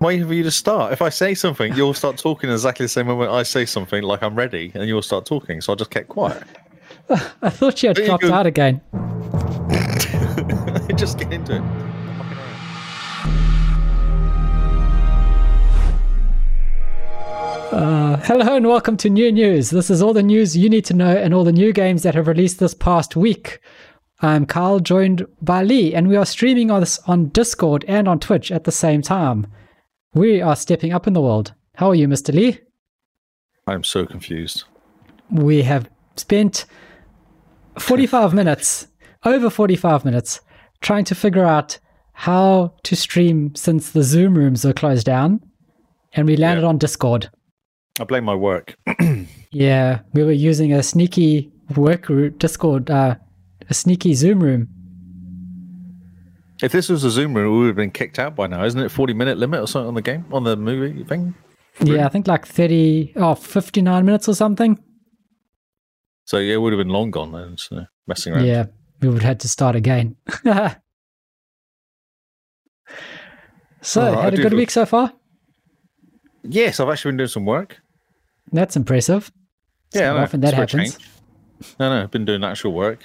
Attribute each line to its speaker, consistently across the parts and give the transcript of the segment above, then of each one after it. Speaker 1: waiting for you to start. If I say something, you'll start talking exactly the same moment I say something, like I'm ready, and you'll start talking. So I just kept quiet.
Speaker 2: I thought you had
Speaker 1: There you
Speaker 2: dropped
Speaker 1: go.
Speaker 2: out again.
Speaker 1: just get into it.
Speaker 2: Hello and welcome to New News. This is all the news you need to know and all the new games that have released this past week. I'm Kyle, joined by Lee, and we are streaming on this on Discord and on Twitch at the same time. We are stepping up in the world. How are you, Mr. Lee?
Speaker 1: I'm so confused.
Speaker 2: we have spent 45 minutes, over 45 minutes, trying to figure out how to stream since the Zoom rooms were closed down. And we landed
Speaker 1: Yeah.
Speaker 2: on Discord.
Speaker 1: I blame my work.
Speaker 2: Yeah, we were using a sneaky work route, Discord, uh, a sneaky Zoom room.
Speaker 1: If this was a Zoom room, we would have been kicked out by now, isn't it? 40 minute limit or something on the game, on the movie thing.
Speaker 2: Yeah, I think like 30, oh, 59 minutes or something.
Speaker 1: So yeah, it would have been long gone then. So messing around.
Speaker 2: Yeah, we would have had to start again. so,
Speaker 1: Oh, I
Speaker 2: had a
Speaker 1: do
Speaker 2: good
Speaker 1: feel-
Speaker 2: week so far?
Speaker 1: Yes, I've actually been doing some work.
Speaker 2: That's impressive. It's
Speaker 1: Yeah, I
Speaker 2: not
Speaker 1: know,
Speaker 2: often
Speaker 1: it's
Speaker 2: that
Speaker 1: for a
Speaker 2: happens.
Speaker 1: change. No, no, I've been doing actual work.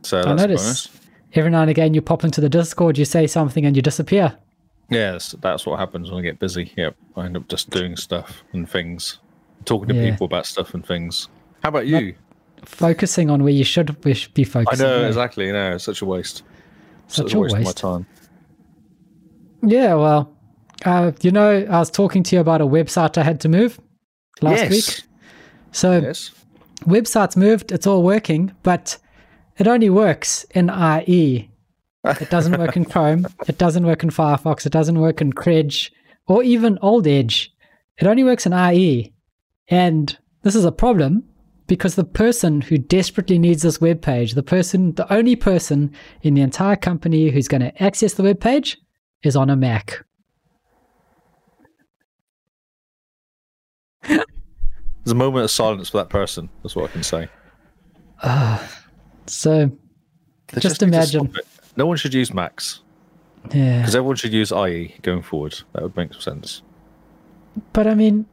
Speaker 1: So that's
Speaker 2: I
Speaker 1: a
Speaker 2: notice
Speaker 1: bonus.
Speaker 2: every now and again you pop into the Discord, you say something, and you disappear.
Speaker 1: Yeah, that's, that's what happens when I get busy. Yep, I end up just doing stuff and things, talking to
Speaker 2: Yeah.
Speaker 1: people about stuff and things. How about you?
Speaker 2: Focusing on where you should we should be
Speaker 1: I
Speaker 2: focusing.
Speaker 1: know
Speaker 2: yeah.
Speaker 1: exactly. No, it's such a waste.
Speaker 2: Such
Speaker 1: a
Speaker 2: a
Speaker 1: waste, of
Speaker 2: waste.
Speaker 1: my time.
Speaker 2: Yeah, well, uh, you know, I was talking to you about a website I had to move last
Speaker 1: yes.
Speaker 2: week. So
Speaker 1: Yes.
Speaker 2: website's moved, it's all working, but it only works in IE. It doesn't work in Chrome. It doesn't work in Firefox. It doesn't work in Credge or even Old Edge. It only works in IE. And this is a problem because the person who desperately needs this web page, the person, the only person in the entire company who's going to access the web page is on a Mac.
Speaker 1: There's a moment of silence for that person. That's what I can say.
Speaker 2: So,
Speaker 1: They
Speaker 2: Just
Speaker 1: need to stop
Speaker 2: imagine.
Speaker 1: it. No one should use Macs
Speaker 2: yeah.
Speaker 1: because everyone should use IE going forward. That would make sense.
Speaker 2: But I mean,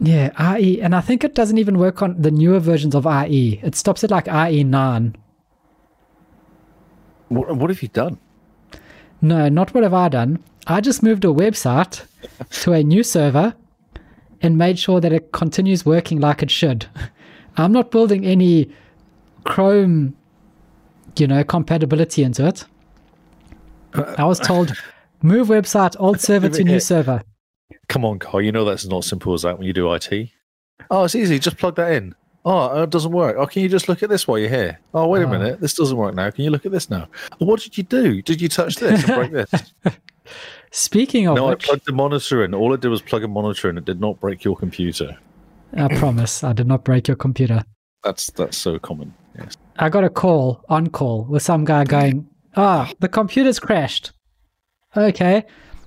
Speaker 2: yeah, IE, and I think it doesn't even work on the newer versions of IE. It stops at like IE nine.
Speaker 1: What, what have you done?
Speaker 2: No, not what have I done. I just moved a website to a new server and made sure that it continues working like it should. I'm not building any Chrome, you know, compatibility into it. I was told move website old server to new server.
Speaker 1: Come on, Carl. You know that's not as simple as that when you do IT. Oh, it's easy. Just plug that in. Oh, it doesn't work. Oh, can you just look at this while you're here? Oh, wait a minute. This doesn't work now. Can you look at this now? What did you do? Did you touch this and break this?
Speaker 2: Speaking of
Speaker 1: no, I
Speaker 2: which,
Speaker 1: plugged the monitor in. All I did was plug a monitor in. It did not break your computer.
Speaker 2: I promise I did not break your computer.
Speaker 1: That's that's so common. Yes.
Speaker 2: I got a call on call with some guy going, Ah, the computer's crashed. Okay,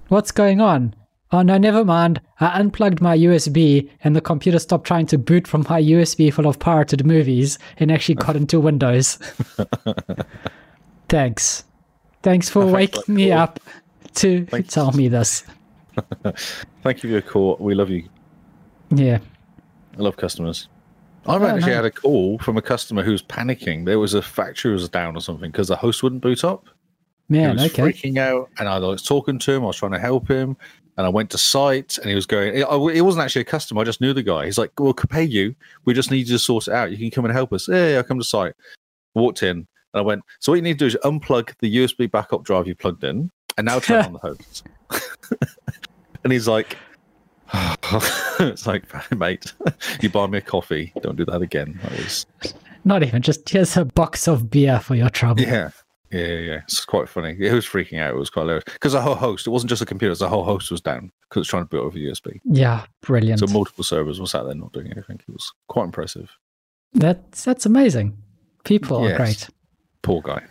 Speaker 2: what's going on? Oh, no, never mind. I unplugged my USB and the computer stopped trying to boot from my USB full of pirated movies and actually got into Windows. Thanks. Thanks for waking
Speaker 1: that
Speaker 2: me
Speaker 1: call.
Speaker 2: up to
Speaker 1: Thanks.
Speaker 2: tell me this.
Speaker 1: Thank you for your call. We love you.
Speaker 2: Yeah.
Speaker 1: I love customers. I've actually
Speaker 2: no.
Speaker 1: had a call from a customer who was panicking. There was a factory was down or something because the host wouldn't boot up. he
Speaker 2: Man,
Speaker 1: was
Speaker 2: okay.
Speaker 1: freaking out, and I was talking to him. I was trying to help him, and I went to site, and he was going. I- I- It wasn't actually a customer. I just knew the guy. He's like, "We'll pay you. We just need you to sort it out. You can come and help us." Yeah, yeah, I come to site. Walked in, and I went. So what you need to do is unplug the USB backup drive you plugged in, and now turn on the host. and he's like. it's like, mate, you buy me a coffee. Don't do that again. That was
Speaker 2: Not even just here's a box of beer for your trouble.
Speaker 1: yeah. Yeah, yeah, yeah. It's quite funny. It was freaking out. It was quite hilarious. Because the whole host, it wasn't just the computers, the whole host was down because it's trying to boot over USB.
Speaker 2: Yeah, brilliant.
Speaker 1: So multiple servers were sat there not doing anything. It was quite impressive.
Speaker 2: That's that's amazing. People are
Speaker 1: Yes.
Speaker 2: great.
Speaker 1: Poor guy.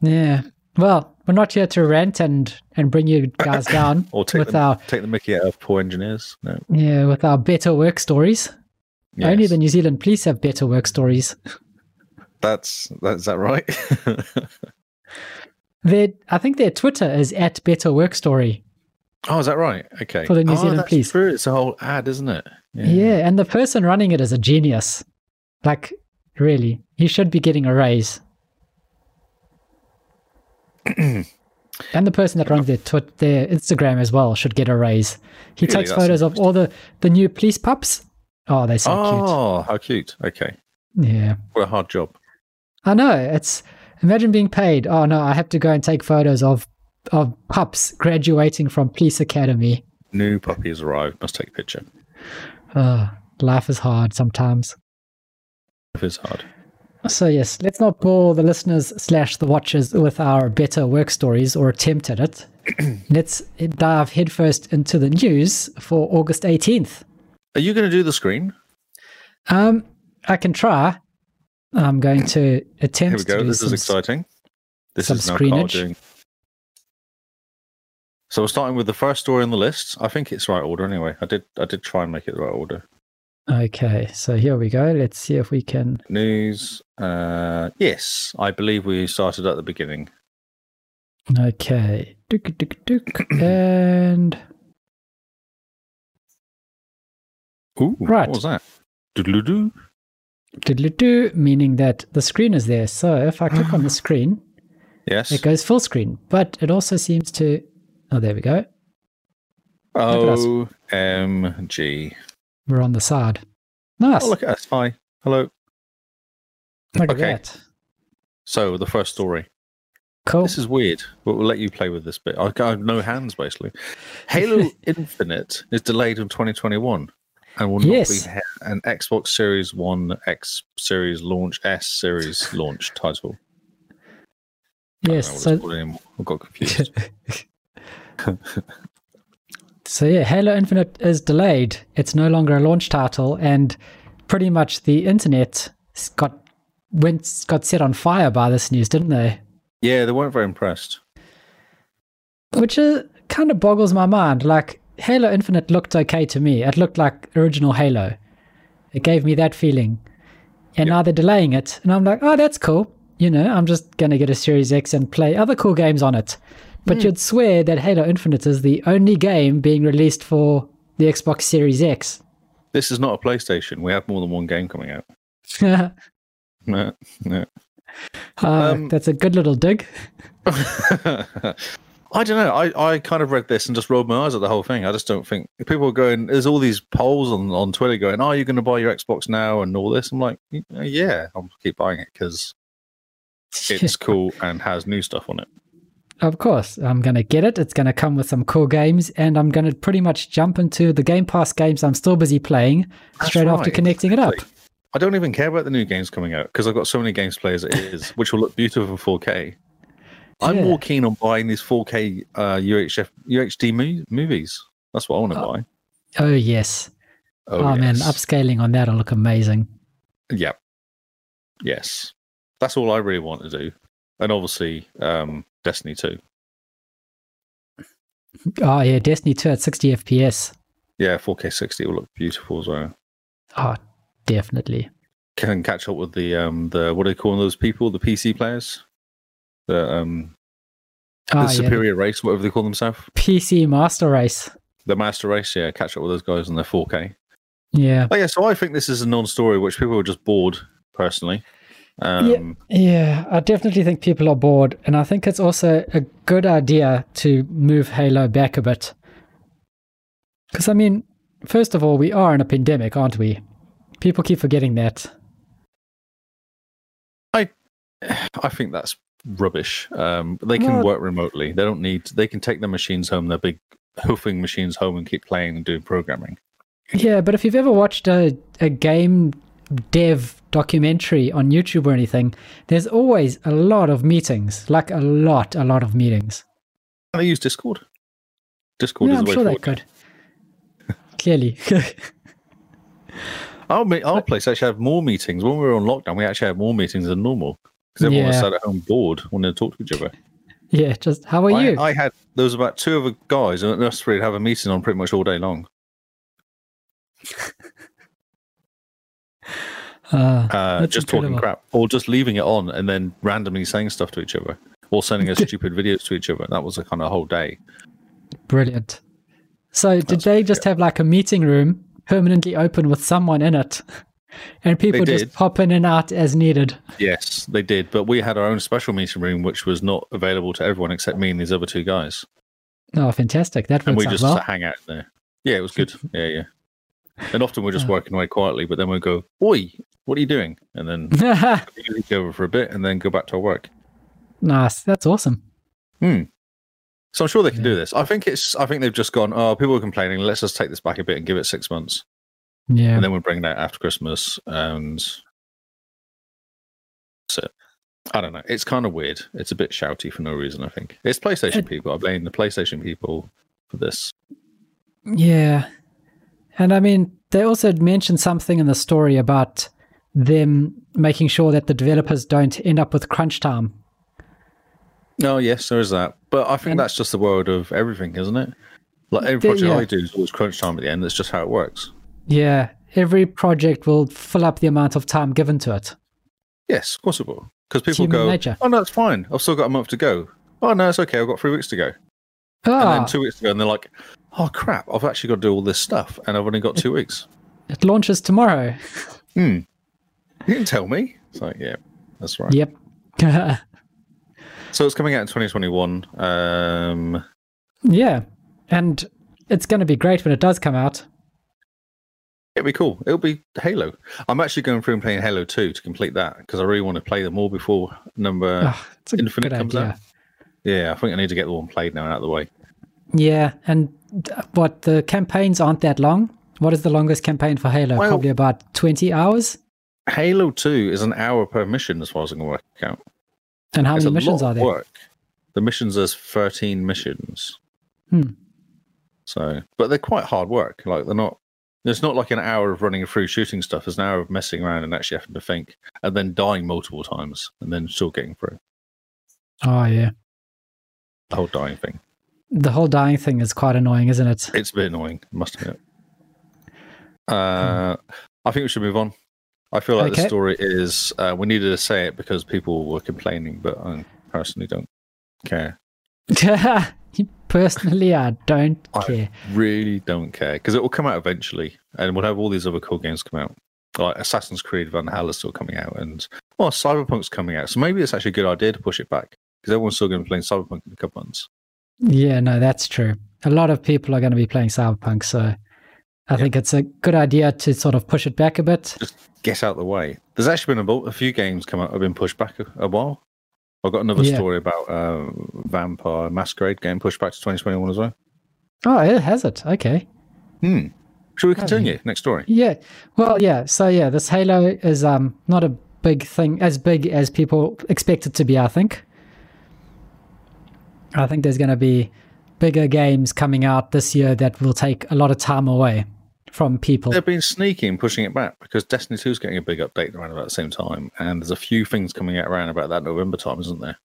Speaker 2: Yeah. Well, we're not here to rant and and bring you guys down
Speaker 1: Or take,
Speaker 2: with
Speaker 1: the,
Speaker 2: our
Speaker 1: take the mickey out of poor engineers. No.
Speaker 2: yeah with our better work stories. Only
Speaker 1: Yes.
Speaker 2: the New Zealand police have better work stories.
Speaker 1: That's, that's that right?
Speaker 2: Their I think their Twitter is at better work story.
Speaker 1: Oh, is that right? Okay.
Speaker 2: for the New
Speaker 1: oh,
Speaker 2: Zealand
Speaker 1: that's
Speaker 2: Police.
Speaker 1: True. It's a whole ad, isn't it?
Speaker 2: Yeah, and the person running it is a genius. Like, really, he should be getting a raise. and the person that runs their tw- their Instagram as well should get a raise. He
Speaker 1: Really?
Speaker 2: takes
Speaker 1: That's
Speaker 2: photos of all the the new police pups. Oh, they're so
Speaker 1: oh, how cute. Okay.
Speaker 2: cute. Yeah,
Speaker 1: What a hard job.
Speaker 2: I know. It's imagine being paid. Oh no, I have to go and take photos of of pups graduating from police academy.
Speaker 1: New puppy has arrived. Must take a picture.
Speaker 2: Oh, life is hard sometimes.
Speaker 1: It is hard.
Speaker 2: So yes, let's not bore the listeners slash the watchers with our better work stories or attempt at it. let's dive headfirst into the news for August 18th.
Speaker 1: Are you going to do the screen?
Speaker 2: Um, I can try. I'm going to attempt
Speaker 1: Here we
Speaker 2: to
Speaker 1: go.
Speaker 2: do
Speaker 1: This is
Speaker 2: some-
Speaker 1: exciting. This
Speaker 2: some
Speaker 1: is now Carl
Speaker 2: screenage.
Speaker 1: doing. So we're starting with the first story on the list. I think it's right order anyway. I did I did try and make it the right order.
Speaker 2: Okay, so here we go. Let's see if we can.
Speaker 1: News. Uh yes, I believe we started at the beginning.
Speaker 2: Okay, Dook, dook, dook. and
Speaker 1: Ooh,
Speaker 2: Right.
Speaker 1: what was that? Doodle-doo.
Speaker 2: do meaning that the screen is there. So if I click on the screen,
Speaker 1: Yes.
Speaker 2: it goes full screen, but it also seems to. Oh, there we go. at us.
Speaker 1: O M G.
Speaker 2: We're on the side. Nice.
Speaker 1: Oh look at us. Hi. Hello.
Speaker 2: Look at
Speaker 1: okay.
Speaker 2: that.
Speaker 1: So the first story.
Speaker 2: Cool.
Speaker 1: This is weird, but we'll let you play with this bit. I I have no hands, basically. Halo Infinite is delayed in 2021 and will not
Speaker 2: Yes.
Speaker 1: be ha- an Xbox Series 1, X Series launch, S Series launch title. I don't know what
Speaker 2: yes.
Speaker 1: it's
Speaker 2: So,
Speaker 1: called anymore. I got confused.
Speaker 2: so yeah, Halo Infinite is delayed. It's no longer a launch title, and pretty much the internet s- got went got set on fire by this news, didn't they?
Speaker 1: yeah, they weren't very impressed.
Speaker 2: Which is, kind of boggles my mind. Like Halo Infinite looked okay to me. It looked like original Halo. It gave me that feeling. And now they're delaying it, and I'm like, oh, that's cool. You know, I'm just gonna get a Series X and play other cool games on it.
Speaker 1: Hmm.
Speaker 2: But you'd swear that Halo Infinite is the only game being released for the Xbox Series X.
Speaker 1: This is not a PlayStation. We have more than one game coming out.
Speaker 2: Uh,
Speaker 1: No, no. Um,
Speaker 2: that's a good little dig.
Speaker 1: I don't know. I, I kind of read this and just rolled my eyes at the whole thing. I just don't think people are going. There's all these polls on, on Twitter going, "Are you going to buy your Xbox now?" and all this. I'm like, "Y- uh, yeah, I'll keep buying it because it's cool and has new stuff on it.
Speaker 2: Of course, I'm going to get it. It's going to come with some cool games, and I'm going to pretty much jump into the Game Pass games I'm still busy playing
Speaker 1: That's
Speaker 2: straight after
Speaker 1: right,
Speaker 2: connecting it up.
Speaker 1: exactly. I don't even care about the new games coming out because I've got so many games to play as it is, which will look beautiful in 4K. I'm
Speaker 2: Yeah.
Speaker 1: more keen on buying these 4K uh, UHF, UHD mo- movies. That's what I want to
Speaker 2: Oh,
Speaker 1: buy.
Speaker 2: Oh, yes. Oh, man,
Speaker 1: yes.
Speaker 2: upscaling on that'll look amazing.
Speaker 1: Yeah. Yes. That's all I really want to do. And obviously, um, Destiny 2.
Speaker 2: Oh, yeah, Destiny 2 at 60 FPS.
Speaker 1: Yeah, 4K 60 will look beautiful as well.
Speaker 2: Oh, definitely.
Speaker 1: Can catch up with the um the what do they call those people, the PC players? The um the
Speaker 2: Oh, yeah, the
Speaker 1: superior race, whatever they call themselves.
Speaker 2: PC Master Race.
Speaker 1: The master race, yeah, catch up with those guys on their 4K.
Speaker 2: Yeah.
Speaker 1: Oh yeah, so I think this is a non story which people are just bored personally. Um
Speaker 2: Yeah. Yeah, I definitely think people are bored, and I think it's also a good idea to move Halo back a bit. Because, I mean, first of all, we are in a pandemic, aren't we? People keep forgetting that.
Speaker 1: I think that's rubbish. Um, they can
Speaker 2: Well-
Speaker 1: work remotely. They don't need. They can take their machines home, their big hoofing machines home, and keep playing and doing programming.
Speaker 2: Yeah, but if you've ever watched a, a game dev documentary on YouTube or anything, there's always a lot of meetings, like a lot, a lot of meetings.
Speaker 1: And they use Discord. Discord
Speaker 2: yeah,
Speaker 1: is
Speaker 2: I'm
Speaker 1: the way
Speaker 2: sure they
Speaker 1: forward.
Speaker 2: could. Clearly.
Speaker 1: Our, me- our place actually had more meetings when we were on lockdown. We actually had more meetings than normal because everyone was
Speaker 2: Yeah.
Speaker 1: sat at home bored, wanting to talk to each other.
Speaker 2: yeah, just how are
Speaker 1: I,
Speaker 2: you?
Speaker 1: I had there was about two other guys, and us three would have a meeting on pretty much all day long.
Speaker 2: uh,
Speaker 1: uh,
Speaker 2: That's
Speaker 1: just talking
Speaker 2: incredible.
Speaker 1: crap or just leaving it on and then randomly saying stuff to each other or sending us stupid videos to each other. That was a kind of whole day.
Speaker 2: brilliant. So did
Speaker 1: That's-
Speaker 2: they just have like a meeting room permanently open with someone in it, and people just
Speaker 1: did.
Speaker 2: pop in and out as needed?
Speaker 1: Yes, they did. But we had our own special meeting room, which was not available to everyone except me and these other two guys.
Speaker 2: Oh, fantastic! That
Speaker 1: And
Speaker 2: went
Speaker 1: we
Speaker 2: out
Speaker 1: just
Speaker 2: well.
Speaker 1: used to hang out there. Yeah, it was good. Yeah, yeah. And often we're
Speaker 2: Uh.
Speaker 1: just working away quietly, but then we'll go, Oi, what are you doing? And then each over for a bit and then go back to our work.
Speaker 2: nice. That's awesome.
Speaker 1: So I'm sure they can
Speaker 2: Yeah.
Speaker 1: do this. I think it's I think they've just gone, Oh, people are complaining, let's just take this back a bit and give it six months.
Speaker 2: Yeah.
Speaker 1: And then we'll bring that after Christmas and that's it. I don't know. It's kind of weird. It's a bit shouty for no reason, I think. It's PlayStation
Speaker 2: It-
Speaker 1: people. I blame the PlayStation people for this.
Speaker 2: Yeah. And I mean, they also had mentioned something in the story about them making sure that the developers don't end up with crunch time.
Speaker 1: Oh yes, there is that. But I think
Speaker 2: And-
Speaker 1: that's just the world of everything, isn't it? Like every project
Speaker 2: yeah.
Speaker 1: I do is always crunch time at the end. That's just how it works.
Speaker 2: Yeah. Every project will fill up the amount of time given to it.
Speaker 1: Yes, of course it will. Because people
Speaker 2: human
Speaker 1: go,
Speaker 2: nature.
Speaker 1: "Oh no, it's fine. I've still got a month to go." Oh no, it's okay. I've got three weeks to go, and
Speaker 2: Ah,
Speaker 1: then two weeks to go, and they're like, "Oh crap! I've actually got to do all this stuff, and I've only got two weeks."
Speaker 2: it launches tomorrow.
Speaker 1: Hmm. You didn't tell me. It's like, yeah, that's right.
Speaker 2: Yep.
Speaker 1: So it's coming out in 2021. Um,
Speaker 2: yeah. And it's going to be great when it does come out.
Speaker 1: It'd be cool. It'll be Halo. I'm actually going through and playing Halo 2 to complete that because I really want to play them all before number.
Speaker 2: Ah, it's a
Speaker 1: Infinite
Speaker 2: good
Speaker 1: comes
Speaker 2: idea.
Speaker 1: out. Yeah, I think I need to get the one played now and out of the way.
Speaker 2: Yeah. And uh, what the campaigns aren't that long. What is the longest campaign for Halo?
Speaker 1: Well-
Speaker 2: Probably about 20 hours.
Speaker 1: Halo 2 is an hour per mission, as far as I can work out.
Speaker 2: And how
Speaker 1: It's a
Speaker 2: many missions
Speaker 1: lot
Speaker 2: are
Speaker 1: of
Speaker 2: there?
Speaker 1: Work. The missions is 13 missions.
Speaker 2: Hmm.
Speaker 1: So, but they're quite hard work. Like, they're not, it's not like an hour of running through shooting stuff. It's an hour of messing around and actually having to think and then dying multiple times and then still getting through
Speaker 2: Oh, yeah.
Speaker 1: the whole dying thing.
Speaker 2: The whole dying thing is quite annoying, isn't it?
Speaker 1: It's a bit annoying, I must admit. Uh, I think we should move on. I feel like
Speaker 2: Hmm. Okay.
Speaker 1: the story is uh, we needed to say it because people were complaining, but I personally don't care.
Speaker 2: Personally, I don't
Speaker 1: I-
Speaker 2: care.
Speaker 1: Really don't care because it will come out eventually, and we'll have all these other cool games come out. Like Assassin's Creed Valhalla is still coming out, and well, Cyberpunk's coming out, so maybe it's actually a good idea to push it back because everyone's still going to be playing Cyberpunk in a couple months.
Speaker 2: Yeah, no, that's true. A lot of people are going to be playing Cyberpunk, so I think it's a good idea to sort of push it back a bit.
Speaker 1: Get out the way. There's actually been a, bu- a few games come out have been pushed back a, a while. I've got another
Speaker 2: Yeah.
Speaker 1: story about uh, Vampire Masquerade game pushed back to 2021 as well.
Speaker 2: Oh, it has it. Okay.
Speaker 1: Hmm. Should we continue? Next story.
Speaker 2: Oh, Yeah. Well, yeah. So yeah, this Halo is um not a big thing as big as people expect it to be, I think. I think there's going to be bigger games coming out this year that will take a lot of time away from people.
Speaker 1: They've been sneaky in pushing it back because Destiny 2 is getting a big update around about the same time, and there's a few things coming out around about that November time, isn't there?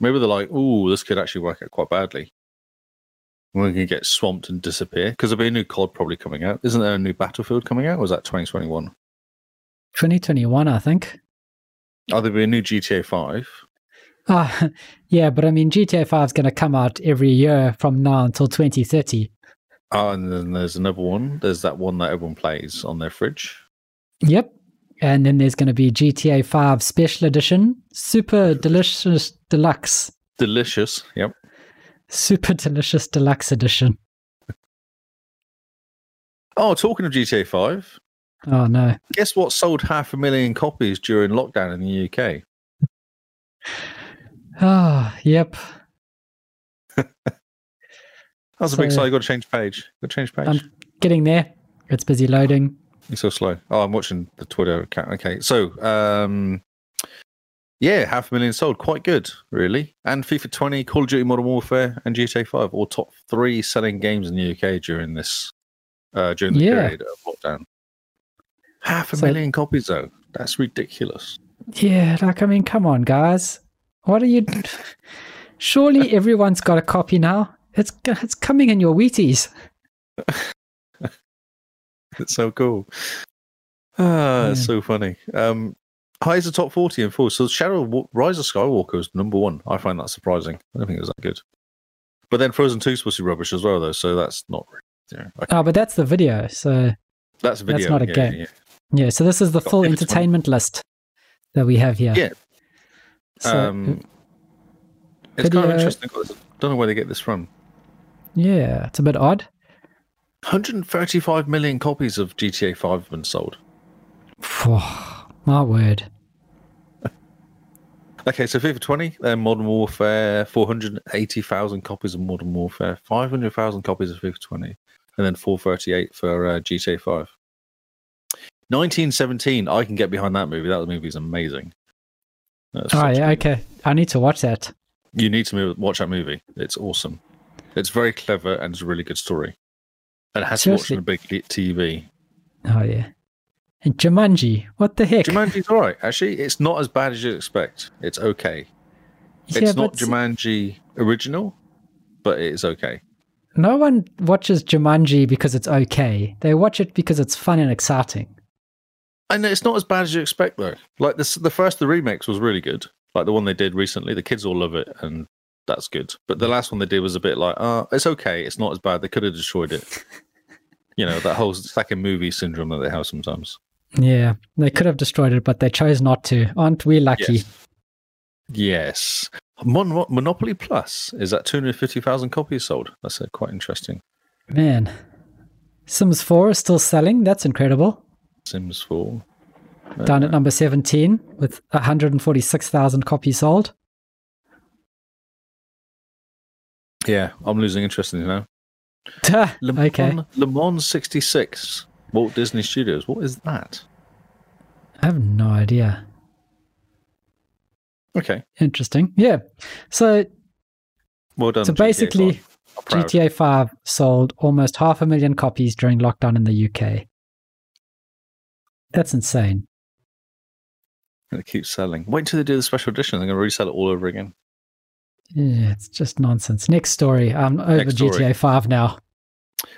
Speaker 1: Maybe they're like, "Ooh, this could actually work out quite badly. We're going to get swamped and disappear because there'll be a new COD probably coming out. Isn't there a new Battlefield coming out? Or is that 2021?
Speaker 2: 2021, I think.
Speaker 1: Oh, there'll be a new GTA 5.
Speaker 2: Ah, yeah, but I mean, GTA 5 is going to come out every year from now until 2030.
Speaker 1: Oh, and then there's another one. There's that one that everyone plays on their fridge.
Speaker 2: Yep. And then there's going to be GTA 5 Special Edition, Super Delicious Deluxe,
Speaker 1: Delicious. Yep.
Speaker 2: Super Delicious Deluxe Edition.
Speaker 1: Oh, talking of GTA 5,
Speaker 2: Oh, no.
Speaker 1: Guess what sold half a million copies during lockdown in the UK?
Speaker 2: Ah, yep.
Speaker 1: That's a big
Speaker 2: So-
Speaker 1: sigh. you got to change page. Got to change page.
Speaker 2: I'm getting there. It's busy loading.
Speaker 1: It's so slow. Oh, I'm watching the Twitter account. Okay. So, um, yeah, half a million sold. Quite good, really. And FIFA 20, Call of Duty Modern Warfare, and GTA 5, all top three selling games in the UK during this, uh, during the
Speaker 2: Yeah.
Speaker 1: period of lockdown. Half a
Speaker 2: So-
Speaker 1: million copies, though. That's ridiculous.
Speaker 2: Yeah, like, I mean, come on, guys. What are you. Surely everyone's got a copy now. It's, it's coming in your Wheaties.
Speaker 1: It's so cool. Ah, it's
Speaker 2: Yeah.
Speaker 1: so funny. Um, highs the top 40 in full. So Shadow of Wa- Rise of Skywalker was number one. I find that surprising. I don't think it was that good. But then Frozen 2 is supposed to be rubbish as well, though. So that's not Yeah. Okay.
Speaker 2: Oh, but that's the video. So
Speaker 1: That's a video.
Speaker 2: not a
Speaker 1: yeah,
Speaker 2: game.
Speaker 1: Yeah,
Speaker 2: yeah, so this is the
Speaker 1: Got
Speaker 2: full
Speaker 1: in between.
Speaker 2: entertainment list that we have here.
Speaker 1: Yeah.
Speaker 2: So, uh,
Speaker 1: um, it's kind of
Speaker 2: video-
Speaker 1: interesting. 'cause I don't know where they get this from.
Speaker 2: yeah, it's a bit odd.
Speaker 1: 135 million copies of GTA 5 have been sold.
Speaker 2: Phew, my word.
Speaker 1: Okay, so FIFA 20, then Modern Warfare, 480,000 copies of Modern Warfare, 500,000 copies of FIFA 20, and then 438 for uh, GTA 5. 1917, I can get behind that movie. That movie is amazing. That's
Speaker 2: Oh,
Speaker 1: such a-
Speaker 2: yeah, okay. I need to watch that.
Speaker 1: You need to move, watch that movie. It's awesome. It's very clever and it's a really good story. And it has to watch
Speaker 2: Seriously?
Speaker 1: on a big TV.
Speaker 2: Oh, yeah. And Jumanji. What the heck?
Speaker 1: Jumanji's all right. Actually, it's not as bad as you'd expect. It's okay.
Speaker 2: Yeah,
Speaker 1: it's not
Speaker 2: but
Speaker 1: Jumanji original, but it is okay.
Speaker 2: No one watches Jumanji because it's okay. They watch it because it's fun and exciting.
Speaker 1: And it's not as bad as you expect, though. Like this, the first of the remakes was really good. Like the one they did recently, the kids all love it, and that's good. But the last one they did was a bit like, uh, it's okay. It's not as bad. They could have destroyed it. you know that whole second movie syndrome that they have sometimes.
Speaker 2: Yeah, they could have destroyed it, but they chose not to. Aren't we lucky?
Speaker 1: Yes. Mon- Monopoly Plus is at 250,000 copies sold. That's uh, quite interesting.
Speaker 2: Man. Sims 4 is still selling. That's incredible.
Speaker 1: Sims 4.
Speaker 2: Down at number 17 with 146,000 copies sold.
Speaker 1: Yeah, I'm losing interest in it now.
Speaker 2: Duh.
Speaker 1: Le Mans,
Speaker 2: okay.
Speaker 1: Le Mans 66, Walt Disney Studios. What is that?
Speaker 2: I have no idea.
Speaker 1: Okay,
Speaker 2: Interesting. Yeah. So,
Speaker 1: well done.
Speaker 2: so
Speaker 1: GTA five.
Speaker 2: basically,
Speaker 1: I'm proud.
Speaker 2: GTA 5 sold almost half a million copies during lockdown in the UK. That's insane.
Speaker 1: And it keeps selling. Wait until they do the special edition. They're going to resell it all over again.
Speaker 2: Yeah, it's just nonsense. Next story. I'm over
Speaker 1: Next story.
Speaker 2: GTA 5 now.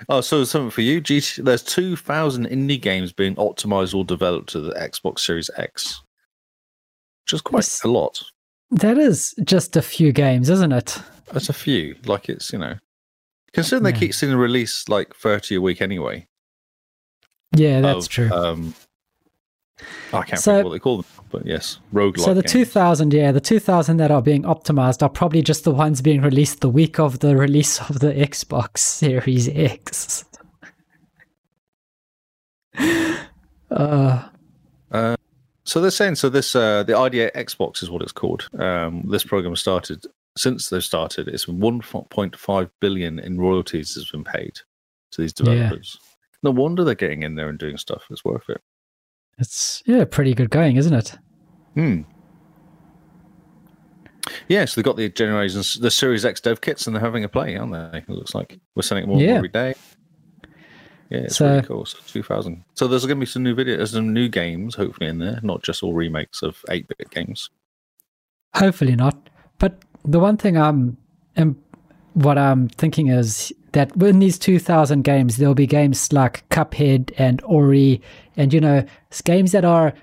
Speaker 1: Oh, so something for you. GT- There's 2,000 indie games being optimized or developed to the Xbox Series X, which is quite
Speaker 2: Yes.
Speaker 1: a lot.
Speaker 2: That is just a few games, isn't it?
Speaker 1: That's a few. Like it's you know, considering they
Speaker 2: Yeah.
Speaker 1: keep seeing release like thirty a week anyway.
Speaker 2: Yeah, that's
Speaker 1: of,
Speaker 2: true.
Speaker 1: Um, I can't
Speaker 2: So-
Speaker 1: remember what they call them, but yes, roguelike.
Speaker 2: so the
Speaker 1: games.
Speaker 2: 2000, yeah, the 2000 that are being optimized are probably just the ones being released the week of the release of the Xbox Series X. uh,
Speaker 1: Uh, so they're saying so this uh, the idea Xbox is what it's called. Um, this program started since they've started. It's been one point five billion in royalties has been paid to these
Speaker 2: Yeah.
Speaker 1: developers. No wonder they're getting in there and doing stuff. It's worth it.
Speaker 2: it's yeah, pretty good going, isn't it?
Speaker 1: Hmm. Yeah, so they've got the generations, the Series X dev kits, and they're having a play, aren't they? It looks like we're selling more and more
Speaker 2: Yeah.
Speaker 1: every day. Yeah, it's
Speaker 2: So-
Speaker 1: really cool. So 2000. So there's going to be some new videos, some new games, hopefully, in there, not just all remakes of 8 bit games.
Speaker 2: Hopefully not. But the one thing I'm, am, what I'm thinking is that in these 2000 games, there'll be games like Cuphead and Ori, and you know, s- games that are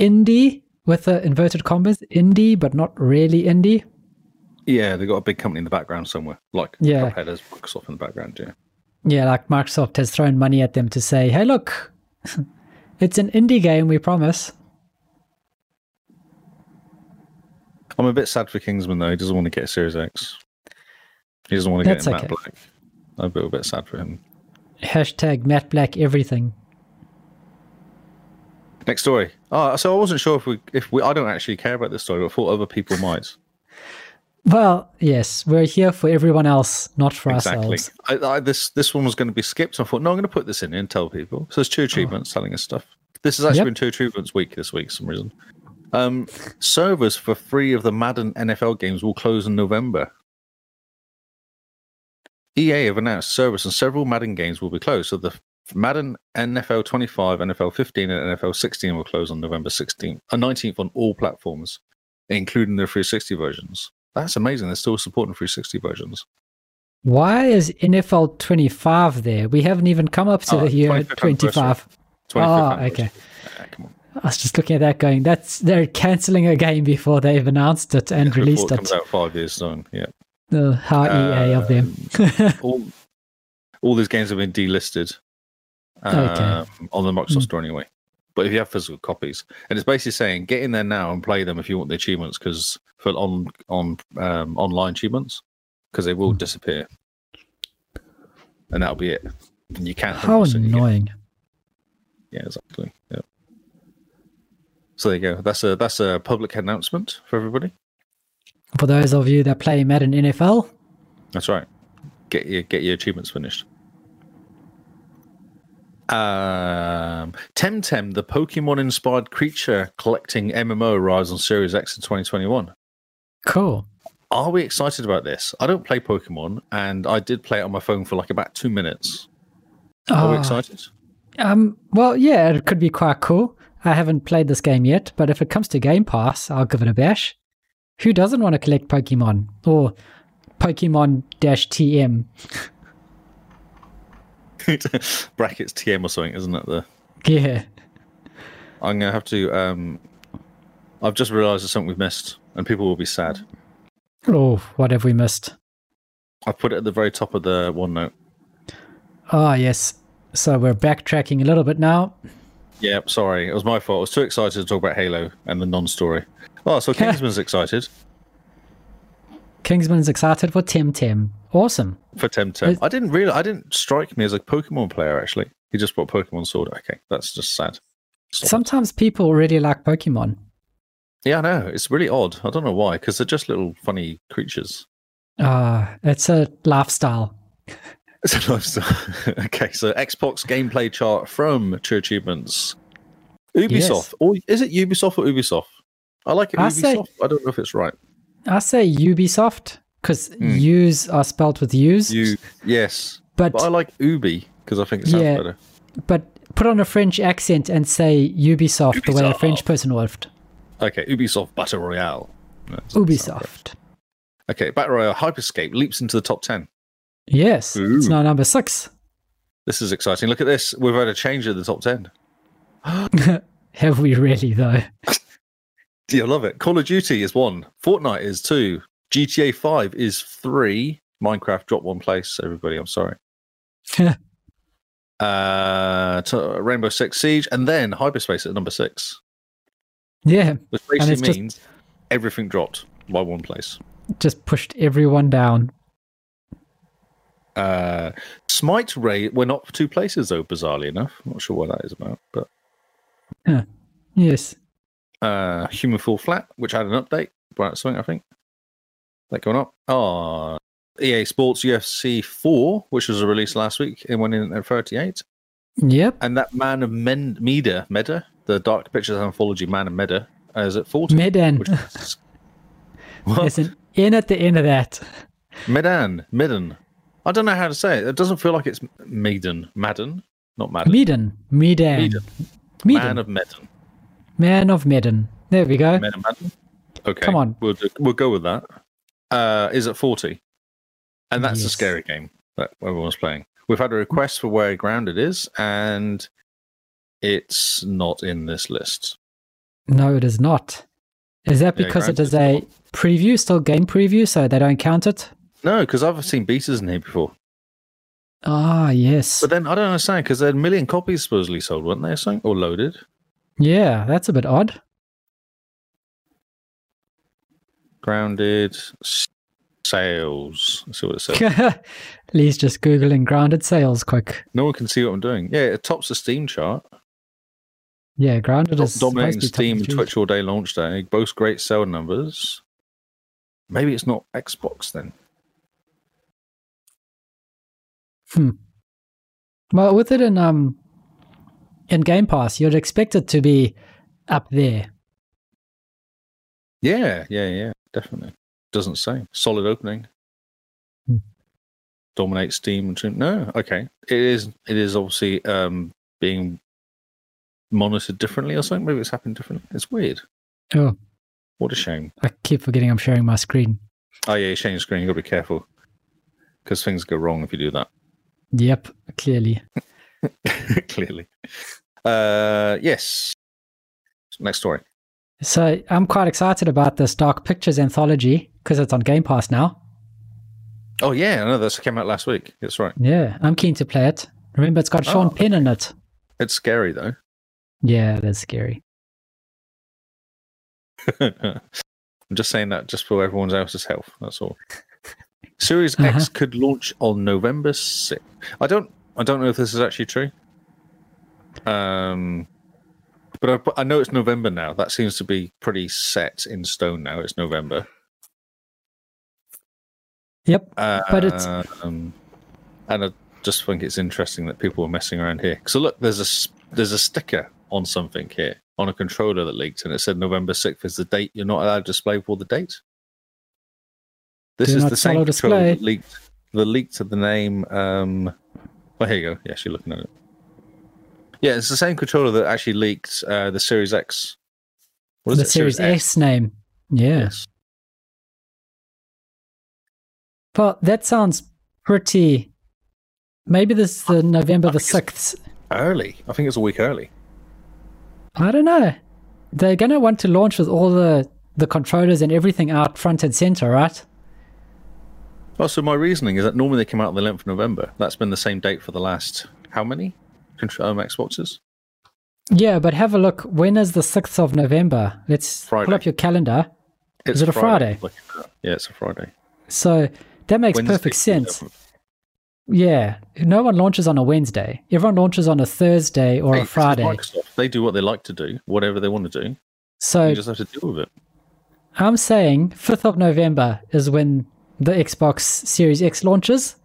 Speaker 2: indie with the inverted commas, indie but not really indie.
Speaker 1: Yeah, they've got a big company in the background somewhere, like
Speaker 2: Yeah.
Speaker 1: Cuphead has Microsoft in the background, yeah.
Speaker 2: Yeah, like Microsoft has thrown money at them to say, "Hey, look, it's an indie game, we promise."
Speaker 1: I'm a bit sad for Kingsman, though. He doesn't want to get a Series X. He doesn't want to
Speaker 2: That's
Speaker 1: get in Matt
Speaker 2: okay.
Speaker 1: Black. I'm a little bit sad for him.
Speaker 2: Hashtag Matt Black everything.
Speaker 1: Next story. Oh, so I wasn't sure if we, if we, I don't actually care about this story, but I thought other people might.
Speaker 2: Well, yes, we're here for everyone else, not for ourselves.
Speaker 1: I, I, this this one was going to be skipped. I thought, no, I'm going to put this in and tell people. So it's two achievements selling us stuff. This has actually
Speaker 2: Oh. Yep.
Speaker 1: been two achievements week this week, for some reason. Um, servers for three of the Madden NFL games will close in November. EA have announced service and several Madden games will be closed. So the Madden NFL 25, NFL 15, and NFL 16 will close on November 16th, uh, 19th on all platforms, including the 360 versions. That's amazing. They're still supporting 360 versions.
Speaker 2: Why is NFL 25 there? We haven't even come up to
Speaker 1: Oh,
Speaker 2: the year
Speaker 1: 25th
Speaker 2: 25. Oh,
Speaker 1: 25th anniversary.
Speaker 2: okay.
Speaker 1: Ah, come on.
Speaker 2: I was just looking at that going, that's they're canceling a game before they've announced it E and
Speaker 1: Before
Speaker 2: released
Speaker 1: it
Speaker 2: it.
Speaker 1: comes out five years soon. Yeah.
Speaker 2: Uh, how EA of them.
Speaker 1: All, all these games have been delisted um, on the Microsoft
Speaker 2: Hmm.
Speaker 1: Store anyway. But if you have physical copies, and it's basically saying get in there now and play them if you want the achievements, because for on on um, online achievements, because they
Speaker 2: Hmm.
Speaker 1: will disappear, and that'll be it. And you can't.
Speaker 2: How
Speaker 1: 100% you get-
Speaker 2: annoying.
Speaker 1: yeah, exactly. Yeah. So there you go. That's a that's a public announcement for everybody.
Speaker 2: For those of you that play Madden NFL,
Speaker 1: That's right. Get your get your achievements finished. Um, Temtem, the Pokemon-inspired creature collecting MMO, arrives on Series X in 2021.
Speaker 2: cool.
Speaker 1: Are we excited about this? I don't play Pokemon, and I did play it on my phone for like about two minutes. Are we
Speaker 2: Ah,
Speaker 1: excited?
Speaker 2: Um, well, yeah, it could be quite cool. I haven't played this game yet, but if it comes to Game Pass, I'll give it a bash. Who doesn't want to collect Pokemon or Pokemon dash TM?
Speaker 1: Brackets TM or something, isn't it? The
Speaker 2: Yeah.
Speaker 1: I'm gonna have to. Um, I've just realised there's something we've missed, and people will be sad.
Speaker 2: Oh, what have we missed?
Speaker 1: I put it at the very top of the OneNote.
Speaker 2: Ah, yes. So we're backtracking a little bit now.
Speaker 1: Yeah, sorry, it was my fault. I was too excited to talk about Halo and the non-story. Oh, so Kingsman's excited
Speaker 2: Kingsman's excited for Temtem. Awesome.
Speaker 1: for Temtem. I didn't really. I didn't strike me as a Pokemon player. Actually, he just brought Pokemon Sword. Okay, that's just sad. Stop it.
Speaker 2: Sometimes people really like Pokemon.
Speaker 1: Yeah, I know. It's really odd. I don't know why, because they're just little funny creatures.
Speaker 2: Ah, it's a lifestyle.
Speaker 1: It's a lifestyle. okay, so Xbox gameplay chart from True Achievements. Ubisoft, or is it Ubisoft or Ubisoft? I like it
Speaker 2: I
Speaker 1: Ubisoft.
Speaker 2: say-
Speaker 1: I don't know if it's right.
Speaker 2: I say Ubisoft because
Speaker 1: Hmm.
Speaker 2: U's are spelled with U's.
Speaker 1: You, yes,
Speaker 2: but
Speaker 1: but I like Ubi because I think it sounds
Speaker 2: Yeah.
Speaker 1: better.
Speaker 2: but put on a French accent and say Ubisoft, the way a
Speaker 1: Ubisoft.
Speaker 2: French person would.
Speaker 1: Okay, Ubisoft Battle Royale. No, it doesn't sound right.
Speaker 2: Ubisoft.
Speaker 1: Okay, Battle Royale Hyperscape leaps into the top 10.
Speaker 2: Yes, it's
Speaker 1: Ooh.
Speaker 2: now number six.
Speaker 1: This is exciting. Look at this. We've had a change in the top 10.
Speaker 2: Have we really though?
Speaker 1: Do you love it? Call of Duty is one, Fortnite is two, GTA 5 is three. Minecraft dropped one place, everybody. I'm sorry. uh, to Rainbow Six Siege, and then Hyperspace at number six,
Speaker 2: yeah,
Speaker 1: which
Speaker 2: it's
Speaker 1: basically
Speaker 2: just-
Speaker 1: means everything dropped by one place.
Speaker 2: just pushed everyone down.
Speaker 1: Uh, Smite Ray went up two places though, bizarrely enough. I'm not sure what that is about, but
Speaker 2: Yes.
Speaker 1: uh, Human Fall Flat, which had an update, right? Something I think that going up. Ah, EA Sports UFC 4, which was released last week, it went in at 38,
Speaker 2: Yep.
Speaker 1: and that Man of Men- Meda, Meda, the Dark Pictures anthology Man of Meda, is at 40.
Speaker 2: Medan.
Speaker 1: which is- What?
Speaker 2: There's an N at the end of that.
Speaker 1: Medan, Medan. I don't know how to say it. It doesn't feel like it's Medan, Madden, not Madden.
Speaker 2: Medan. Medan.
Speaker 1: Medan. Man
Speaker 2: Medan.
Speaker 1: of Medan.
Speaker 2: Man of Medan. There we go.
Speaker 1: Men and Madden? Okay.
Speaker 2: Come on.
Speaker 1: We'll, do- we'll go with that. Uh, is at 40. And that's a
Speaker 2: Yes.
Speaker 1: scary game that everyone's playing. We've had a request for where grounded is, and it's not in this list.
Speaker 2: No, it is not. Is that
Speaker 1: Yeah,
Speaker 2: because it
Speaker 1: granted,
Speaker 2: is a preview, still game preview, so they don't count it?
Speaker 1: No, because I've seen beaters in here before.
Speaker 2: Ah, yes.
Speaker 1: But then I don't understand because there had a million copies supposedly sold, weren't there? or Something or loaded.
Speaker 2: Yeah, that's a bit odd.
Speaker 1: Grounded s- sales. Let's see what it says.
Speaker 2: Lee's just googling grounded sales quick.
Speaker 1: no one can see what I'm doing. Yeah, it tops the Steam chart.
Speaker 2: Yeah, grounded
Speaker 1: Dom-
Speaker 2: is supposed
Speaker 1: dominating
Speaker 2: to be top
Speaker 1: Steam and
Speaker 2: three.
Speaker 1: Twitch all day launch day. Both great sale numbers. Maybe it's not Xbox then.
Speaker 2: Hmm. Well, with it in um in Game Pass, you'd expect it to be up there.
Speaker 1: Yeah, yeah, yeah, definitely. Doesn't say solid opening.
Speaker 2: Hmm.
Speaker 1: Dominate Steam and Twitch. No, okay. It is. It is obviously um, being monitored differently or something. Maybe it's happened differently. It's weird.
Speaker 2: Oh.
Speaker 1: What a shame.
Speaker 2: I keep forgetting I'm sharing my screen.
Speaker 1: Oh yeah, you change the screen. You got to be careful because things go wrong if you do that.
Speaker 2: Yep, clearly.
Speaker 1: clearly. Uh, yes. Next story.
Speaker 2: So I'm quite excited about this Dark Pictures anthology because it's on Game Pass now.
Speaker 1: Oh yeah, I know this came out last week. That's right.
Speaker 2: Yeah, I'm keen to play it. Remember, it's got Sean
Speaker 1: Oh,
Speaker 2: Penn in it.
Speaker 1: It's scary though.
Speaker 2: Yeah, that's scary.
Speaker 1: I'm just saying that just for everyone else's health. That's all. Series X could launch on November 6th. I don't. I don't know if this is actually true. Um, but I, but I know it's November now. That seems to be pretty set in stone now. It's November.
Speaker 2: Yep.
Speaker 1: Um,
Speaker 2: But it's-
Speaker 1: and I just think it's interesting that people are messing around here. So look, there's a s- there's a sticker on something here on a controller that leaked, and it said November sixth is the date. You're not allowed to display before the date. This
Speaker 2: Do
Speaker 1: is
Speaker 2: not
Speaker 1: the same
Speaker 2: follow
Speaker 1: controller
Speaker 2: display.
Speaker 1: that leaked. The leak to the name. Um, well, here you go. Yeah, she's looking at it. Yeah, it's the same controller that actually leaked uh, the Series X. What is
Speaker 2: the
Speaker 1: it?
Speaker 2: Series S name. Yeah.
Speaker 1: Yes.
Speaker 2: Well, that sounds pretty. Maybe this is the November the
Speaker 1: think
Speaker 2: 6th.
Speaker 1: Early. I think it's a week early.
Speaker 2: I don't know. They're going to want to launch with all the, the controllers and everything out front and center, right?
Speaker 1: Well, so my reasoning is that normally they come out on the 11th of November. That's been the same date for the last how many control um, Xboxes?
Speaker 2: Yeah, but have a look. When is the 6th of November? Let's pull
Speaker 1: Friday.
Speaker 2: up your calendar.
Speaker 1: It's
Speaker 2: it a Friday?
Speaker 1: Look at that. Yeah, it's a Friday.
Speaker 2: So that makes
Speaker 1: Wednesday,
Speaker 2: perfect
Speaker 1: the
Speaker 2: sense.
Speaker 1: 11th.
Speaker 2: Yeah. No one launches on a Wednesday. Everyone launches on a Thursday or
Speaker 1: Hey,
Speaker 2: a
Speaker 1: this is
Speaker 2: Friday.
Speaker 1: Microsoft. They do what they like to do, whatever they want to do.
Speaker 2: So
Speaker 1: You just have to deal with it.
Speaker 2: I'm saying 5th of November is when the Xbox Series X launches.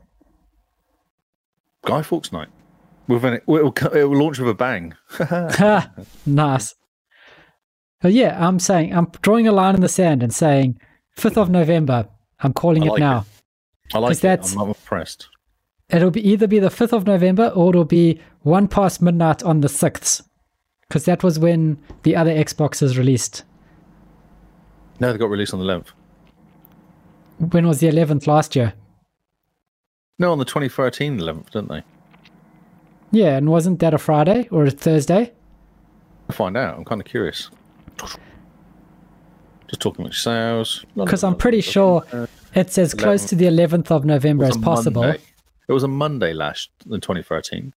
Speaker 1: Guy Fawkes Night. With an, it, will, co- it will launch with a bang.
Speaker 2: Ha, nice. But yeah, I'm saying I'm drawing a line in the sand and saying 5th of November. I'm calling
Speaker 1: I
Speaker 2: it
Speaker 1: like
Speaker 2: now.
Speaker 1: I like
Speaker 2: Because
Speaker 1: it.
Speaker 2: that's-
Speaker 1: I'm not impressed.
Speaker 2: It. will be either be the 5th of November or it'll be 1 past midnight on the 6th. Cuz that was when the other Xbox is released.
Speaker 1: No, they got released on the 11th.
Speaker 2: When was the 11th last year?
Speaker 1: No, on the 2013 11th, didn't they?
Speaker 2: Yeah, and wasn't that a Friday or a Thursday?
Speaker 1: I'll find out. I'm kind of curious. Just talking about sales.
Speaker 2: Because I'm pretty sure it's as close to the 11th of November
Speaker 1: uh, was
Speaker 2: as
Speaker 1: a
Speaker 2: possible.
Speaker 1: Monday. It was a Monday last in 2013.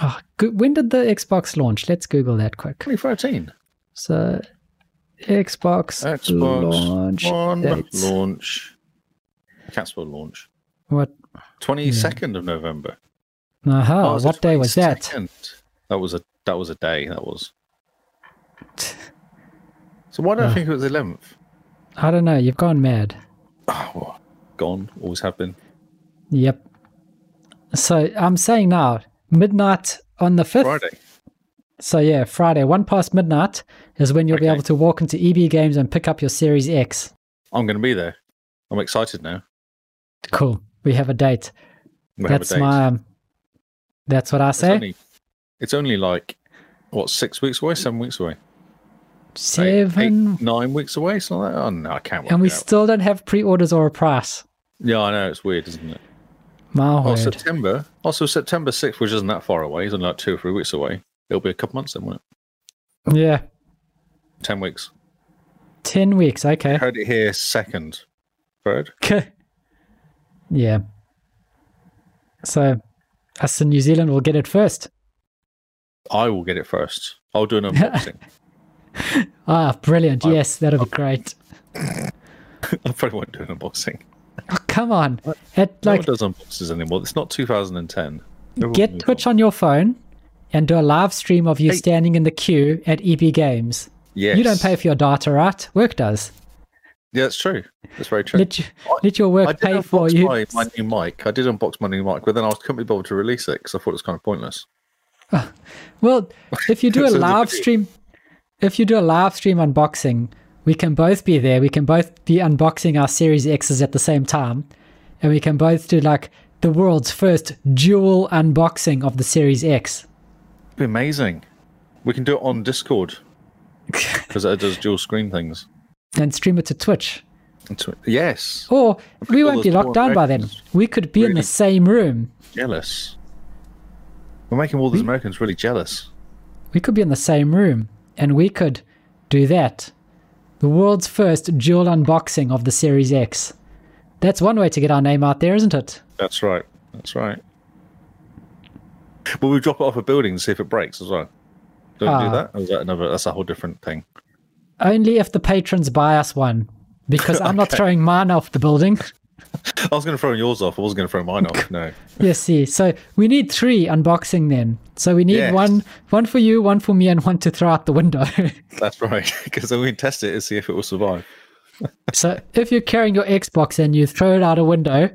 Speaker 2: Oh, go- when did the Xbox launch? Let's Google that quick.
Speaker 1: 2013.
Speaker 2: So, Xbox,
Speaker 1: Xbox
Speaker 2: launch
Speaker 1: One
Speaker 2: dates.
Speaker 1: launch. Casper launch.
Speaker 2: What?
Speaker 1: 22nd of November.
Speaker 2: Aha!
Speaker 1: Oh, it
Speaker 2: Oh, what day was that?
Speaker 1: 22nd? That was a that was a day. That was. So why do
Speaker 2: Oh.
Speaker 1: not I think it was the 11th?
Speaker 2: I don't know. You've gone mad.
Speaker 1: Oh, well, gone. Always have been.
Speaker 2: Yep. So I'm saying now midnight on the fifth.
Speaker 1: Friday.
Speaker 2: So yeah, Friday, one past midnight is when you'll be
Speaker 1: Okay.
Speaker 2: able to walk into EB Games and pick up your Series X.
Speaker 1: I'm going to be there. I'm excited now.
Speaker 2: Cool. We have a date.
Speaker 1: We have a
Speaker 2: that's
Speaker 1: date.
Speaker 2: my. Um, that's what I
Speaker 1: It's
Speaker 2: say.
Speaker 1: only- it's only like what six weeks away, seven weeks away. Eight- eight,
Speaker 2: Seven.
Speaker 1: nine weeks away, something like that. Oh no, I can't. Work
Speaker 2: and we
Speaker 1: it out.
Speaker 2: still don't have pre-orders or a price.
Speaker 1: yeah, I know it's weird, isn't it?
Speaker 2: My
Speaker 1: Oh,
Speaker 2: word.
Speaker 1: September. Also, September sixth, which isn't that far away, is only like two or three weeks away. It'll be a couple months then, won't oh.
Speaker 2: yeah.
Speaker 1: it? Ten weeks.
Speaker 2: Ten weeks. Okay.
Speaker 1: Heard it here second, third.
Speaker 2: yeah. So, us in New Zealand will get it first.
Speaker 1: I will get it first. I'll do an unboxing.
Speaker 2: Ah, brilliant. Yes, that'll be great.
Speaker 1: I probably won't do an unboxing.
Speaker 2: Oh, come on. It,
Speaker 1: No
Speaker 2: like,
Speaker 1: one does unboxes anymore. It's not 2010. Everyone
Speaker 2: get
Speaker 1: moved
Speaker 2: Twitch
Speaker 1: on.
Speaker 2: on your phone and do a live stream of you
Speaker 1: Hey.
Speaker 2: standing in the queue at EB Games.
Speaker 1: Yes.
Speaker 2: You don't pay for your data, right? Work does.
Speaker 1: Yeah, that's true. That's very true.
Speaker 2: Let, you, let your
Speaker 1: I
Speaker 2: work
Speaker 1: did
Speaker 2: pay
Speaker 1: unbox
Speaker 2: for you.
Speaker 1: My, my new mic. I did unbox my new mic, but then I was couldn't be bothered to release it because I thought it was kind of pointless.
Speaker 2: Well, if you do a
Speaker 1: So the
Speaker 2: live
Speaker 1: video-
Speaker 2: stream, if you do a live stream unboxing, we can both be there. We can both be unboxing our Series X's at the same time, and we can both do like the world's first dual unboxing of the Series X.
Speaker 1: It'd be amazing. We can do it on Discord because it does dual screen things.
Speaker 2: and stream it to Twitch.
Speaker 1: And so- Yes,
Speaker 2: Or we
Speaker 1: all
Speaker 2: won't be
Speaker 1: those
Speaker 2: locked down by then.
Speaker 1: Americans
Speaker 2: We could be in the
Speaker 1: really-
Speaker 2: same room.
Speaker 1: jealous. We're making all these Americans really jealous.
Speaker 2: We could be in the same room, and we could do that. The world's first dual unboxing of the Series X. That's one way to get our name out there, isn't it?
Speaker 1: That's right. That's right. Well, we drop it off a building and see if it breaks as well. Don't
Speaker 2: Ah.
Speaker 1: do that. Or is that another? That's a whole different thing.
Speaker 2: Only if the patrons buy us one, because I'm not
Speaker 1: Okay.
Speaker 2: throwing mine off the building.
Speaker 1: I was going to throw yours off. I wasn't going to throw mine off. No.
Speaker 2: Yes, see. So we need three unboxing then. So we need
Speaker 1: Yes.
Speaker 2: one, one for you, one for me, and one to throw out the window.
Speaker 1: That's right, because then we can test it and see if it will survive.
Speaker 2: so if you're carrying your Xbox and you throw it out a window,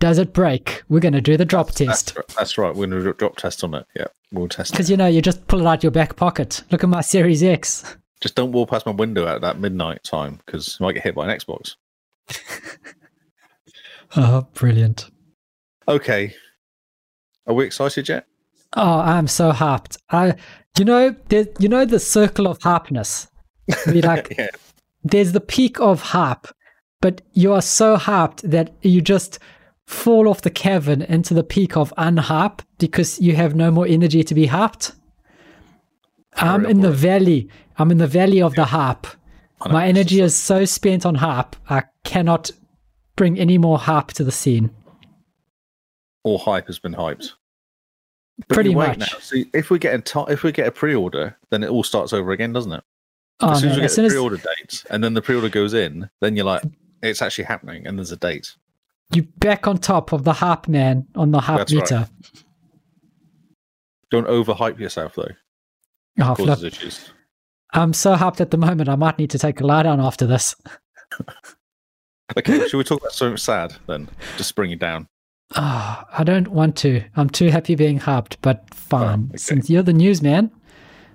Speaker 2: does it break? We're going to do the drop test.
Speaker 1: That's, r- that's right. We're going to drop test on it. Yeah, we'll test it.
Speaker 2: Because you know, you just pull it out your back pocket. Look at my Series X.
Speaker 1: Just don't walk past my window at that midnight time because you might get hit by an Xbox.
Speaker 2: Oh, brilliant.
Speaker 1: Okay. Are we excited yet?
Speaker 2: Oh, I'm so hyped. I, you know, there, you know the circle of hypeness. We like
Speaker 1: Yeah.
Speaker 2: there's the peak of hype, but you are so hyped that you just fall off the cavern into the peak of unhype because you have no more energy to be hyped. I'm in the valley. I'm in the valley of the hype.
Speaker 1: know,
Speaker 2: My energy is so spent on hype, I cannot bring any more hype to the scene.
Speaker 1: All hype has been hyped. But
Speaker 2: Pretty
Speaker 1: you wait
Speaker 2: much.
Speaker 1: Now. See, if we get a ti if we get a pre-order, then it all starts over again, doesn't it?
Speaker 2: Oh,
Speaker 1: as soon as
Speaker 2: man,
Speaker 1: we get
Speaker 2: as soon
Speaker 1: the
Speaker 2: as
Speaker 1: pre-order date, and then the pre-order goes in, then you're like, it's actually happening, and there's a date.
Speaker 2: you back on top of the hype man on the hype
Speaker 1: That's right.
Speaker 2: meter.
Speaker 1: Don't overhype yourself though.
Speaker 2: Oh, flip.
Speaker 1: Causes issues.
Speaker 2: I'm so hyped at the moment. I might need to take a lie down after this.
Speaker 1: Okay, should we talk about something sad then? Just bring it down.
Speaker 2: Ah, I don't want to. I'm too happy being hyped, but fine.
Speaker 1: okay.
Speaker 2: Since you're the newsman,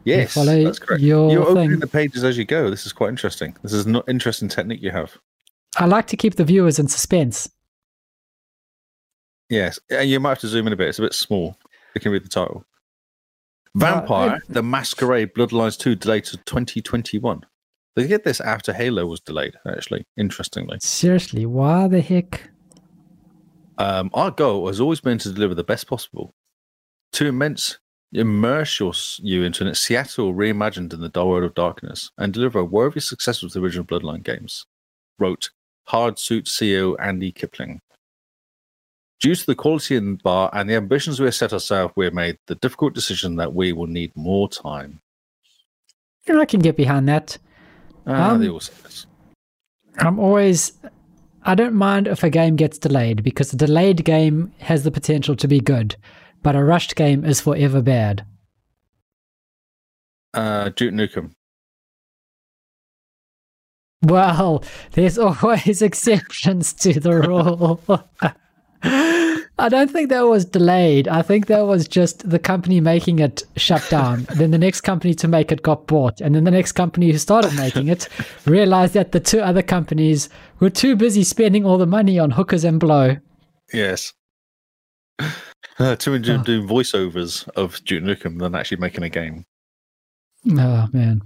Speaker 1: Yes,
Speaker 2: follow
Speaker 1: that's correct.
Speaker 2: your
Speaker 1: You're opening
Speaker 2: thing.
Speaker 1: the pages as you go. This is quite interesting. This is an interesting technique you have.
Speaker 2: I like to keep the viewers in suspense.
Speaker 1: Yes, and you might have to zoom in a bit. It's a bit small. You can read the title. Vampire: The Masquerade Bloodlines 2 delayed to 2021. They did this after Halo was delayed, actually. Interestingly,
Speaker 2: Seriously, why the heck?
Speaker 1: um, our goal has always been to deliver the best possible. To immense immerse your, you into an Seattle reimagined in the dull world of darkness and deliver a worthy successor to the original Bloodline games. Wrote Hard Suit CEO Andy Kipling. Due to the quality in the bar and the ambitions we have set ourselves, we have made the difficult decision that we will need more time.
Speaker 2: I can get behind that.
Speaker 1: Ah,
Speaker 2: Um,
Speaker 1: they all say this.
Speaker 2: I'm always. I don't mind if a game gets delayed because a delayed game has the potential to be good, but a rushed game is forever bad.
Speaker 1: Uh, Duke Nukem.
Speaker 2: Well, there's always exceptions to the rule. I don't think that was delayed. I think that was just the company making it shut down. then the next company to make it got bought. And then the next company who started making it realized that the two other companies were too busy spending all the money on hookers and blow.
Speaker 1: Yes. Uh, too many doing doing voiceovers of Duke Nukem than actually making a game.
Speaker 2: Oh, man.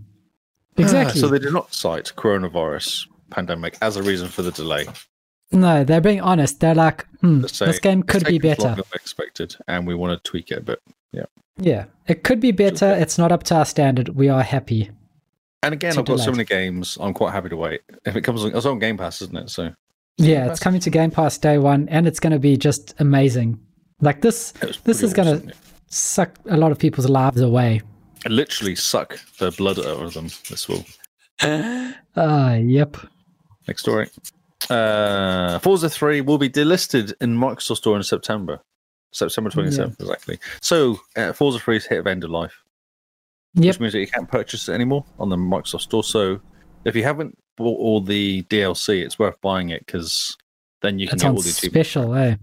Speaker 1: Ah,
Speaker 2: Exactly.
Speaker 1: so they did not cite coronavirus pandemic as a reason for the delay.
Speaker 2: no, they're being honest. They're like, hmm,
Speaker 1: They say,
Speaker 2: this game could
Speaker 1: "It's
Speaker 2: be
Speaker 1: taken us
Speaker 2: better.
Speaker 1: longer than expected, and we want to tweak it a bit.
Speaker 2: Yeah, it could be better. It's not up to our standard. We are happy.
Speaker 1: And again,
Speaker 2: Too
Speaker 1: I've got so
Speaker 2: delayed.
Speaker 1: many games. I'm quite happy to wait. If it comes, on, it's on Game Pass, isn't it? So Game
Speaker 2: Yeah, it's
Speaker 1: Pass.
Speaker 2: coming to Game Pass day one, and it's going to be just amazing. Like this,
Speaker 1: it was
Speaker 2: this
Speaker 1: pretty
Speaker 2: is going
Speaker 1: awesome,
Speaker 2: to
Speaker 1: yeah.
Speaker 2: suck a lot of people's lives away.
Speaker 1: It literally suck the blood out of them. This will.
Speaker 2: Ah, yep.
Speaker 1: Next story. Uh, Forza 3 will be delisted in Microsoft Store in September. September 27th, exactly. So, uh, Forza 3's hit of end of life.
Speaker 2: Yep.
Speaker 1: which means that you can't purchase it anymore on the Microsoft Store. So if you haven't bought all the DLC, it's worth buying it because then you can
Speaker 2: It's
Speaker 1: get
Speaker 2: on
Speaker 1: all the achievements.
Speaker 2: special, eh?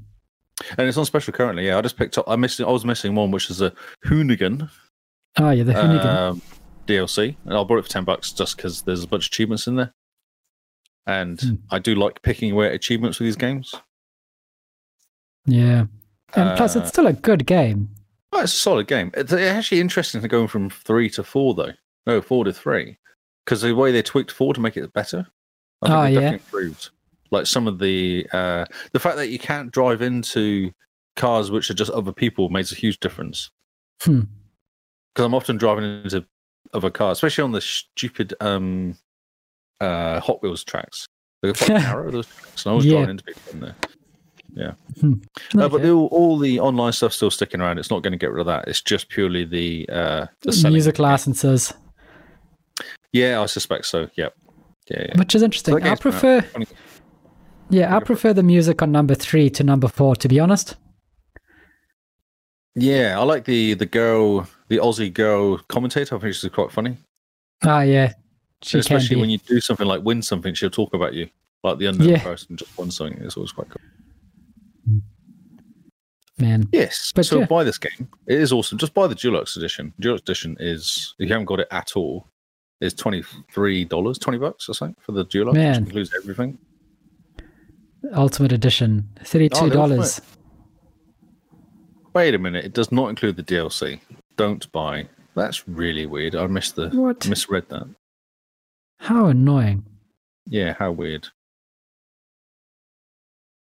Speaker 1: And it's on special currently. Yeah, I just picked up. I missed. I was missing one, which is a Hoonigan,
Speaker 2: Oh, yeah, the Hoonigan.
Speaker 1: um, DLC, and I bought it for ten bucks just because there's a bunch of achievements in there. And
Speaker 2: Hmm.
Speaker 1: I do like picking away achievements with these games.
Speaker 2: yeah. And plus,
Speaker 1: uh,
Speaker 2: it's still a good game.
Speaker 1: Oh, it's a solid game. It's actually interesting to going from three to four, though. No, four to three, because the way they tweaked four to make it better, I think
Speaker 2: Oh,
Speaker 1: they
Speaker 2: yeah.
Speaker 1: definitely improved. Like some of the uh, the fact that you can't drive into cars which are just other people makes a huge difference.
Speaker 2: Hmm.
Speaker 1: Because I'm often driving into other cars, especially on the stupid um, uh, Hot Wheels tracks. They're quite narrow. There's snow's
Speaker 2: Yeah.
Speaker 1: driving into people in there. Uh, but
Speaker 2: Hmm. Okay.
Speaker 1: the, all the online stuff's still sticking around. It's not going to get rid of that. It's just purely the uh, the selling.
Speaker 2: music licenses,
Speaker 1: Yeah, I suspect so. Yep. Yeah. yeah.
Speaker 2: which is interesting.
Speaker 1: That
Speaker 2: I
Speaker 1: game's been out
Speaker 2: prefer,
Speaker 1: for 20
Speaker 2: yeah, I prefer the music on number three to number four. To be honest,
Speaker 1: Yeah, I like the the girl, the Aussie girl commentator. I think she's quite funny,
Speaker 2: ah, yeah, she
Speaker 1: And
Speaker 2: can
Speaker 1: especially
Speaker 2: be.
Speaker 1: when you do something like win something. She'll talk about you, like the unknown
Speaker 2: Yeah.
Speaker 1: person just won something. It's always quite cool.
Speaker 2: Man,
Speaker 1: Yes,
Speaker 2: But
Speaker 1: so
Speaker 2: yeah.
Speaker 1: buy this game. It is awesome. Just buy the Dulux edition. Dulux edition is if you haven't got it at all, is twenty three dollars, twenty bucks or something for the Dulux, which
Speaker 2: Man.
Speaker 1: includes everything.
Speaker 2: Ultimate
Speaker 1: Oh,
Speaker 2: Edition, thirty-two dollars.
Speaker 1: Wait a minute, it does not include the DLC. Don't buy. That's really weird. I missed the
Speaker 2: What?
Speaker 1: misread that.
Speaker 2: How annoying.
Speaker 1: Yeah, how weird.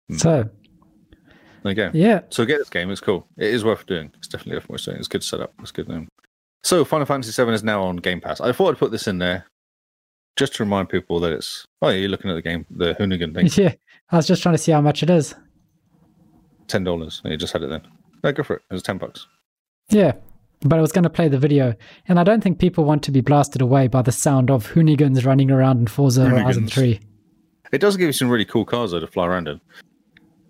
Speaker 1: Hmm.
Speaker 2: So
Speaker 1: There you go.
Speaker 2: yeah,
Speaker 1: So get this game. It's cool. It is worth doing. It's definitely worth worth doing. It's good setup. It's good. Um, so Final Fantasy VII is now on Game Pass. I thought I'd put this in there just to remind people that it's. Oh, yeah, you're looking at the game, the Hoonigan thing.
Speaker 2: yeah. I was just trying to see how much it is.
Speaker 1: Ten dollars. You just had it then. No, go for it. It was ten bucks.
Speaker 2: Yeah. But I was going to play the video, and I don't think people want to be blasted away by the sound of hoonigans running around in Forza Horizon
Speaker 1: Hoonigans.
Speaker 2: 3.
Speaker 1: It does give you some really cool cars though to fly around in.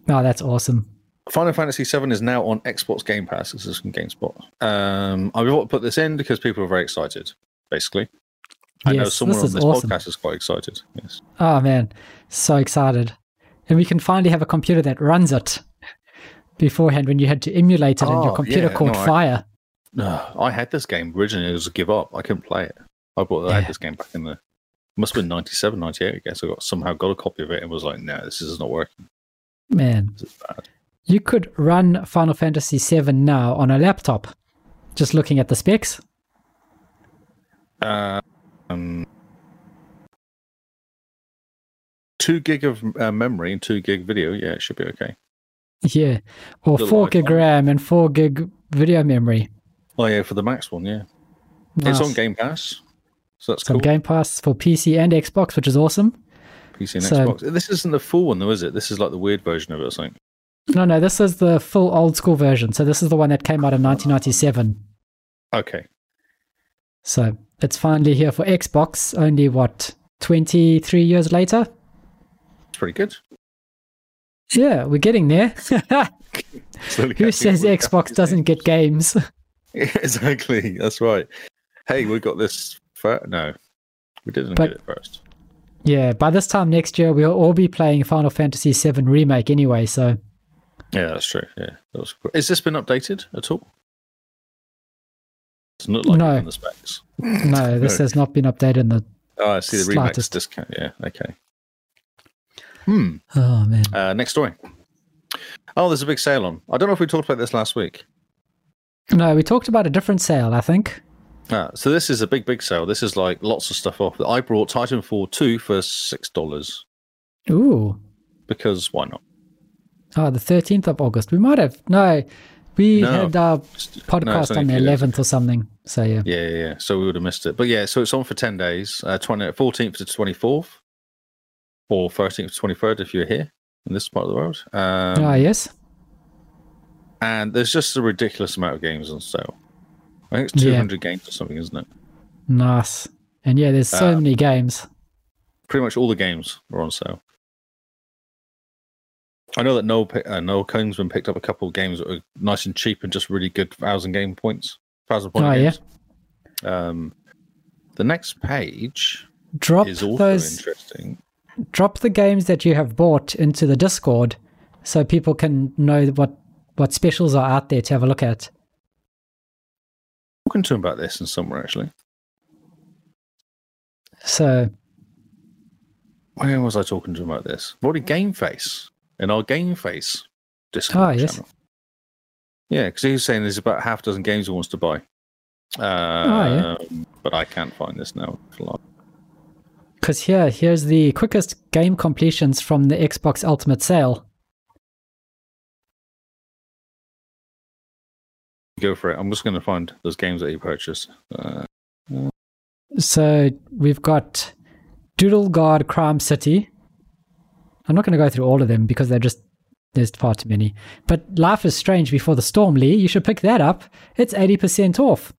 Speaker 2: Oh, that's awesome.
Speaker 1: Final Fantasy VII is now on Xbox Game Pass. This is from GameSpot. Um, I want to put this in because people are very excited. Basically, I know
Speaker 2: Yes,
Speaker 1: someone
Speaker 2: this
Speaker 1: on
Speaker 2: is
Speaker 1: this
Speaker 2: awesome.
Speaker 1: podcast is quite excited. Yes.
Speaker 2: Oh, man. So excited. And we can finally have a computer that runs it beforehand when you had to emulate it and
Speaker 1: Oh,
Speaker 2: your computer
Speaker 1: yeah,
Speaker 2: caught
Speaker 1: no, I-
Speaker 2: fire.
Speaker 1: No, I had this game originally. It was a give up. I couldn't play it. I bought. I
Speaker 2: Yeah.
Speaker 1: had this game back in the. Must have been 97, 98, I guess. I got somehow got a copy of it and was like, no, this is not working.
Speaker 2: Man,
Speaker 1: This is bad.
Speaker 2: you could run Final Fantasy VII now on a laptop. Just looking at the specs.
Speaker 1: Uh, um, two gig of uh, memory and two gig video. Yeah, it should be okay.
Speaker 2: Yeah. Or
Speaker 1: Little
Speaker 2: 4
Speaker 1: iPhone.
Speaker 2: gig RAM and 4 gig video memory.
Speaker 1: Oh yeah, for the max one. Yeah, it's on Game Pass, so that's
Speaker 2: Some
Speaker 1: cool.
Speaker 2: Game Pass for PC and Xbox, which is awesome.
Speaker 1: PC and
Speaker 2: so-
Speaker 1: Xbox. This isn't the full one though, is it? This is like the weird version of it. I think.
Speaker 2: No, no, this is the full old school version. So this is the one that came out in 1997.
Speaker 1: Okay.
Speaker 2: So it's finally here for Xbox. Only what 23 years later?
Speaker 1: It's pretty good.
Speaker 2: Yeah, we're getting there.
Speaker 1: Slowly
Speaker 2: Who
Speaker 1: catching
Speaker 2: says
Speaker 1: up with
Speaker 2: Xbox
Speaker 1: Japanese
Speaker 2: doesn't get games?
Speaker 1: exactly. That's right. Hey, we got this. Fir- no, we didn't
Speaker 2: But-
Speaker 1: get it first.
Speaker 2: yeah, by this time next year we'll all be playing Final Fantasy VII remake anyway. So
Speaker 1: Yeah, that's true. Yeah, that was. Cool. Has this been updated at all? It's not like
Speaker 2: No.
Speaker 1: it in the specs.
Speaker 2: no, this
Speaker 1: No.
Speaker 2: has not been updated in the.
Speaker 1: Oh, I see the remax
Speaker 2: Slightest.
Speaker 1: discount. Yeah. Okay. Hmm.
Speaker 2: Oh man,
Speaker 1: Uh, next story. Oh, there's a big sale on. I don't know if we talked about this last week.
Speaker 2: no, we talked about a different sale, I think.
Speaker 1: Ah, so this is a big, big sale. This is like lots of stuff off. I brought Titanfall 2 for six dollars
Speaker 2: Ooh,
Speaker 1: because why not?
Speaker 2: oh, the 13th of August. We might have no, we
Speaker 1: No.
Speaker 2: had our
Speaker 1: No, it's
Speaker 2: podcast
Speaker 1: only
Speaker 2: on the
Speaker 1: a few days.
Speaker 2: 11th or something. So yeah.
Speaker 1: Yeah, yeah, yeah. So we would have missed it. But yeah, so it's on for 10 days, uh, 20, 14th to 24th, or 13th to 23rd if you're here in this part of the world. Um,
Speaker 2: Ah, yes.
Speaker 1: And there's just a ridiculous amount of games on sale. I think it's
Speaker 2: Yeah.
Speaker 1: 200 games or something, isn't it?
Speaker 2: Nice. And yeah, there's so
Speaker 1: Uh,
Speaker 2: many games.
Speaker 1: Pretty much all the games are on sale. I know that Noel, pi- uh, Noel Conesman picked up a couple of games that were nice and cheap and just really good thousand game points. Thousand point
Speaker 2: Oh, yeah.
Speaker 1: games. Um, the next page
Speaker 2: Drop
Speaker 1: is also
Speaker 2: those
Speaker 1: interesting.
Speaker 2: drop the games that you have bought into the Discord so people can know what what specials are out there to have a look at.
Speaker 1: talking to him about this in somewhere actually.
Speaker 2: So
Speaker 1: Where was I talking to him about this? Probably Game Face in our Game Face
Speaker 2: Ah,
Speaker 1: Discord
Speaker 2: yes.
Speaker 1: channel. Yeah, because he was saying there's about half dozen games he wants to buy. Uh,
Speaker 2: Oh, yeah.
Speaker 1: But I can't find this now. for life.
Speaker 2: because here here's the quickest game completions from the Xbox Ultimate sale.
Speaker 1: Go for it. I'm just going to find those games that he purchased. Uh,
Speaker 2: So we've got Doodle Guard Crime City, I'm not going to go through all of them because they're just there's far too many. But Life is Strange Before the Storm, Lee. You should pick that up. It's eighty percent off.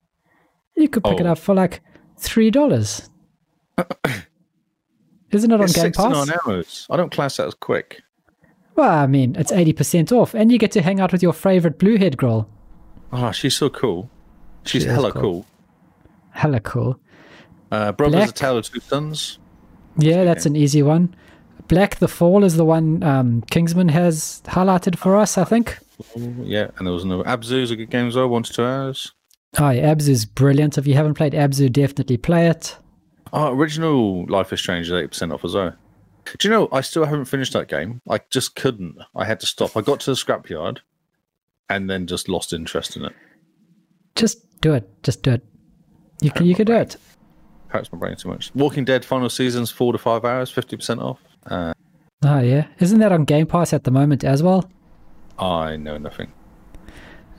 Speaker 2: You could pick it
Speaker 1: Oh.
Speaker 2: up for like three dollars. Isn't it on
Speaker 1: It's
Speaker 2: Game Pass?
Speaker 1: 69 hours. I don't class that as quick.
Speaker 2: Well, I mean, it's eighty percent off, and you get to hang out with your favorite bluehead girl.
Speaker 1: Oh, she's so cool. She's
Speaker 2: She is
Speaker 1: hella
Speaker 2: cool.
Speaker 1: cool.
Speaker 2: Hella cool.
Speaker 1: Uh, Brothers
Speaker 2: Black-
Speaker 1: A Tale of Two Sons.
Speaker 2: Yeah, that's an easy one. Black the Fall is the one um, Kingsman has highlighted for us, I think.
Speaker 1: Ooh, Yeah, and there was another. Abzu's a good game as well, one to two hours.
Speaker 2: Oh, yeah, Abzu's brilliant. If you haven't played Abzu, definitely play it.
Speaker 1: Oh, original Life is Strange is 8% off as well. Do you know, I still haven't finished that game. I just couldn't. I had to stop. I got to the scrapyard and then just lost interest in it.
Speaker 2: Just do it. Just do it. You can you can do it.
Speaker 1: Hurts my brain too much. Walking Dead final season's four to five hours, 50% off. Uh,
Speaker 2: Oh yeah. Isn't that on Game Pass at the moment as well?
Speaker 1: I know nothing.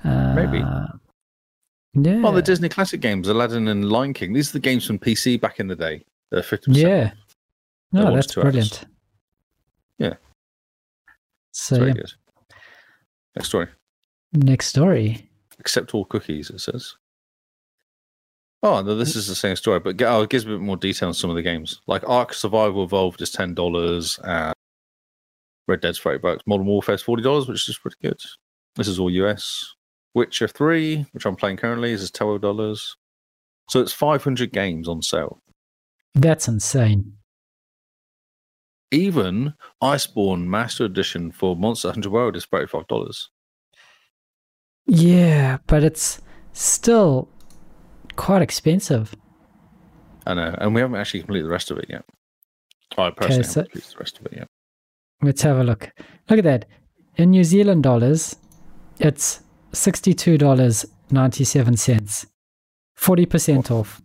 Speaker 2: Uh,
Speaker 1: Maybe.
Speaker 2: Yeah.
Speaker 1: Oh, the Disney classic games, Aladdin and Lion King. These are the games from PC back in the day. They're 50%.
Speaker 2: yeah.
Speaker 1: That
Speaker 2: No,
Speaker 1: one's
Speaker 2: that's
Speaker 1: two hours.
Speaker 2: brilliant.
Speaker 1: Yeah. It's
Speaker 2: So
Speaker 1: very
Speaker 2: yeah,
Speaker 1: good. Next story.
Speaker 2: next story.
Speaker 1: Accept all cookies, it says. Oh, no, this is the same story, but g- oh, it gives a bit more detail on some of the games. Like Ark Survival Evolved is $10, uh, Red Dead's 30 bucks, Modern Warfare's $40, which is pretty good. This is all US. Witcher 3, which I'm playing currently, is $12. So it's 500 games on sale.
Speaker 2: That's insane.
Speaker 1: Even Iceborne Master Edition for Monster Hunter World is $35.
Speaker 2: Yeah, but it's still quite expensive.
Speaker 1: I know, and we haven't actually completed the rest of it yet. I personally
Speaker 2: so-
Speaker 1: haven't completed the rest of it yet.
Speaker 2: Let's have a look. Look at that. In New Zealand dollars, it's sixty-two dollars ninety-seven cents. Forty percent off.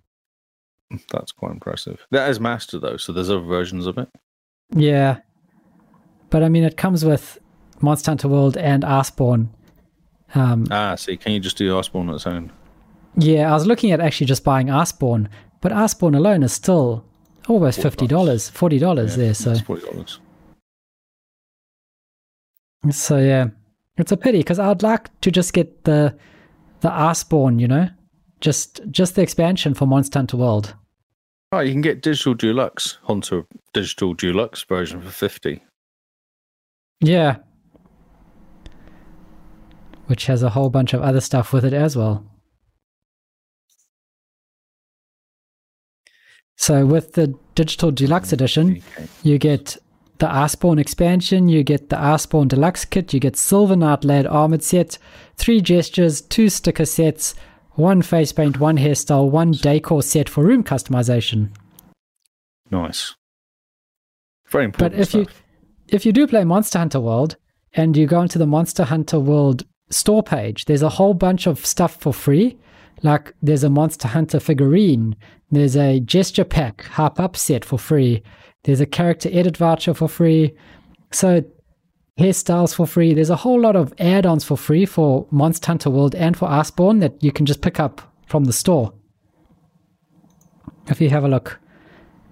Speaker 1: That's quite impressive. That is master though, so there's other versions of it.
Speaker 2: Yeah. But I mean, it comes with Monster Hunter World and Iceborne. Um,
Speaker 1: Ah, see, can you just do Iceborne on its own?
Speaker 2: yeah, I was looking at actually just buying Iceborne, but Iceborne alone is still almost $50, $40 there. So,
Speaker 1: That's forty dollars.
Speaker 2: so yeah, it's a pity because I'd like to just get the the Iceborne, you know, just just the expansion for Monster Hunter World.
Speaker 1: Oh, you can get digital deluxe Hunter digital deluxe version for fifty.
Speaker 2: Yeah. Which has a whole bunch of other stuff with it as well. So with the digital deluxe edition,
Speaker 1: Okay.
Speaker 2: you get the Iceborne expansion, you get the Iceborne deluxe kit, you get Silver Knight Lad armored set, three gestures, two sticker sets, one face paint, one hairstyle, one decor set for room customization.
Speaker 1: Nice. Very
Speaker 2: But
Speaker 1: important.
Speaker 2: if you
Speaker 1: stuff.
Speaker 2: if you do play Monster Hunter World and you go into the Monster Hunter World store page, there's a whole bunch of stuff for free. Like there's a Monster Hunter figurine, there's a gesture pack harp up set for free, there's a character edit voucher for free. So hairstyles for free. There's a whole lot of add-ons for free for Monster Hunter World and for Iceborne that you can just pick up from the store. If you have a look.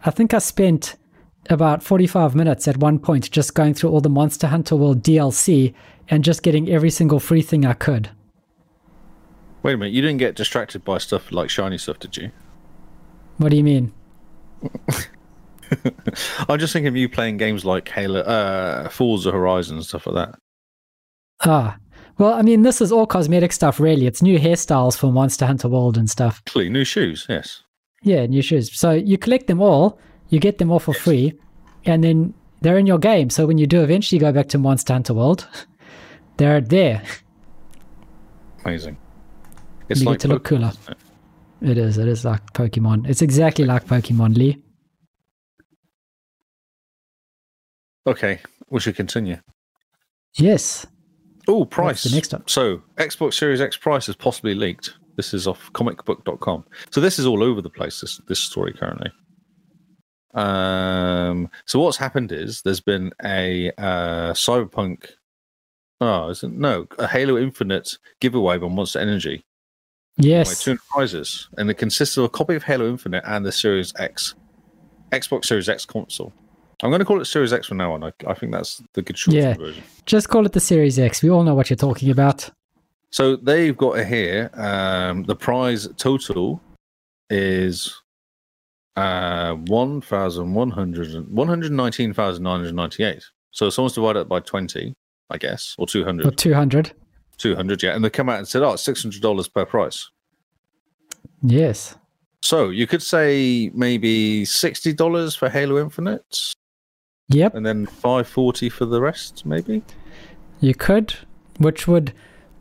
Speaker 2: I think I spent about 45 minutes at one point just going through all the Monster Hunter World DLC and just getting every single free thing I could.
Speaker 1: Wait a minute, you didn't get distracted by stuff like shiny stuff, did you?
Speaker 2: What do you mean?
Speaker 1: I'm just thinking of you playing games like Halo, uh, Forza Horizon and stuff like that.
Speaker 2: Ah. Well, I mean, this is all cosmetic stuff, really. It's new hairstyles for Monster Hunter World and stuff.
Speaker 1: Clearly, new shoes. Yes.
Speaker 2: Yeah, new shoes. So you collect them all, you get them all for free, and then they're in your game. So when you do eventually go back to Monster Hunter World, they're there.
Speaker 1: Amazing. It's
Speaker 2: You get
Speaker 1: like
Speaker 2: to look
Speaker 1: Pokemon,
Speaker 2: cooler.
Speaker 1: isn't it?
Speaker 2: It is. It is like Pokemon. It's exactly like Pokemon Lee.
Speaker 1: Okay, we should continue.
Speaker 2: Yes.
Speaker 1: Oh, price.
Speaker 2: the next one?
Speaker 1: So, Xbox Series X price is possibly leaked. This is off comicbook.com. So, this is all over the place, this, this story currently. Um, so, what's happened is there's been a uh, Cyberpunk, oh, is it, no, a Halo Infinite giveaway by Monster Energy. by
Speaker 2: Yes.
Speaker 1: 200 prizes, and it consists of a copy of Halo Infinite and the Series X, Xbox Series X console. I'm going to call it Series X from now on. I, I think that's the good short
Speaker 2: Yeah.
Speaker 1: version.
Speaker 2: Just call it the Series X. We all know what you're talking about.
Speaker 1: So they've got here um, the prize total is uh, 1,100 119,998. So someone's divided it by 20, I guess, or 200.
Speaker 2: Or 200.
Speaker 1: 200, yeah. And they come out and said, oh, it's $600 per price.
Speaker 2: Yes.
Speaker 1: So you could say maybe $60 for Halo Infinite
Speaker 2: Yep.
Speaker 1: and then 540 for the rest, maybe?
Speaker 2: You could, which would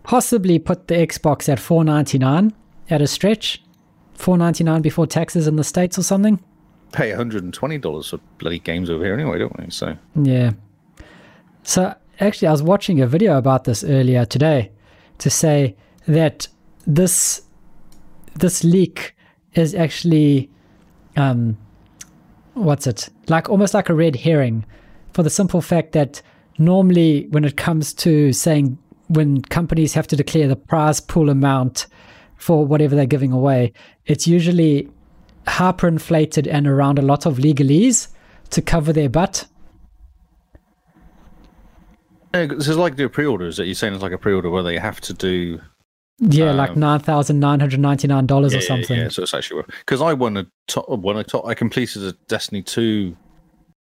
Speaker 2: possibly put the Xbox at 499 at a stretch. 499 before taxes in the States or something.
Speaker 1: Pay $120 for bloody games over here anyway, don't we? So,
Speaker 2: Yeah. So actually, I was watching a video about this earlier today to say that this this leak is actually um, what's it like almost like a red herring for the simple fact that normally when it comes to saying when companies have to declare the prize pool amount for whatever they're giving away it's usually hyperinflated and around a lot of legalese to cover their butt
Speaker 1: Yeah, this is like do pre-orders. That you're saying it's like a pre-order where they have to do
Speaker 2: Yeah, like
Speaker 1: Um,
Speaker 2: nine thousand nine hundred ninety nine dollars
Speaker 1: yeah,
Speaker 2: or
Speaker 1: yeah,
Speaker 2: something.
Speaker 1: Yeah, so it's actually because I won a top, won a top. I completed a Destiny two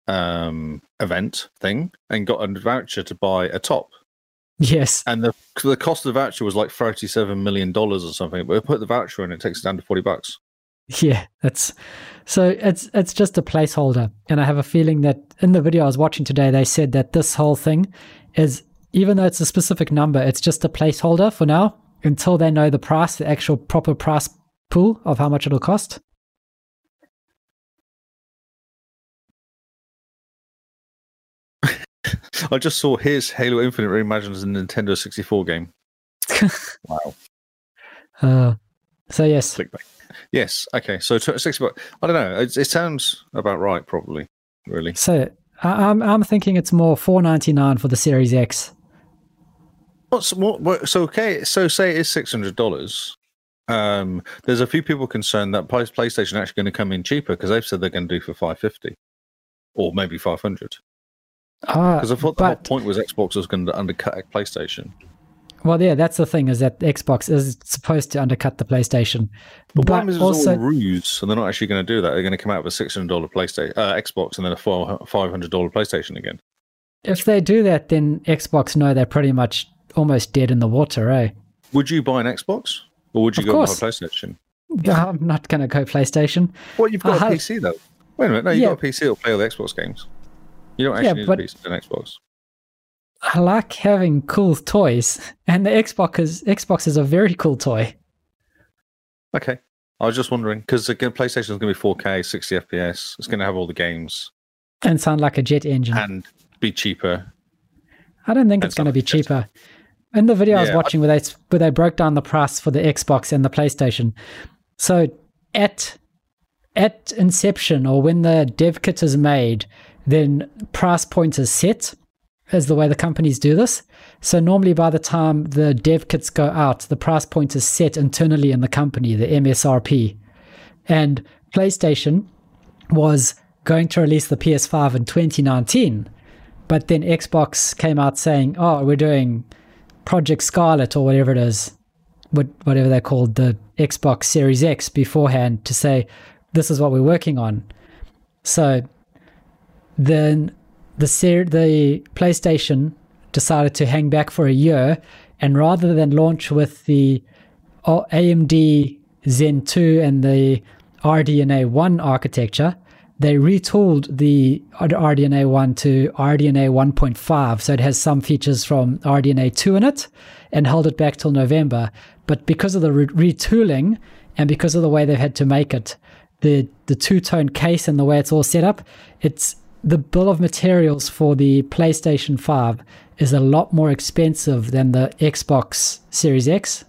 Speaker 1: um event thing and got a voucher to buy a top,
Speaker 2: Yes,
Speaker 1: and the the cost of the voucher was like thirty seven million dollars or something. But we put the voucher in, it takes it down to forty bucks.
Speaker 2: yeah, that's so it's it's just a placeholder, and I have a feeling that in the video I was watching today, they said that this whole thing is even though it's a specific number, it's just a placeholder for now until they know the price, the actual proper price pool of how much it'll cost.
Speaker 1: I just saw here's Halo Infinite reimagined as a Nintendo sixty four game. wow,
Speaker 2: Uh, so yes,
Speaker 1: clickbait. Yes, okay. So t- sixty bucks. I don't know. It, it sounds about right, probably. Really.
Speaker 2: so I, I'm I'm thinking it's more four ninety nine for the Series X.
Speaker 1: What's what, what? So okay, so say it's six hundred dollars. Um, there's a few people concerned that Play- PlayStation are actually going to come in cheaper because they've said they're going to do for five fifty, or maybe five hundred. Uh,
Speaker 2: Ah,
Speaker 1: Because I thought the
Speaker 2: but
Speaker 1: whole point was Xbox was going to undercut PlayStation.
Speaker 2: Well, yeah, that's the thing is that Xbox is supposed to undercut the PlayStation,
Speaker 1: But,
Speaker 2: but,
Speaker 1: one is it was all
Speaker 2: also
Speaker 1: ruse, and they're not actually going to do that. They're going to come out with a six hundred dollar PlayStation uh, Xbox, and then a five hundred dollar PlayStation again.
Speaker 2: if they do that, then Xbox know they're pretty much almost dead in the water, eh?
Speaker 1: Would you buy an Xbox, or would you
Speaker 2: Of
Speaker 1: go
Speaker 2: course.
Speaker 1: and buy a PlayStation?
Speaker 2: I'm not going to go PlayStation.
Speaker 1: Well, you've
Speaker 2: I
Speaker 1: got a
Speaker 2: have-
Speaker 1: PC though. Wait a minute, no, you've
Speaker 2: Yeah.
Speaker 1: got a PC that'll play all the Xbox games. You don't actually
Speaker 2: Yeah,
Speaker 1: need
Speaker 2: but-
Speaker 1: a PC and an Xbox.
Speaker 2: I like having cool toys, and the Xbox is Xbox is a very cool toy.
Speaker 1: Okay. I was just wondering because again, PlayStation is going to be 4K, 60 FPS. It's going to have all the games
Speaker 2: And sound like a jet engine.
Speaker 1: and be cheaper.
Speaker 2: I don't think it's
Speaker 1: and
Speaker 2: going to be
Speaker 1: sound like
Speaker 2: cheaper. In the video I was
Speaker 1: Yeah, I-
Speaker 2: watching, where they where they broke down the price for the Xbox and the PlayStation, so at at inception or when the dev kit is made, then price point is set, is the way the companies do this. So normally by the time the dev kits go out, the price point is set internally in the company, the MSRP, and PlayStation was going to release the PS5 in 2019 but then Xbox came out saying, "Oh, we're doing Project Scarlet or whatever it is, what whatever they called the Xbox Series X beforehand to say this is what we're working on." So then the ser- the PlayStation decided to hang back for a year, and rather than launch with the uh, O- AMD Zen 2 and the RDNA 1 architecture, they retooled the RDNA 1 to RDNA 1.5. So it has some features from RDNA 2 in it and held it back till November. But because of the re- retooling and because of the way they've had to make it, the, the two tone case and the way it's all set up, it's the bill of materials for the PlayStation 5 is a lot more expensive than the Xbox Series X.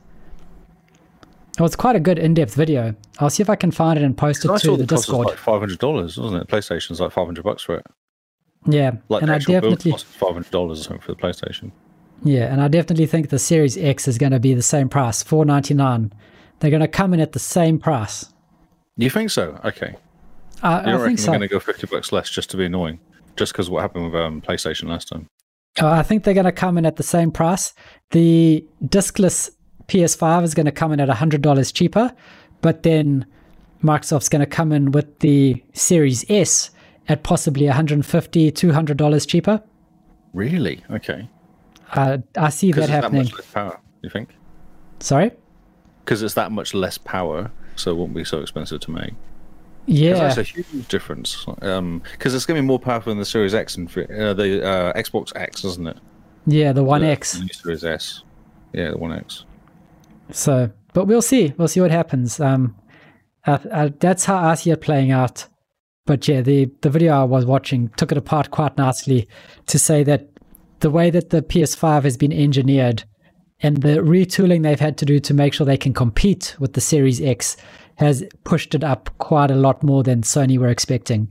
Speaker 2: Oh, it's quite a good in-depth video. I'll see if I can find it and post it
Speaker 1: I
Speaker 2: to
Speaker 1: saw
Speaker 2: the,
Speaker 1: the, cost was
Speaker 2: Discord.
Speaker 1: like five hundred dollars, wasn't it? PlayStation's like five hundred bucks for it.
Speaker 2: yeah,
Speaker 1: Like
Speaker 2: and
Speaker 1: the
Speaker 2: I
Speaker 1: actual
Speaker 2: definitely,
Speaker 1: build cost five hundred dollars or something for the PlayStation.
Speaker 2: yeah, and I definitely think the Series X is going to be the same price, four ninety nine. They're going to come in at the same price.
Speaker 1: You think so? Okay. You
Speaker 2: I, I
Speaker 1: don't reckon
Speaker 2: think
Speaker 1: they're
Speaker 2: so.
Speaker 1: going to go fifty bucks less just to be annoying? just because what happened with um, PlayStation last time.
Speaker 2: Uh, I think they're going to come in at the same price. The discless PS5 is going to come in at $100 cheaper, but then Microsoft's going to come in with the Series S at possibly $150, $200 cheaper.
Speaker 1: Really? Okay.
Speaker 2: Uh, I see that
Speaker 1: Because it's that
Speaker 2: happening.
Speaker 1: much less power. You think?
Speaker 2: Sorry?
Speaker 1: Because it's that much less power, so it won't be so expensive to make. 'Cause
Speaker 2: Yeah.
Speaker 1: That's a huge difference. Because it's going to be more powerful than the Series X and fr- uh, the uh, Xbox X, isn't it?
Speaker 2: Yeah, the One
Speaker 1: The-
Speaker 2: X.
Speaker 1: the new Series S. Yeah, the One X.
Speaker 2: So, but we'll see. We'll see what happens. Um, I, I, that's how I see it playing out. But yeah, the the video I was watching took it apart quite nicely to say that the way that the PS5 has been engineered and the retooling they've had to do to make sure they can compete with the Series X has pushed it up quite a lot more than Sony were expecting.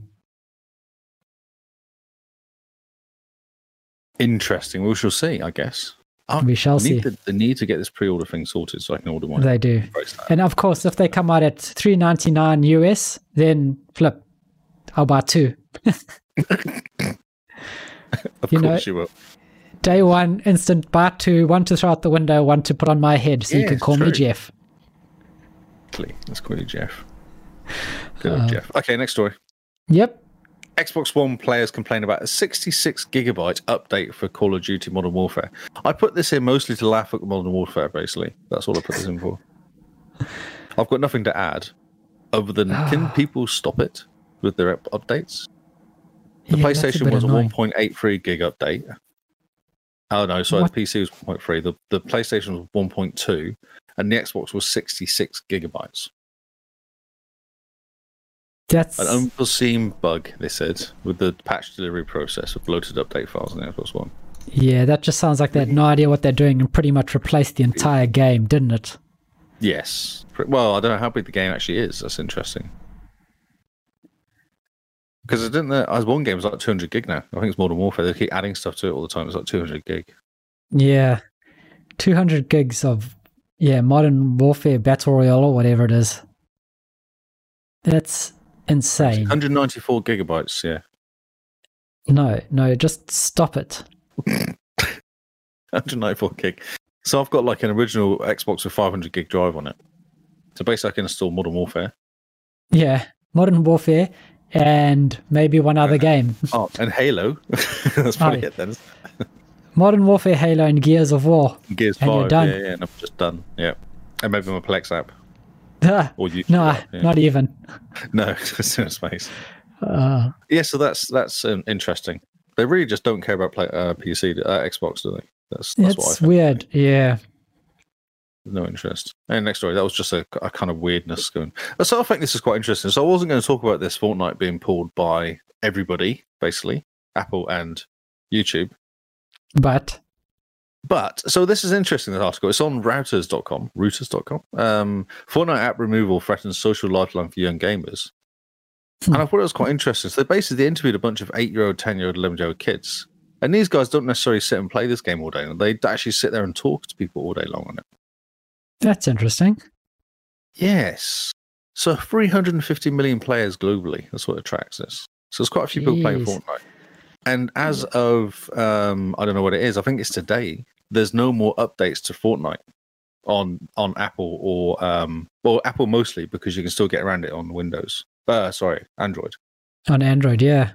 Speaker 1: Interesting. We shall see, I guess. I
Speaker 2: We shall see.
Speaker 1: need The, the need to get this pre-order thing sorted so I can order one.
Speaker 2: They do.
Speaker 1: Price tag.
Speaker 2: And of course, if they come out at 3.99 US, then flip, I'll buy two.
Speaker 1: Of
Speaker 2: you know-
Speaker 1: course you will.
Speaker 2: Day one, instant buy two, one to throw out the window, one to put on my head so you
Speaker 1: Yeah,
Speaker 2: can
Speaker 1: it's
Speaker 2: call me
Speaker 1: true.
Speaker 2: Jeff.
Speaker 1: Quickly. Let's call you Jeff. Good
Speaker 2: Uh,
Speaker 1: old Jeff. Okay, next story.
Speaker 2: Yep.
Speaker 1: Xbox One players complain about a 66 gigabyte update for Call of Duty Modern Warfare. I put this in mostly to laugh at Modern Warfare, basically. That's all I put this in for. I've got nothing to add other than
Speaker 2: Ah.
Speaker 1: can people stop it with their up- updates? The
Speaker 2: Yeah, that's a
Speaker 1: PlayStation
Speaker 2: bit
Speaker 1: was
Speaker 2: annoying.
Speaker 1: a 1.83 gig update. Oh no, sorry,
Speaker 2: What?
Speaker 1: the PC was 1.3. The, the PlayStation was 1.2, and the Xbox was 66 gigabytes.
Speaker 2: That's
Speaker 1: An unforeseen bug, they said, with the patch delivery process of bloated update files in the Xbox One.
Speaker 2: yeah. That just sounds like they had no idea what they're doing and pretty much replaced the entire game, didn't it?
Speaker 1: Yes. Pr- Well, I don't know how big the game actually is. That's interesting. Because I didn't know, as one game is like 200 gig now. I think it's Modern Warfare. They keep adding stuff to it all the time. It's like 200 gig.
Speaker 2: Hmm. Yeah, 200 gigs of yeah Modern Warfare Battle Royale or whatever it is. That's insane.
Speaker 1: 194 gigabytes, yeah.
Speaker 2: No, no, just stop it.
Speaker 1: 194 gig. So I've got like an original Xbox with 500 gig drive on it. So basically, I can install Modern Warfare.
Speaker 2: Yeah, Modern Warfare and maybe one other game.
Speaker 1: Oh, and Halo. That's probably
Speaker 2: Aye.
Speaker 1: it then. isn't
Speaker 2: Modern Warfare, Halo, and Gears of War.
Speaker 1: it? Gears
Speaker 2: And
Speaker 1: 5.
Speaker 2: you're
Speaker 1: Yeah,
Speaker 2: done.
Speaker 1: yeah, and I'm just done. Yeah. And maybe my Plex app
Speaker 2: Ah,
Speaker 1: or YouTube.
Speaker 2: nah,
Speaker 1: app, yeah.
Speaker 2: not even.
Speaker 1: No, just in space.
Speaker 2: Uh,
Speaker 1: Yeah, so that's that's um, interesting. They really just don't care about play, uh, PC, uh, Xbox, do they? That's, that's what I
Speaker 2: it's
Speaker 1: think.
Speaker 2: weird. Yeah.
Speaker 1: No interest. And next story, that was just a, a kind of weirdness going. So I think this is quite interesting. So I wasn't going to talk about this Fortnite being pulled by everybody, basically, Apple and YouTube.
Speaker 2: But
Speaker 1: But so this is interesting. This article it's on routers.com, routers.com. Um, Fortnite app removal threatens social lifeline for young gamers. And I thought it was quite interesting. So they basically interviewed a bunch of eight year old, 10 year old, 11 year old kids. And these guys don't necessarily sit and play this game all day. They actually sit there and talk to people all day long on it.
Speaker 2: that's interesting.
Speaker 1: Yes. So 350 million players globally. That's what attracts this. So there's quite a few people playing
Speaker 2: Jeez.
Speaker 1: Fortnite. And as of, um, I don't know what it is, I think it's today, there's no more updates to Fortnite on on Apple or, um, well, Apple mostly because you can still get around it on Windows. Uh, sorry, Android.
Speaker 2: On Android, yeah.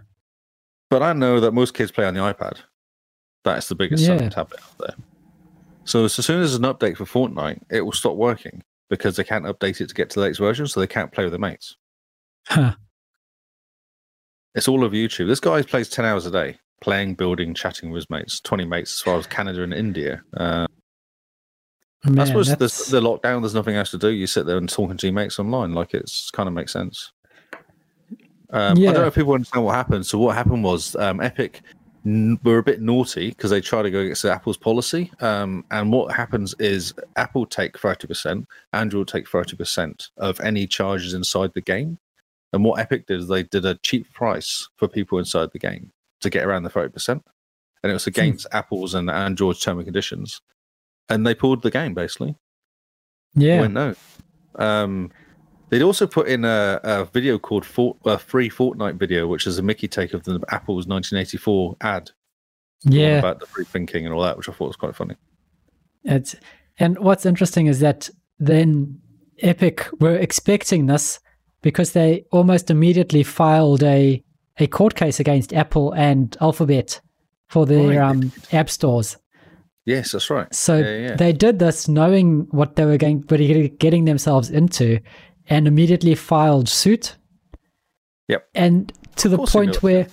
Speaker 1: But I know that most kids play on the iPad. That's the biggest selling
Speaker 2: Yeah.
Speaker 1: tablet out there. So as soon as there's an update for Fortnite, it will stop working because they can't update it to get to the latest version, so they can't play with their mates.
Speaker 2: Huh.
Speaker 1: It's all over YouTube. This guy plays 10 hours a day, playing, building, chatting with his mates, 20 mates as far as Canada and India. Uh,
Speaker 2: Man,
Speaker 1: I suppose
Speaker 2: that's-
Speaker 1: there's the lockdown, there's nothing else to do. You sit there and talking to your mates online. Like it's kind of makes sense. Um, I
Speaker 2: Yeah.
Speaker 1: don't know if people understand what happened. So what happened was um, Epic n- were a bit naughty because they tried to go against Apple's policy. Um, and what happens is Apple take 30%, Android take 30% of any charges inside the game. And what Epic did is they did a cheap price for people inside the game to get around the 30%. And it was against Apple's and Android's terms and conditions. And they pulled the game basically.
Speaker 2: yeah.
Speaker 1: Went no. Um, They'd also put in a, a video called Fort, a free Fortnite video, which is a Mickey take of the Apple's 1984 ad the one
Speaker 2: Yeah.
Speaker 1: about the free thinking and all that, which I thought was quite funny.
Speaker 2: It's and what's interesting is that then Epic were expecting this because they almost immediately filed a a court case against Apple and Alphabet for their
Speaker 1: Right.
Speaker 2: um, app stores.
Speaker 1: Yes, that's right.
Speaker 2: So
Speaker 1: Yeah, yeah.
Speaker 2: they did this knowing what they were going, what they were getting themselves into, and immediately filed suit.
Speaker 1: Yep.
Speaker 2: And to the
Speaker 1: course they
Speaker 2: point
Speaker 1: know
Speaker 2: where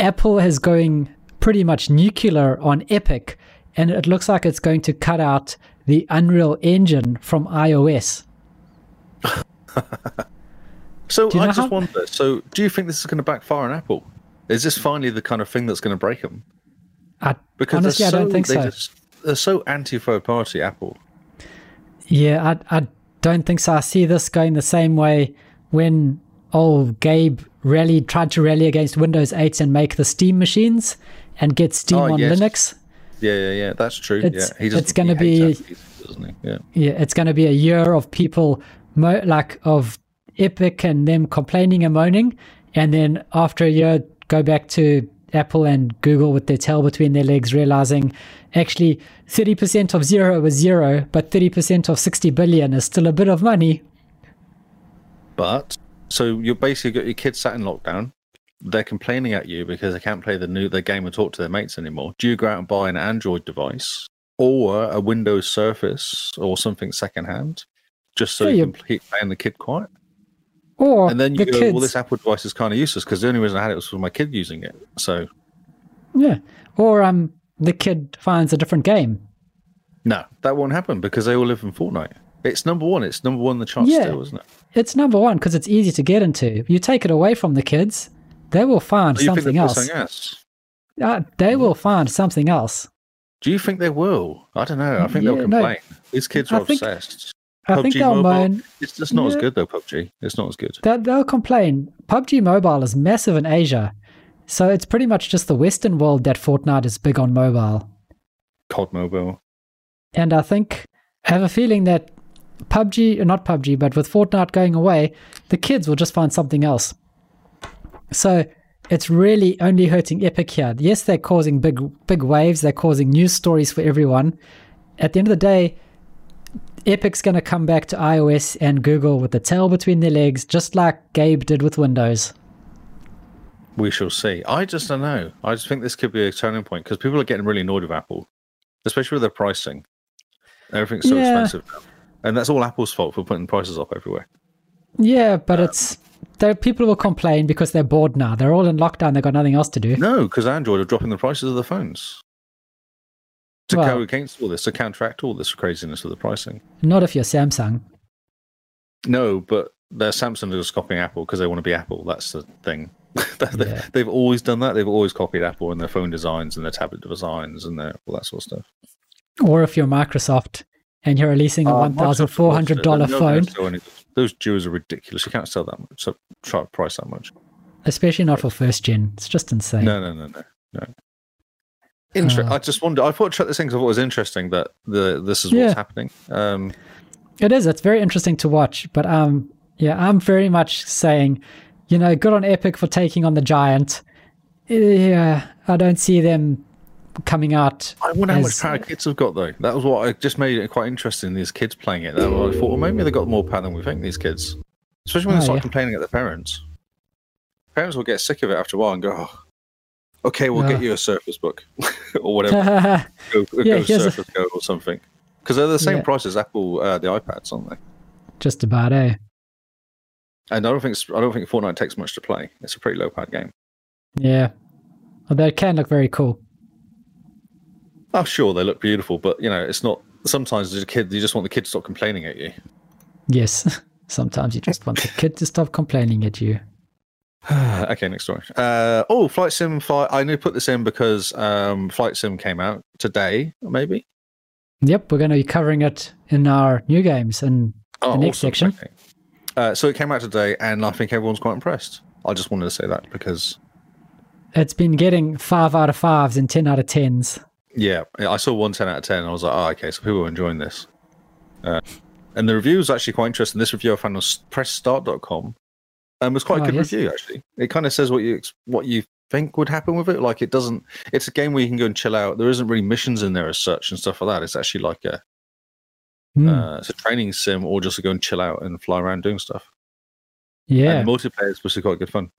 Speaker 2: Apple is going pretty much nuclear on Epic, and it looks like it's going to cut out the Unreal Engine from iOS.
Speaker 1: So
Speaker 2: Do you
Speaker 1: I
Speaker 2: know
Speaker 1: just
Speaker 2: how-
Speaker 1: wonder. So do you think this is going to backfire on Apple? Is this finally the kind of thing that's going to break them?
Speaker 2: I,
Speaker 1: Because
Speaker 2: honestly,
Speaker 1: they're
Speaker 2: I
Speaker 1: so,
Speaker 2: don't think
Speaker 1: they
Speaker 2: so.
Speaker 1: Just, they're so anti third party Apple.
Speaker 2: Yeah, I, I don't think so. I see this going the same way when old Gabe rallied, tried to rally against Windows 8 and make the Steam machines and get Steam
Speaker 1: Oh,
Speaker 2: on
Speaker 1: yes.
Speaker 2: Linux.
Speaker 1: Yeah, yeah, yeah. That's true.
Speaker 2: It's-
Speaker 1: yeah, he just
Speaker 2: it's gonna
Speaker 1: he hates
Speaker 2: be-
Speaker 1: Apple, doesn't he? Yeah.
Speaker 2: Yeah, it's going to be a year of people mo- like of Epic and them complaining and moaning, and then after a year, go back to Apple and Google with their tail between their legs, realizing actually 30% of zero is zero, but 30% of 60 billion is still a bit of money.
Speaker 1: But so you're basically got your kids sat in lockdown. They're complaining at you because they can't play the new the game and talk to their mates anymore. Do you go out and buy an Android device or a Windows Surface or something secondhand just so
Speaker 2: Yeah,
Speaker 1: you
Speaker 2: you-
Speaker 1: can keep playing the kid quiet?
Speaker 2: Or
Speaker 1: And then you
Speaker 2: the
Speaker 1: go,
Speaker 2: kids.
Speaker 1: well, this Apple device is kind of useless because the only reason I had it was for my kid using it. So
Speaker 2: Yeah. Or um, the kid finds a different game.
Speaker 1: no, that won't happen because they all live in Fortnite. It's number one. It's number one in the chart
Speaker 2: Yeah.
Speaker 1: still, isn't it?
Speaker 2: It's number one because it's easy to get into. You take it away from the kids, they will find
Speaker 1: Do Oh, you think
Speaker 2: something
Speaker 1: they'll put
Speaker 2: else.
Speaker 1: something else?
Speaker 2: Uh, they will find something else.
Speaker 1: Do you think they will? I don't know. I think
Speaker 2: Yeah,
Speaker 1: they'll
Speaker 2: no.
Speaker 1: complain. These kids
Speaker 2: I
Speaker 1: are
Speaker 2: think-
Speaker 1: obsessed.
Speaker 2: I think
Speaker 1: PUBG
Speaker 2: they'll
Speaker 1: Mobile.
Speaker 2: moan.
Speaker 1: It's just not as
Speaker 2: Yeah.
Speaker 1: good though. PUBG. It's not as good.
Speaker 2: That they'll complain. PUBG Mobile is massive in Asia, so it's pretty much just the Western world that Fortnite is big on mobile.
Speaker 1: COD Mobile.
Speaker 2: And I think I have a feeling that PUBG, uh, not PUBG, but with Fortnite going away, the kids will just find something else. So it's really only hurting Epic here. Yes, they're causing big big waves. They're causing news stories for everyone. At the end of the day, Epic's going to come back to iOS and Google with the tail between their legs, just like Gabe did with Windows.
Speaker 1: We shall see. I just don't know. I just think this could be a turning point because people are getting really annoyed with Apple, especially with their pricing. Everything's so
Speaker 2: Yeah.
Speaker 1: expensive now, and that's all Apple's fault for putting prices up everywhere.
Speaker 2: Yeah, but it's there. People will complain because they're bored now. They're all in lockdown. They've got nothing else to do.
Speaker 1: No, because Android are dropping the prices of the phones to
Speaker 2: Well-
Speaker 1: go against all this, to counteract all this craziness of the pricing.
Speaker 2: Not if you're Samsung.
Speaker 1: No, but they're Samsung is copying Apple because they want to be Apple. That's the thing. That- they-
Speaker 2: Yeah.
Speaker 1: They've always done that. They've always copied Apple in their phone designs and their tablet designs and their, all that sort of stuff.
Speaker 2: or if you're Microsoft and you're releasing a
Speaker 1: Oh,
Speaker 2: one thousand four hundred dollar
Speaker 1: Microsoft loves
Speaker 2: phone,
Speaker 1: it. No, no, no, Those duos are ridiculous. You can't sell that much. So try to price that much.
Speaker 2: especially not for first gen, it's just insane.
Speaker 1: No, no, no, no, no. Inter-
Speaker 2: Uh.
Speaker 1: I just wonder. I thought I'd check this thing because I thought it was interesting that the this is
Speaker 2: Yeah.
Speaker 1: what's happening. Um,
Speaker 2: It is. It's very interesting to watch. But um, yeah, I'm very much saying, you know, good on Epic for taking on the giant. Yeah, I don't see them coming out.
Speaker 1: I wonder how much
Speaker 2: as-
Speaker 1: power kids have got though. That was what I just made it quite interesting. These kids playing it. That was- I thought, well, maybe they got more power than we think. These kids, especially when
Speaker 2: Oh,
Speaker 1: they start
Speaker 2: yeah.
Speaker 1: complaining at their parents. Parents will get sick of it after a while and go, oh, "Okay, we'll
Speaker 2: Yeah.
Speaker 1: get you a Surface Book or whatever."
Speaker 2: yeah,
Speaker 1: go, go
Speaker 2: Yeah, here's a-
Speaker 1: Surface Go or something. Because they're the same
Speaker 2: Yeah.
Speaker 1: price as Apple, uh, the iPads, aren't they?
Speaker 2: just about eh.
Speaker 1: And I don't think it's- I don't think Fortnite takes much to play. It's a pretty low pad game.
Speaker 2: Yeah, although it can look very cool.
Speaker 1: I'm sure they look beautiful, but you know, it's not. Sometimes as a kid, you just want the kid to stop complaining at you.
Speaker 2: Yes, sometimes you just want the kid to stop complaining at you.
Speaker 1: okay, next story. Uh, oh, Flight Sim 5. I knew put this in because um, Flight Sim came out today, maybe.
Speaker 2: Yep, we're going to be covering it in our new games and
Speaker 1: Oh,
Speaker 2: The next section.
Speaker 1: okay. Uh, so it came out today, and I think everyone's quite impressed. I just wanted to say that because
Speaker 2: It's been getting five out of fives and ten out of tens.
Speaker 1: Yeah, I saw one 10 out of 10. I was like, oh, okay, so people are enjoying this. Uh, And the review was actually quite interesting. This review I found on s- pressstart.com. Um, it's quite
Speaker 2: Oh,
Speaker 1: a good
Speaker 2: yes.
Speaker 1: review actually. It kind of says what you ex- what you think would happen with it. Like it doesn't. It's a game where you can go and chill out. There isn't really missions in there as such and stuff like that. It's actually like a
Speaker 2: Hmm,
Speaker 1: uh, it's a training sim or just to go and chill out and fly around doing stuff.
Speaker 2: yeah.
Speaker 1: And multiplayer is supposed to be quite good fun.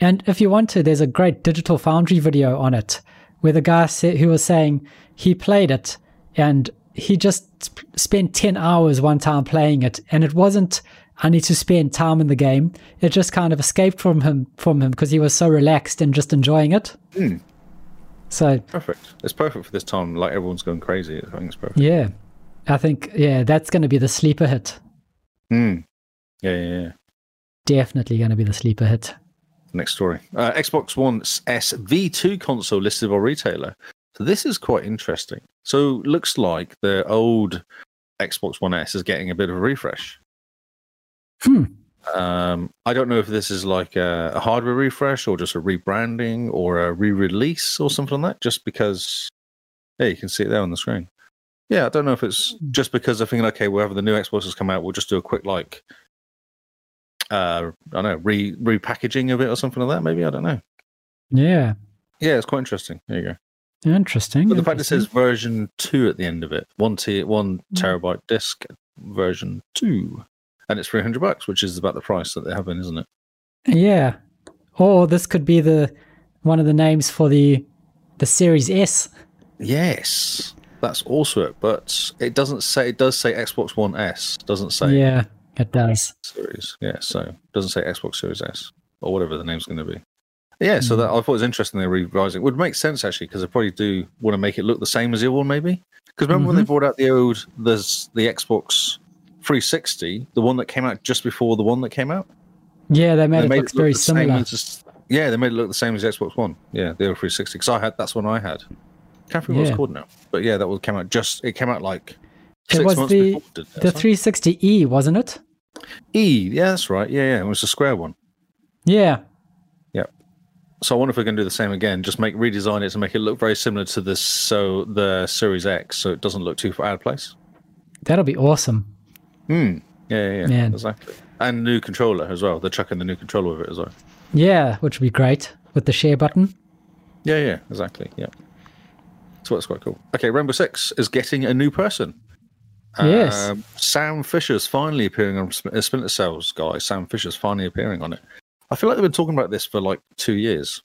Speaker 2: And if you want to, there's a great Digital Foundry video on it where the guy sa- who was saying he played it and he just sp- spent 10 hours one time playing it. And it wasn't, I need to spend time in the game. It just kind of escaped from him from him because he was so relaxed and just enjoying it.
Speaker 1: Hmm.
Speaker 2: So,
Speaker 1: Perfect. It's perfect for this time. Like everyone's going crazy. I think it's perfect.
Speaker 2: yeah, I think, yeah, that's going to be the sleeper hit.
Speaker 1: Hmm. Yeah, yeah, yeah.
Speaker 2: Definitely going to be the sleeper hit.
Speaker 1: Next story. Uh, Xbox One S V2 console listed by retailer. So this is quite interesting. So looks like the old Xbox One S is getting a bit of a refresh.
Speaker 2: Hmm.
Speaker 1: Um, I don't know if this is like a, a hardware refresh or just a rebranding or a re-release or something like that. Just because, yeah, you can see it there on the screen. Yeah, I don't know if it's just because they're thinking, okay, wherever the new Xbox has come out, we'll just do a quick like, uh, I don't know, re repackaging of it or something like that. Maybe I don't know.
Speaker 2: Yeah.
Speaker 1: Yeah, it's quite interesting. There you go.
Speaker 2: Interesting.
Speaker 1: But the fact it
Speaker 2: interesting.
Speaker 1: says version two at the end of it, one t one terabyte disk version two, and it's three hundred bucks, which is about the price that they have in, isn't it?
Speaker 2: Yeah. Or this could be the one of the names for the the Series S.
Speaker 1: Yes, that's also it. But it doesn't say. It does say Xbox One S. Doesn't say
Speaker 2: Yeah, it does.
Speaker 1: Series. Yeah, so doesn't say Xbox Series S or whatever the name's going to be. Yeah, so
Speaker 2: Hmm.
Speaker 1: that I thought it was interesting they revising. It would make sense actually because they probably do want to make it look the same as the old one, maybe. Because remember
Speaker 2: Mm-hmm.
Speaker 1: when they brought out the old the the Xbox 360, the one that came out just before the one that came out.
Speaker 2: Yeah, they made
Speaker 1: They
Speaker 2: it look very
Speaker 1: the same
Speaker 2: similar.
Speaker 1: as- yeah, they made it look the same as the Xbox One. Yeah, the old 360. Because I had that's one I had. Can't remember what
Speaker 2: Yeah.
Speaker 1: it's called now. But yeah, that one came out just. It came out like
Speaker 2: It
Speaker 1: six
Speaker 2: was
Speaker 1: months
Speaker 2: the
Speaker 1: before. didn't it, or
Speaker 2: the
Speaker 1: something?
Speaker 2: 360e, wasn't it?
Speaker 1: E. Yeah, that's right. Yeah, yeah, it was the square one.
Speaker 2: Yeah.
Speaker 1: So I wonder if we're going to do the same again. Just make redesign it to make it look very similar to this. So the Series X, so it doesn't look too far out of place.
Speaker 2: That'll be awesome.
Speaker 1: Hmm. Yeah, yeah, yeah.
Speaker 2: Man.
Speaker 1: exactly. And new controller as well. They're chucking the new controller with it as well.
Speaker 2: Yeah, which would be great with the share button.
Speaker 1: Yeah, yeah, exactly. Yeah. So that's quite cool. Okay, Rainbow Six is getting a new person.
Speaker 2: Yes.
Speaker 1: Um, Sam Fisher's finally appearing on Sp- uh, Splinter Cells, guys. Sam Fisher's finally appearing on it. I feel like they've been talking about this for like two years.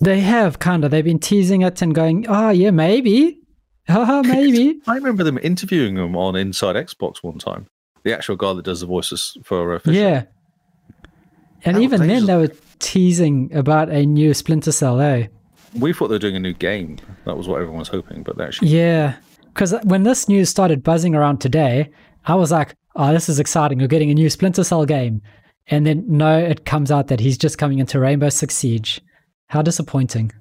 Speaker 2: They have kind of. They've been teasing it and going, "Oh, yeah, maybe." Haha, maybe.
Speaker 1: I remember them interviewing him on Inside Xbox one time. The actual guy that does the voices for uh, Fisher.
Speaker 2: yeah. And
Speaker 1: That
Speaker 2: even
Speaker 1: was
Speaker 2: then
Speaker 1: ages
Speaker 2: they were teasing about a new Splinter Cell, eh?
Speaker 1: We thought they were doing a new game. That was what everyone was hoping, but they actually.
Speaker 2: Yeah, because when this news started buzzing around today, I was like, "Oh, this is exciting! We're getting a new Splinter Cell game." And then no, it comes out that he's just coming into Rainbow Six Siege. How disappointing!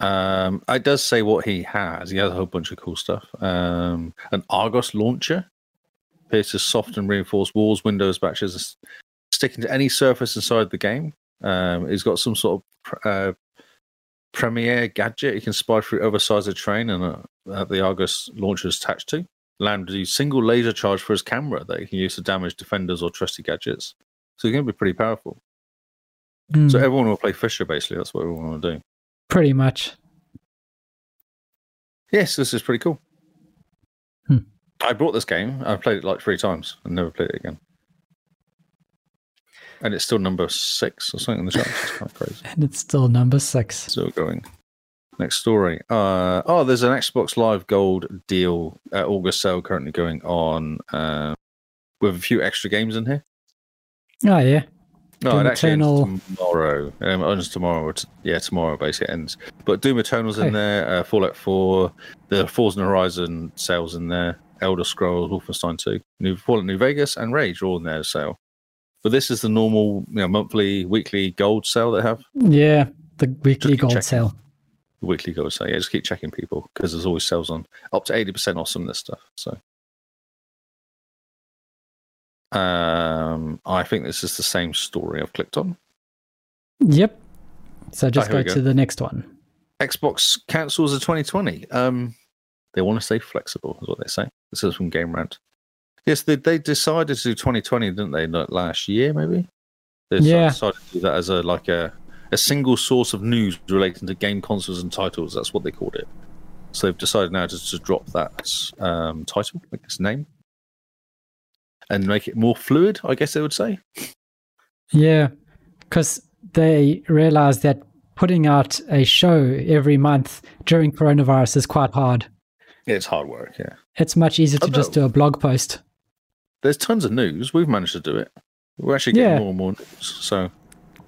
Speaker 1: Um, it does say what he has. He has a whole bunch of cool stuff. Um, an Argos launcher pierces soft and reinforced walls, windows, batches, and s- sticking to any surface inside the game. Um, he's got some sort of pr- uh, premier gadget. He can spy through oversized a train and uh, that the Argus launcher is attached to. Land a single laser charge for his camera that he can use to damage defenders or trusty gadgets. So he's going to be pretty powerful.
Speaker 2: Mm,
Speaker 1: So everyone will play Fisher basically. That's what we want to do.
Speaker 2: pretty much.
Speaker 1: Yes, this is pretty cool.
Speaker 2: Hmm.
Speaker 1: I brought this game. I've played it like three times and never played it again. And it's still number six or something in the chart. It's quite crazy.
Speaker 2: And it's still number six.
Speaker 1: Still going. Next story. Uh, oh, there's an Xbox Live Gold deal uh, August sale currently going on uh, with a few extra games in here.
Speaker 2: Oh yeah,
Speaker 1: No,
Speaker 2: Doom
Speaker 1: it actually
Speaker 2: Eternal.
Speaker 1: ends tomorrow. Um, it ends tomorrow. or t- yeah, tomorrow basically it ends. But Doom Eternal's in
Speaker 2: Oh.
Speaker 1: there. Uh, Fallout 4, the Forza Horizon sales in there. Elder Scrolls, Wolfenstein 2, New Fallout New Vegas, and Rage are all in there as sale. But this is the normal, you know, monthly, weekly gold sale they have.
Speaker 2: yeah. The weekly
Speaker 1: keep
Speaker 2: gold
Speaker 1: checking.
Speaker 2: sale.
Speaker 1: Weekly gold sale. Yeah, just keep checking people because there's always sales on up to eighty percent off some of this stuff. So. Um, I think this is the same story I've clicked on.
Speaker 2: Yep. So just
Speaker 1: here
Speaker 2: go
Speaker 1: we
Speaker 2: to
Speaker 1: go.
Speaker 2: the next one.
Speaker 1: Xbox cancels the 2020. Um, They want to stay flexible, is what they say. This is from Game Rant. Yes, they, they decided to do 2020, didn't they? Like last year, maybe. They
Speaker 2: Yeah.
Speaker 1: decided to do that as a like a a single source of news relating to game consoles and titles. That's what they called it. So they've decided now just to drop that um, title, like its name, and make it more fluid. I guess they would say.
Speaker 2: Yeah, because they realized that putting out a show every month during coronavirus is quite hard.
Speaker 1: It's hard work. Yeah.
Speaker 2: It's much easier to
Speaker 1: Oh,
Speaker 2: just do a blog post.
Speaker 1: There's tons of news. We've managed to do it. We're actually getting
Speaker 2: Yeah.
Speaker 1: more and more news. So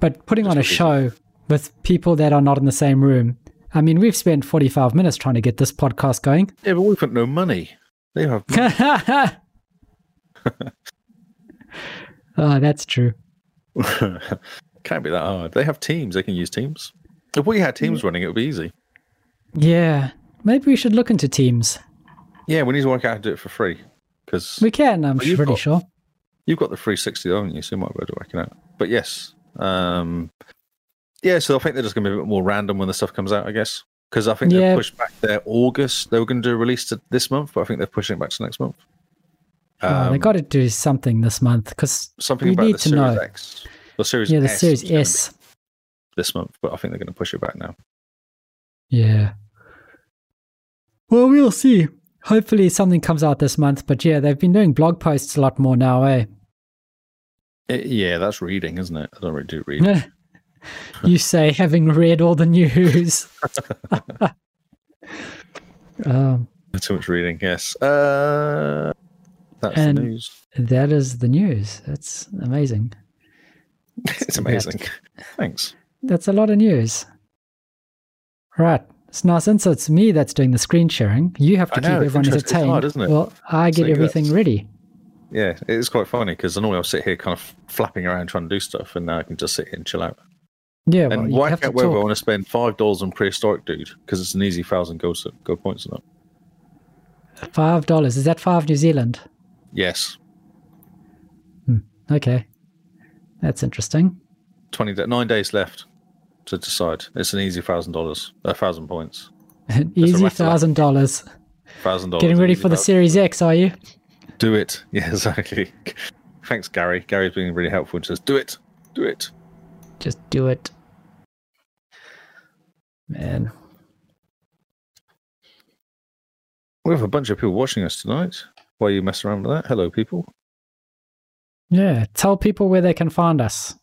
Speaker 2: But putting
Speaker 1: That's
Speaker 2: on a
Speaker 1: what they do.
Speaker 2: show with people that are not in the same room, I mean, we've spent 45 minutes trying to get this podcast going.
Speaker 1: yeah, but we've got no money. They have
Speaker 2: oh, Oh, that's true.
Speaker 1: Can't be that hard. They have teams. They can use teams. If we had teams running, it would be easy.
Speaker 2: Yeah, maybe we should look into teams.
Speaker 1: Yeah, we need to work out how to do it for free because
Speaker 2: We can, I'm
Speaker 1: Well, you've
Speaker 2: pretty
Speaker 1: got-
Speaker 2: sure.
Speaker 1: you've got the 360, though, haven't you? So you might be able to work it out. But yes, um, yeah. So I think they're just going to be a bit more random when the stuff comes out, I guess. Because I think
Speaker 2: Yeah.
Speaker 1: they've pushed back their August. They were going to do a release to this month, but I think they're pushing it back to next month.
Speaker 2: Oh, they
Speaker 1: Um,
Speaker 2: got to do something this month because
Speaker 1: something
Speaker 2: we
Speaker 1: about
Speaker 2: need
Speaker 1: the
Speaker 2: to
Speaker 1: Series
Speaker 2: know.
Speaker 1: X, the Series
Speaker 2: yeah, the
Speaker 1: S
Speaker 2: Series
Speaker 1: was gonna be
Speaker 2: S.
Speaker 1: this month, but I think they're going to push it back now.
Speaker 2: Yeah. Well, we'll see. Hopefully, something comes out this month. But yeah, they've been doing blog posts a lot more now, eh?
Speaker 1: Eh, yeah, that's reading, isn't it? I don't really do read.
Speaker 2: you say having read all the news. um,
Speaker 1: Too much reading, yes. Uh, that's
Speaker 2: And-
Speaker 1: the news.
Speaker 2: that is the news. That's amazing.
Speaker 1: It's
Speaker 2: too bad.
Speaker 1: amazing. Thanks.
Speaker 2: That's a lot of news. Right. So now, since it's me that's doing the screen sharing, you have to
Speaker 1: I know,
Speaker 2: keep
Speaker 1: it's
Speaker 2: everyone
Speaker 1: interesting. It's
Speaker 2: entertained.
Speaker 1: hard, isn't it?
Speaker 2: Well, I
Speaker 1: It's
Speaker 2: get
Speaker 1: like
Speaker 2: everything
Speaker 1: that's-
Speaker 2: ready.
Speaker 1: Yeah, it's quite funny because normally I'll sit here kind of flapping around trying to do stuff, and now I can just sit here and chill out.
Speaker 2: Yeah, well,
Speaker 1: and
Speaker 2: you
Speaker 1: why
Speaker 2: have to
Speaker 1: can't whether I
Speaker 2: talk.
Speaker 1: want to spend five dollars on prehistoric dude because it's an easy thousand gold, gold points or not?
Speaker 2: Five dollars. Is that five New Zealand?
Speaker 1: Yes,
Speaker 2: Okay. That's interesting.
Speaker 1: twenty da- nine days left to decide. It's an easy thousand dollars, a thousand points,
Speaker 2: An easy
Speaker 1: rattle.
Speaker 2: thousand dollars.
Speaker 1: thousand dollars.
Speaker 2: Getting
Speaker 1: an
Speaker 2: ready
Speaker 1: easy
Speaker 2: for the
Speaker 1: thou-
Speaker 2: Series X, are you?
Speaker 1: Do it. Yeah, exactly. Thanks, Gary. Gary's been really helpful and says, "Do it, do it."
Speaker 2: Just do it. Man.
Speaker 1: We have a bunch of people watching us tonight. Why you mess around with that? Hello, people.
Speaker 2: Yeah. Tell people where they can find us.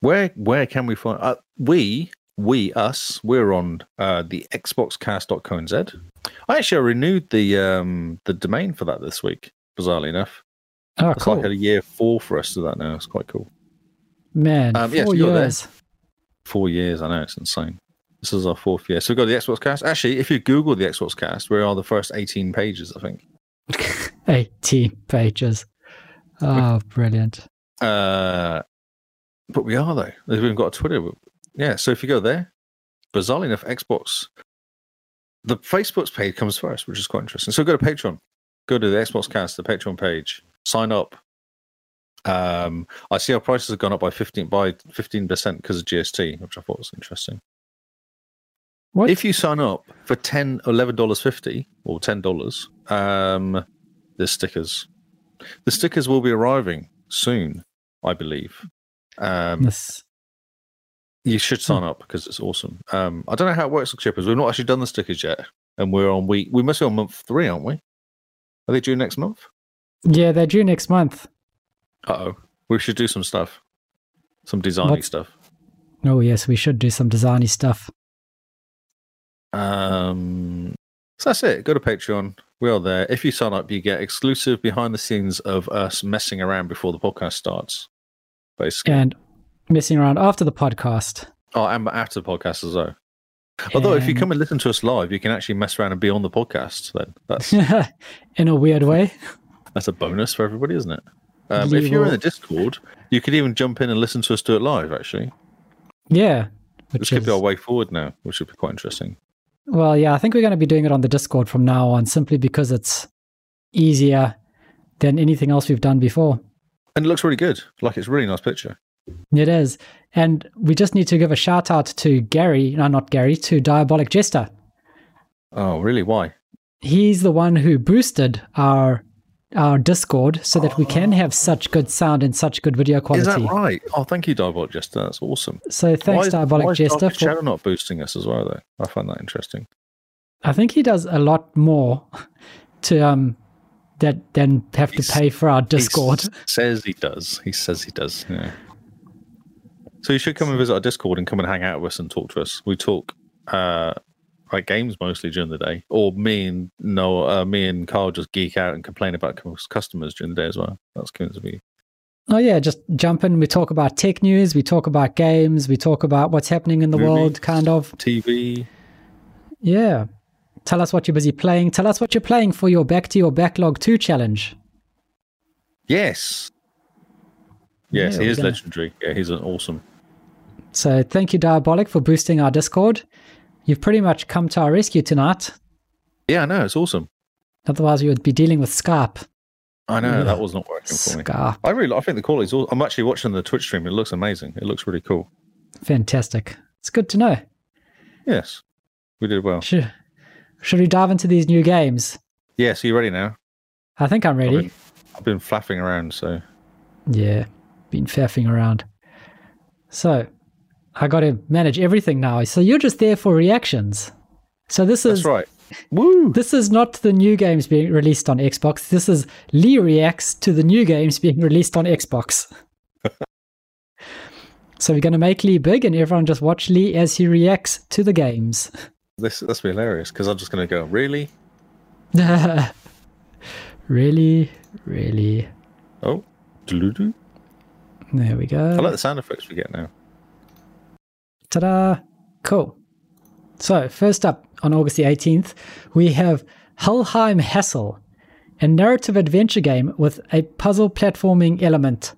Speaker 1: Where where can we find uh, we we us? We're on uh, the xboxcast.co.nz. I actually renewed the um, the domain for that this week. Bizarrely enough,
Speaker 2: Oh,
Speaker 1: it's
Speaker 2: cool.
Speaker 1: like a year four for us to that now. It's quite cool.
Speaker 2: Man,
Speaker 1: Um, yes,
Speaker 2: four
Speaker 1: you're there.
Speaker 2: years.
Speaker 1: Four years, I know it's insane. This is our fourth year. So we've got the Xbox Cast. Actually, if you Google the Xbox Cast, we are the first 18 pages, I think.
Speaker 2: 18 pages. Oh, brilliant.
Speaker 1: Uh, but we are though. We've even got a Twitter. Yeah. So if you go there, bizarrely enough, Xbox, the Facebook's page comes first, which is quite interesting. So go to Patreon. Go to the Xbox Cast, the Patreon page. Sign up. Um, I see our prices have gone up by fifteen by fifteen percent because of GST, which I thought was interesting.
Speaker 2: What?
Speaker 1: If you sign up for ten, eleven dollars fifty or ten dollars, um, there's stickers. The stickers will be arriving soon, I believe. Um,
Speaker 2: Yes.
Speaker 1: you should sign up because it's awesome. Um, I don't know how it works with chippers. We've not actually done the stickers yet, and we're on week. We must be on month three, aren't we? Are they due next month?
Speaker 2: Yeah, they're due next month.
Speaker 1: Uh oh. We should do some stuff, some designy
Speaker 2: What's-
Speaker 1: stuff.
Speaker 2: Oh, yes, we should do some designy stuff.
Speaker 1: Um, so that's it. Go to Patreon. We are there. If you sign up, you get exclusive behind the scenes of us messing around before the podcast starts. Basically,
Speaker 2: And messing around after the podcast.
Speaker 1: oh, and after the podcast as well. Although, if you
Speaker 2: And-
Speaker 1: come and listen to us live, you can actually mess around and be on the podcast. Then that's
Speaker 2: in a weird way.
Speaker 1: That's a bonus for everybody, isn't it? Um,
Speaker 2: You
Speaker 1: if you're in
Speaker 2: will-
Speaker 1: the Discord, you could even jump in and listen to us do it live, actually.
Speaker 2: Yeah.
Speaker 1: This
Speaker 2: Which
Speaker 1: could
Speaker 2: is,
Speaker 1: be our way forward now, which would be quite interesting.
Speaker 2: well, yeah, I think we're going to be doing it on the Discord from now on simply because it's easier than anything else we've done before.
Speaker 1: And it looks really good. Like, it's a really nice picture.
Speaker 2: It is. And we just need to give a shout out to Gary, no, not Gary, to Diabolic Jester.
Speaker 1: Oh, really? Why?
Speaker 2: he's the one who boosted our our Discord so that we can have such good sound and such good video
Speaker 1: Is
Speaker 2: quality.
Speaker 1: that right? Oh, thank you, Diabolic Jester. That's awesome.
Speaker 2: So thanks,
Speaker 1: Why is- why
Speaker 2: Diabolic
Speaker 1: is Dark
Speaker 2: Jester.
Speaker 1: Shadow
Speaker 2: For,
Speaker 1: not boosting us as well, though. I find that interesting.
Speaker 2: I think he does a lot more to um that than have to
Speaker 1: He's-
Speaker 2: pay for our
Speaker 1: He
Speaker 2: Discord.
Speaker 1: s- says he does. He says he does. Yeah. So you should come and visit our Discord and come and hang out with us and talk to us. We talk uh, like games mostly during the day, or me and no, uh, me and Carl just geek out and complain about cus- customers during the day as well. That's going to be
Speaker 2: Oh yeah, just jump in. We talk about tech news. We talk about games. We talk about what's happening in the
Speaker 1: Movies.
Speaker 2: world, kind of.
Speaker 1: TV.
Speaker 2: Yeah. Tell us what you're busy playing. Tell us what you're playing for your back to your backlog two challenge.
Speaker 1: Yes. Yes, he
Speaker 2: Yeah, we're
Speaker 1: is
Speaker 2: gonna-
Speaker 1: legendary. Yeah, he's an awesome.
Speaker 2: So thank you, Diabolic, for boosting our Discord. You've pretty much come to our rescue tonight.
Speaker 1: Yeah, I know. It's awesome.
Speaker 2: Otherwise, we would be dealing with Skype.
Speaker 1: I know
Speaker 2: Yeah.
Speaker 1: that was not working for me.
Speaker 2: Skype,
Speaker 1: I really, I think the quality's. All, I'm actually watching the Twitch stream. It looks amazing. It looks really cool.
Speaker 2: fantastic. It's good to know.
Speaker 1: Yes, we did well.
Speaker 2: Should, should we dive into these new games?
Speaker 1: Yes, are you ready now?
Speaker 2: I think I'm ready.
Speaker 1: I've been, I've been flapping around, so
Speaker 2: Yeah, been faffing around. So I got to manage everything now. So you're just there for reactions. So this
Speaker 1: that's
Speaker 2: is
Speaker 1: right. Woo!
Speaker 2: this is not the new games being released on Xbox. This is Lee reacts to the new games being released on Xbox. so we're going to make Lee big, and everyone just watch Lee as he reacts to the games.
Speaker 1: This that's be hilarious because I'm just gonna go. Really?
Speaker 2: really, really.
Speaker 1: Oh, doo-doo-doo.
Speaker 2: There we go.
Speaker 1: I like the sound effects we get now.
Speaker 2: Ta-da! Cool. So first up on August the 18th, we have Helheim Hassel, a narrative adventure game with a puzzle platforming element.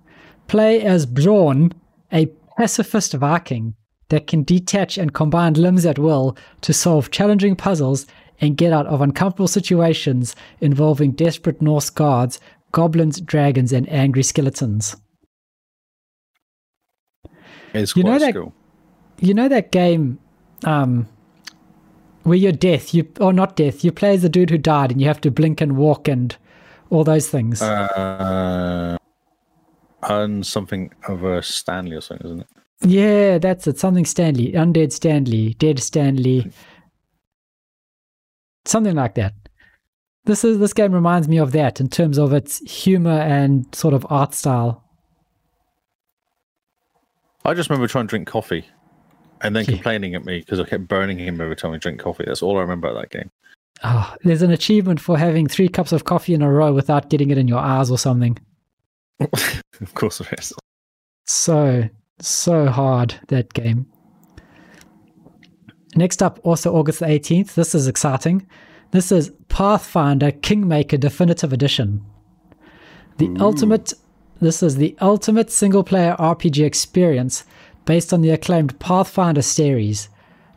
Speaker 2: Play as Bjorn, a pacifist Viking that can detach and combine limbs at will to solve challenging puzzles and get out of uncomfortable situations involving desperate Norse gods, goblins, dragons, and angry skeletons.
Speaker 1: It's
Speaker 2: You know
Speaker 1: quite
Speaker 2: that-
Speaker 1: cool.
Speaker 2: you know that game um where you're death you or not death you play as the dude who died and you have to blink and walk and all those things
Speaker 1: Uh, and something of a Stanley or something, isn't it?
Speaker 2: yeah that's it something stanley undead stanley dead stanley something like that this is this game reminds me of that in terms of its humor and sort of art style
Speaker 1: I just remember trying to drink coffee, and then
Speaker 2: Yeah.
Speaker 1: complaining at me because I kept burning him every time we drink coffee. That's all I remember about that game.
Speaker 2: oh, there's an achievement for having three cups of coffee in a row without getting it in your eyes or something
Speaker 1: Of course, there is.
Speaker 2: so so hard that game next up also august the 18th this is exciting this is pathfinder kingmaker definitive edition the ultimate this is the ultimate single player rpg experience based on the acclaimed pathfinder series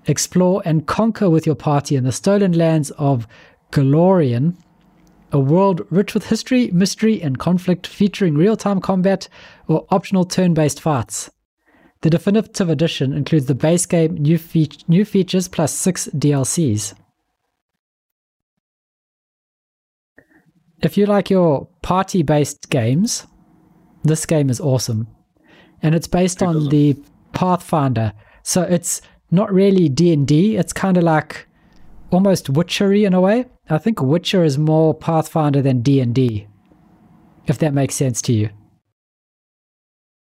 Speaker 2: explore and conquer with your party in the stolen lands of galorian a world rich with history, mystery, and conflict featuring real time combat or optional turn based fights. The definitive edition includes the base game, new, feat new features, plus six DLCs. If you like your party based games, this game is awesome. And it's based on
Speaker 1: doesn't?
Speaker 2: the Pathfinder. So it's not really D&D, it's kind of like almost witchery in a way. I think Witcher is more Pathfinder than D&D. If that makes sense to you.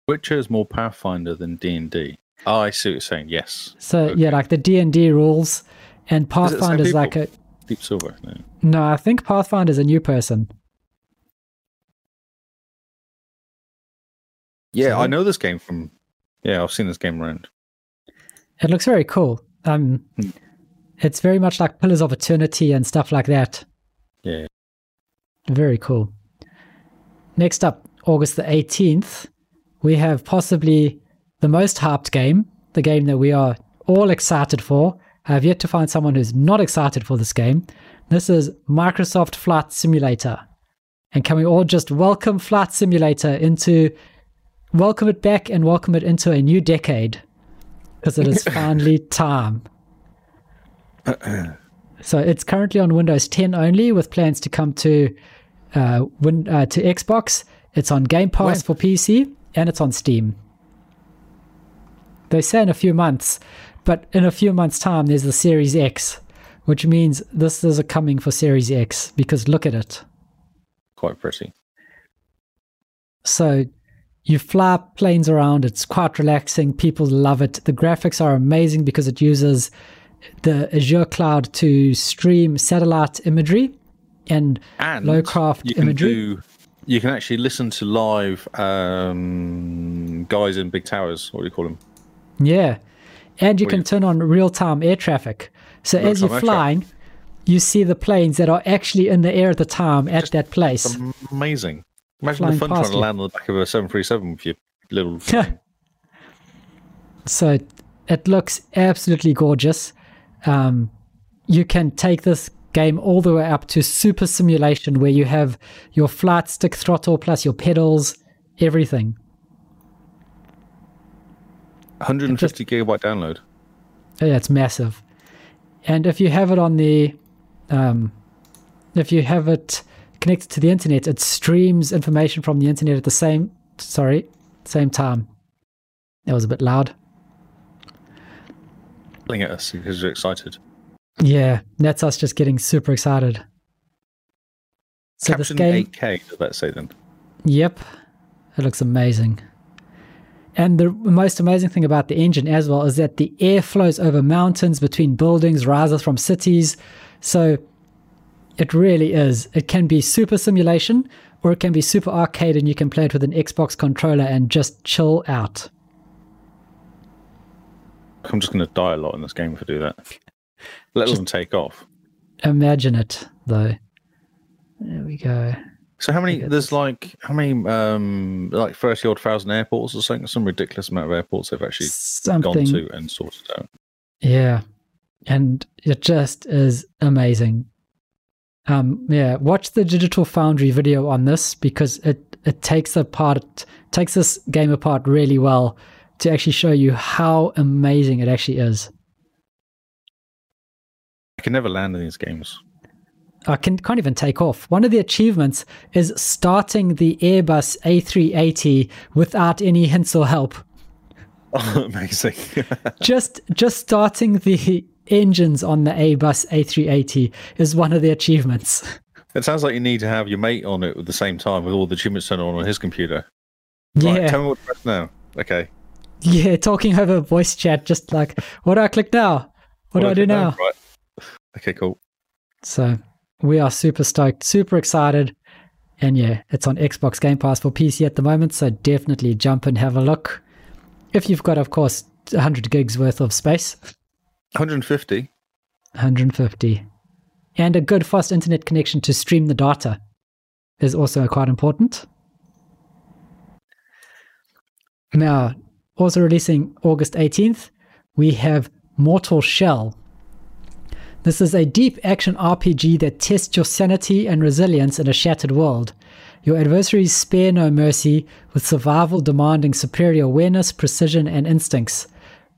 Speaker 1: Witcher is more Pathfinder than D and D. Oh, I see what you're saying. Yes,
Speaker 2: So yeah, like the D&D rules and
Speaker 1: Is it the same
Speaker 2: Pathfinder's like
Speaker 1: people?
Speaker 2: a
Speaker 1: Deep Silver. No.
Speaker 2: No, I think Pathfinder's a new person.
Speaker 1: Yeah, I
Speaker 2: So-
Speaker 1: know this game from. Yeah, I've seen this game around.
Speaker 2: It looks very cool. Um
Speaker 1: Hmm.
Speaker 2: it's very much like Pillars of Eternity and stuff like that.
Speaker 1: Yeah.
Speaker 2: Very cool. Next up, August the 18th, we have possibly the most hyped game, the game that we are all excited for. I have yet to find someone who's not excited for this game. This is Microsoft Flight Simulator. And can we all just welcome Flight Simulator into, welcome it back and welcome it into a new decade? Because it is finally time. So it's currently on Windows 10 only, with plans to come to uh, win, uh, to Xbox. It's on Game Pass for PC, and it's on Steam. They say in a few months, but in a few months' time, there's the Series X, which means this is a coming for Series X because look at it.
Speaker 1: Quite pretty.
Speaker 2: So you fly planes around. It's quite relaxing. People love it. The graphics are amazing because it uses the Azure cloud to stream satellite imagery and,
Speaker 1: And
Speaker 2: low craft
Speaker 1: you can
Speaker 2: imagery.
Speaker 1: do. You can actually listen to live um, guys in big towers. What do you call them?
Speaker 2: Yeah. And you
Speaker 1: Or
Speaker 2: can
Speaker 1: you-
Speaker 2: turn on real time air traffic. So
Speaker 1: Real-time
Speaker 2: as you're
Speaker 1: air traffic.
Speaker 2: flying, you see the planes that are actually in the air at the time at that place.
Speaker 1: Amazing. Imagine
Speaker 2: Flying
Speaker 1: the fun trying
Speaker 2: past
Speaker 1: to
Speaker 2: you.
Speaker 1: land on the back of a 737 with your little. thing.
Speaker 2: so it looks absolutely gorgeous. Um, you can take this game all the way up to super simulation where you have your flight stick throttle plus your pedals, everything.
Speaker 1: 150 gigabyte download.
Speaker 2: Oh, Yeah, it's massive. And if you have it on the, um, if you have it connected to the internet, it streams information from the internet at the same, sorry, same time. That was a bit loud.
Speaker 1: Yelling at us because you're excited.
Speaker 2: Yeah, that's us just getting super excited. So this
Speaker 1: Captain
Speaker 2: game,
Speaker 1: 8K, does that say then?
Speaker 2: yep, it looks amazing. And the most amazing thing about the engine as well is that the air flows over mountains, between buildings, rises from cities. So It really is. It can be super simulation or it can be super arcade and you can play it with an Xbox controller and just chill out.
Speaker 1: I'm just going to die a lot in this game if I do that. Let them take off.
Speaker 2: Imagine it though. There we go.
Speaker 1: So how many? There's like how many? Um, like thirty odd thousand airports or something. Some ridiculous amount of airports they've actually
Speaker 2: Something.
Speaker 1: gone to and sorted out.
Speaker 2: Yeah. And it just is amazing. Um yeah, watch the Digital Foundry video on this because it it takes apart takes this game apart really well to actually show you how amazing it actually is.
Speaker 1: I can never land in these games.
Speaker 2: I can, can't even take off. One of the achievements is starting the Airbus A380 without any hints or help.
Speaker 1: Oh, amazing!
Speaker 2: Just just starting the engines on the Airbus A380 is one of the achievements.
Speaker 1: it sounds like you need to have your mate on it at the same time with all the achievements turned on on his computer. Right,
Speaker 2: yeah,
Speaker 1: tell me what to press now. Okay.
Speaker 2: yeah, talking over voice chat, just like, what do I click now? What, do I
Speaker 1: Well,
Speaker 2: do
Speaker 1: okay, no,
Speaker 2: now?
Speaker 1: Right. Okay, cool.
Speaker 2: So we are super stoked, super excited. And yeah, it's on Xbox Game Pass for PC at the moment. So definitely jump and have a look. If you've got, of course, 100 gigs worth of space,
Speaker 1: 150.
Speaker 2: 150. And a good fast internet connection to stream the data is also quite important. Now, also releasing August 18th, we have Mortal Shell. This is a deep action RPG that tests your sanity and resilience in a shattered world. Your adversaries spare no mercy, with survival demanding superior awareness, precision, and instincts.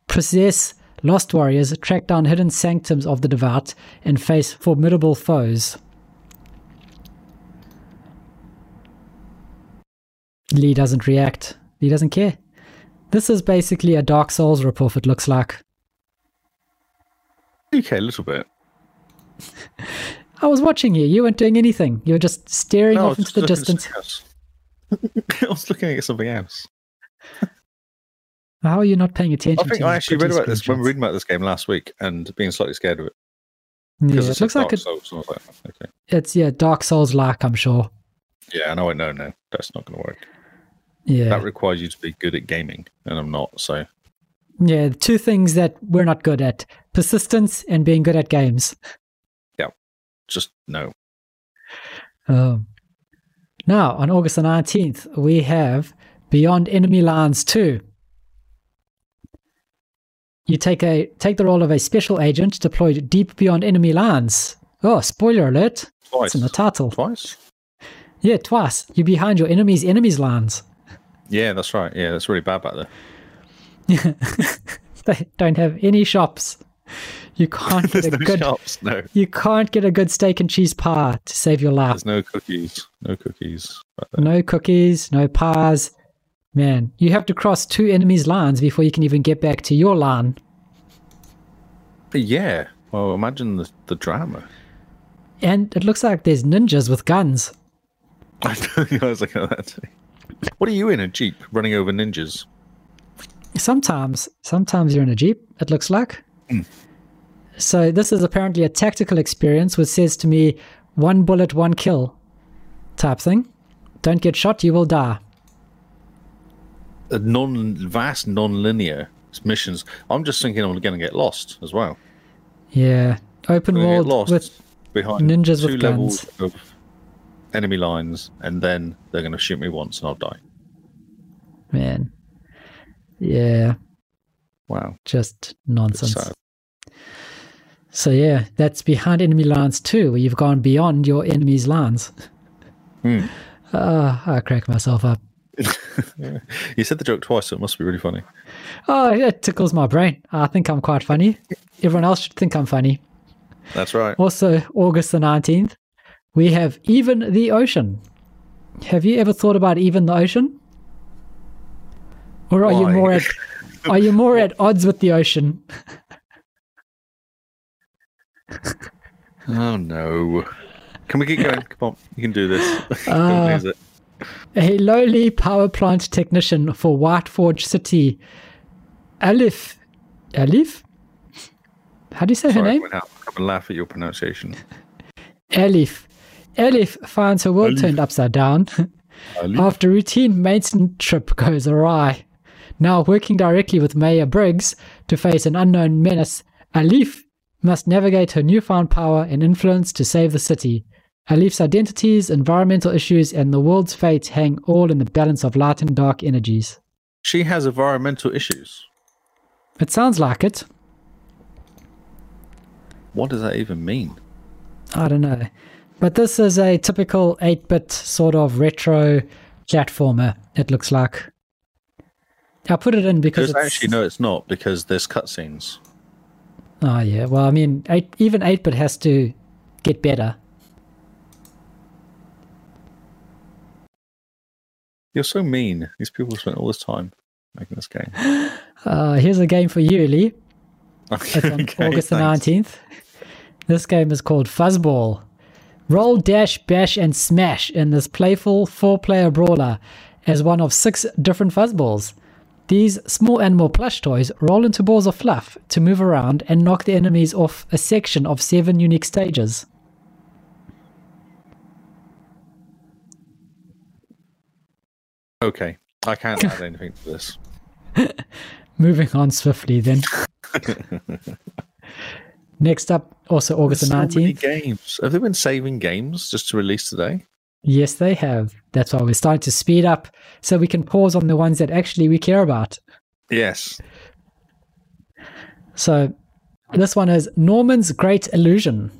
Speaker 2: Possess lost warriors, track down hidden sanctums of the devout, and face formidable foes. Lee doesn't react. Lee doesn't care. This is basically a Dark Souls ripoff, it looks like.
Speaker 1: Okay, a little bit.
Speaker 2: I was watching you. You weren't doing anything. You were just staring
Speaker 1: No, I
Speaker 2: off
Speaker 1: was
Speaker 2: into
Speaker 1: just
Speaker 2: the
Speaker 1: looking at
Speaker 2: distance.
Speaker 1: something else. I was looking at something else.
Speaker 2: How are you not paying attention?
Speaker 1: I think
Speaker 2: to
Speaker 1: I
Speaker 2: these
Speaker 1: actually read
Speaker 2: pretty
Speaker 1: about this when we were
Speaker 2: screenshots?
Speaker 1: reading about this game last week and being slightly scared of it
Speaker 2: Yeah,
Speaker 1: because
Speaker 2: it looks like
Speaker 1: Dark
Speaker 2: it,
Speaker 1: Souls. And I was like, okay,
Speaker 2: it's yeah Dark Souls like. I'm sure.
Speaker 1: yeah, and I went, no, no, that's not going to work.
Speaker 2: Yeah.
Speaker 1: That requires you to be good at gaming, and I'm not. So
Speaker 2: Yeah, the two things that we're not good at persistence and being good at games.
Speaker 1: just no.
Speaker 2: Um, now, on August the 19th, we have Beyond Enemy Lines 2. You take a take the role of a special agent deployed deep beyond enemy lines. Oh, spoiler alert.
Speaker 1: Twice.
Speaker 2: It's in the title.
Speaker 1: Twice?
Speaker 2: Yeah, twice. You're behind your enemy's enemy's lines.
Speaker 1: Yeah, that's right. Yeah, that's really bad back there.
Speaker 2: they don't have any shops. You can't get
Speaker 1: There's no
Speaker 2: a good
Speaker 1: shops. No,
Speaker 2: you can't get a good steak and cheese pie to save your life.
Speaker 1: there's no cookies. No cookies.
Speaker 2: No cookies, no pies. Man, you have to cross two enemies' lines before you can even get back to your line.
Speaker 1: But yeah. Well, imagine the, the drama.
Speaker 2: And it looks like there's ninjas with guns.
Speaker 1: I was like, oh, that's... what are you in a jeep running over ninjas?
Speaker 2: Sometimes, sometimes you're in a jeep. It looks like.
Speaker 1: Hmm.
Speaker 2: So this is apparently a tactical experience, which says to me, "One bullet, one kill," type thing. Don't get shot, you will die.
Speaker 1: A non vast, non-linear missions. I'm just thinking I'm going to get lost as well.
Speaker 2: Yeah, open
Speaker 1: I'm gonna get
Speaker 2: world
Speaker 1: lost
Speaker 2: with
Speaker 1: behind
Speaker 2: ninjas
Speaker 1: two
Speaker 2: with
Speaker 1: levels of enemy lines, and then they're going to shoot me once, and I'll die.
Speaker 2: man. Yeah,
Speaker 1: Wow,
Speaker 2: just
Speaker 1: it's
Speaker 2: nonsense.
Speaker 1: sad.
Speaker 2: So yeah, that's behind enemy lines too, where you've gone beyond your enemy's lines.
Speaker 1: Hmm.
Speaker 2: Uh, I crack myself up.
Speaker 1: You said the joke twice, so it must be really funny.
Speaker 2: Oh, it tickles my brain. I think I'm quite funny. Everyone else should think I'm funny.
Speaker 1: That's right.
Speaker 2: Also, August the 19th, we have Even the Ocean. Have you ever thought about Even the Ocean? Or are you
Speaker 1: Why?
Speaker 2: more at are you more at odds with the ocean?
Speaker 1: Oh no! Can we keep going? Come on, you can do this. Don't
Speaker 2: Uh,
Speaker 1: lose it.
Speaker 2: A lowly power plant technician for Whiteforge City, Alif. Alif? How do you say
Speaker 1: Sorry,
Speaker 2: her
Speaker 1: I
Speaker 2: name?
Speaker 1: went out. I'm gonna laugh at your pronunciation.
Speaker 2: Alif. Alif finds her world
Speaker 1: Alif.
Speaker 2: turned upside down
Speaker 1: Alif.
Speaker 2: after routine maintenance trip goes awry. Now working directly with Mayor Briggs to face an unknown menace, Alif must navigate her newfound power and influence to save the city. Alif's identities, environmental issues, and the world's fate hang all in the balance of light and dark energies.
Speaker 1: She has environmental issues.
Speaker 2: It sounds like it.
Speaker 1: What does that even mean?
Speaker 2: I don't know. But this is a typical 8 bit sort of retro platformer, it looks like. I put it in because
Speaker 1: Because
Speaker 2: it's.
Speaker 1: actually, no, it's not because there's cutscenes.
Speaker 2: Oh, yeah. Well, I mean, eight, even 8 bit has to get better.
Speaker 1: You're so mean. These people spent all this time making this game.
Speaker 2: Uh, here's a game for you, Lee. It's on
Speaker 1: Okay,
Speaker 2: August the
Speaker 1: thanks.
Speaker 2: 19th. This game is called Fuzzball. Roll, dash, bash, and smash in this playful four player brawler as one of six different fuzzballs. These small animal plush toys roll into balls of fluff to move around and knock the enemies off a section of seven unique stages.
Speaker 1: Okay, I can't add anything to this.
Speaker 2: Moving on swiftly then. Next up, also August the
Speaker 1: So
Speaker 2: 19th.
Speaker 1: many games. Have they been saving games just to release today?
Speaker 2: Yes, they have. That's why we're starting to speed up so we can pause on the ones that actually we care about.
Speaker 1: Yes.
Speaker 2: So this one is Norman's Great Illusion.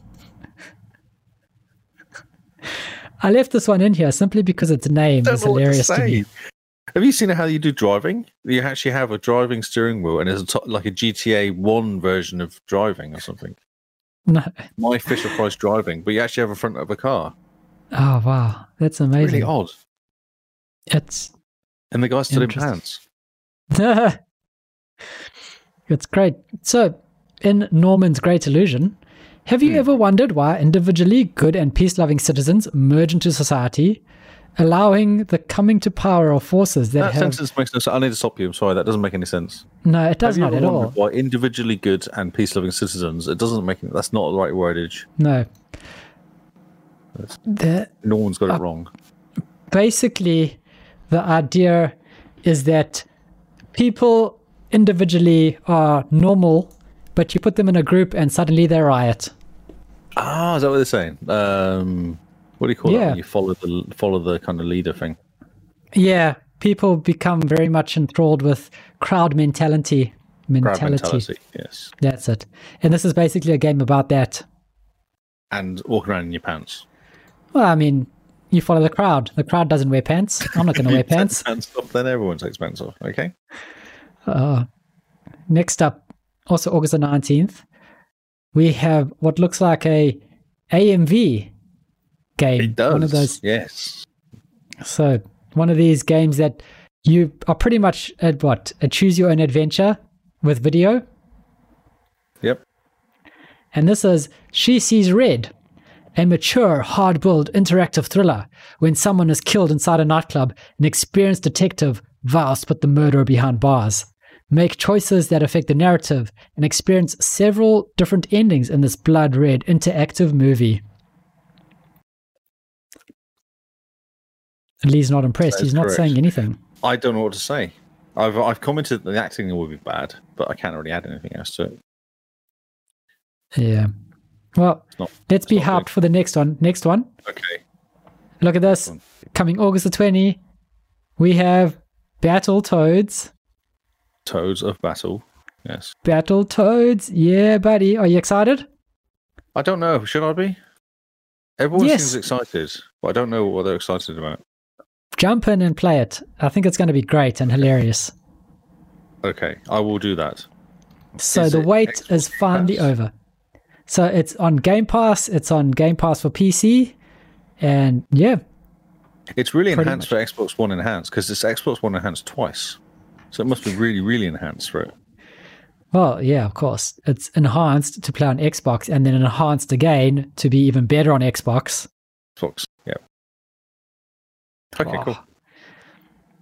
Speaker 2: I left this one in here simply because its name
Speaker 1: Don't
Speaker 2: is
Speaker 1: know what to
Speaker 2: hilarious to,
Speaker 1: say.
Speaker 2: me.
Speaker 1: Have you seen how you do driving? You actually have a driving steering wheel, and it's a to- like a GTA One version of driving or something.
Speaker 2: No.
Speaker 1: My Fisher Price driving, but you actually have a front of a car.
Speaker 2: Oh wow, that's
Speaker 1: Really
Speaker 2: amazing.
Speaker 1: odd.
Speaker 2: it's
Speaker 1: And the guy stood in
Speaker 2: Interesting.
Speaker 1: pants.
Speaker 2: it's great. So in Norman's Great Illusion, have
Speaker 1: Hmm.
Speaker 2: you ever wondered why individually good and peace-loving citizens merge into society, allowing the coming to power of forces that
Speaker 1: That
Speaker 2: have
Speaker 1: sentence makes no sense. I need to stop you. I'm sorry. That doesn't make any sense.
Speaker 2: no, it does
Speaker 1: Have you ever
Speaker 2: not at all.
Speaker 1: wondered Why individually good and peace-loving citizens? It doesn't make. That's not the right wordage.
Speaker 2: No. The,
Speaker 1: Norman's
Speaker 2: Uh,
Speaker 1: got it wrong.
Speaker 2: basically, the idea is that people individually are normal, but you put them in a group and suddenly they riot.
Speaker 1: Ah, is that what they're saying? Um, what do you call it?
Speaker 2: Yeah.
Speaker 1: When you follow the follow the kind of leader thing.
Speaker 2: Yeah, people become very much enthralled with crowd mentality.
Speaker 1: Crowd
Speaker 2: Mentality.
Speaker 1: mentality. Yes.
Speaker 2: That's it. And this is basically a game about that.
Speaker 1: And walk around in your pants.
Speaker 2: Well, I mean, you follow the crowd. The crowd doesn't wear pants. I'm not going to wear pants.
Speaker 1: And stop. Then everyone takes pants off. Okay.
Speaker 2: Next up, also August the 19th, we have what looks like a AMV game.
Speaker 1: It does.
Speaker 2: One of those.
Speaker 1: Yes.
Speaker 2: So one of these games that you are pretty much at what a choose your own adventure with video.
Speaker 1: Yep.
Speaker 2: And this is She Sees Red, a mature, hard boiled interactive thriller when someone is killed inside a nightclub, an experienced detective vows to put the murderer behind bars. Make choices that affect the narrative and experience several different endings in this blood red interactive movie. And Lee's not impressed.
Speaker 1: That is
Speaker 2: He's not
Speaker 1: correct.
Speaker 2: saying anything.
Speaker 1: I don't know what to say. I've I've commented that the acting will be bad, but I can't really add anything else to it.
Speaker 2: Yeah. Well,
Speaker 1: not-
Speaker 2: let's be
Speaker 1: not
Speaker 2: hyped
Speaker 1: big.
Speaker 2: for the next one. Next one.
Speaker 1: Okay.
Speaker 2: Look at this. Coming August the 20, we have Battle Toads.
Speaker 1: Toads of Battle. Yes.
Speaker 2: Battle Toads. Yeah, buddy. Are you excited?
Speaker 1: I don't know. Should I be? Everyone
Speaker 2: Yes.
Speaker 1: seems excited, but I don't know what they're excited about.
Speaker 2: Jump in and play it. I think it's going to be great and hilarious.
Speaker 1: Okay, I will do that.
Speaker 2: So
Speaker 1: Is
Speaker 2: the
Speaker 1: it
Speaker 2: wait is
Speaker 1: Xbox
Speaker 2: finally
Speaker 1: Pass?
Speaker 2: over. So it's on Game Pass. It's on Game Pass for PC. And yeah,
Speaker 1: It's really
Speaker 2: Pretty
Speaker 1: enhanced for Xbox One enhanced because it's Xbox One enhanced twice, so it must be really, really enhanced for it.
Speaker 2: well, yeah, of course. It's enhanced to play on Xbox and then enhanced again to be even better on Xbox.
Speaker 1: Xbox. Yeah. Okay,
Speaker 2: Wow.
Speaker 1: cool.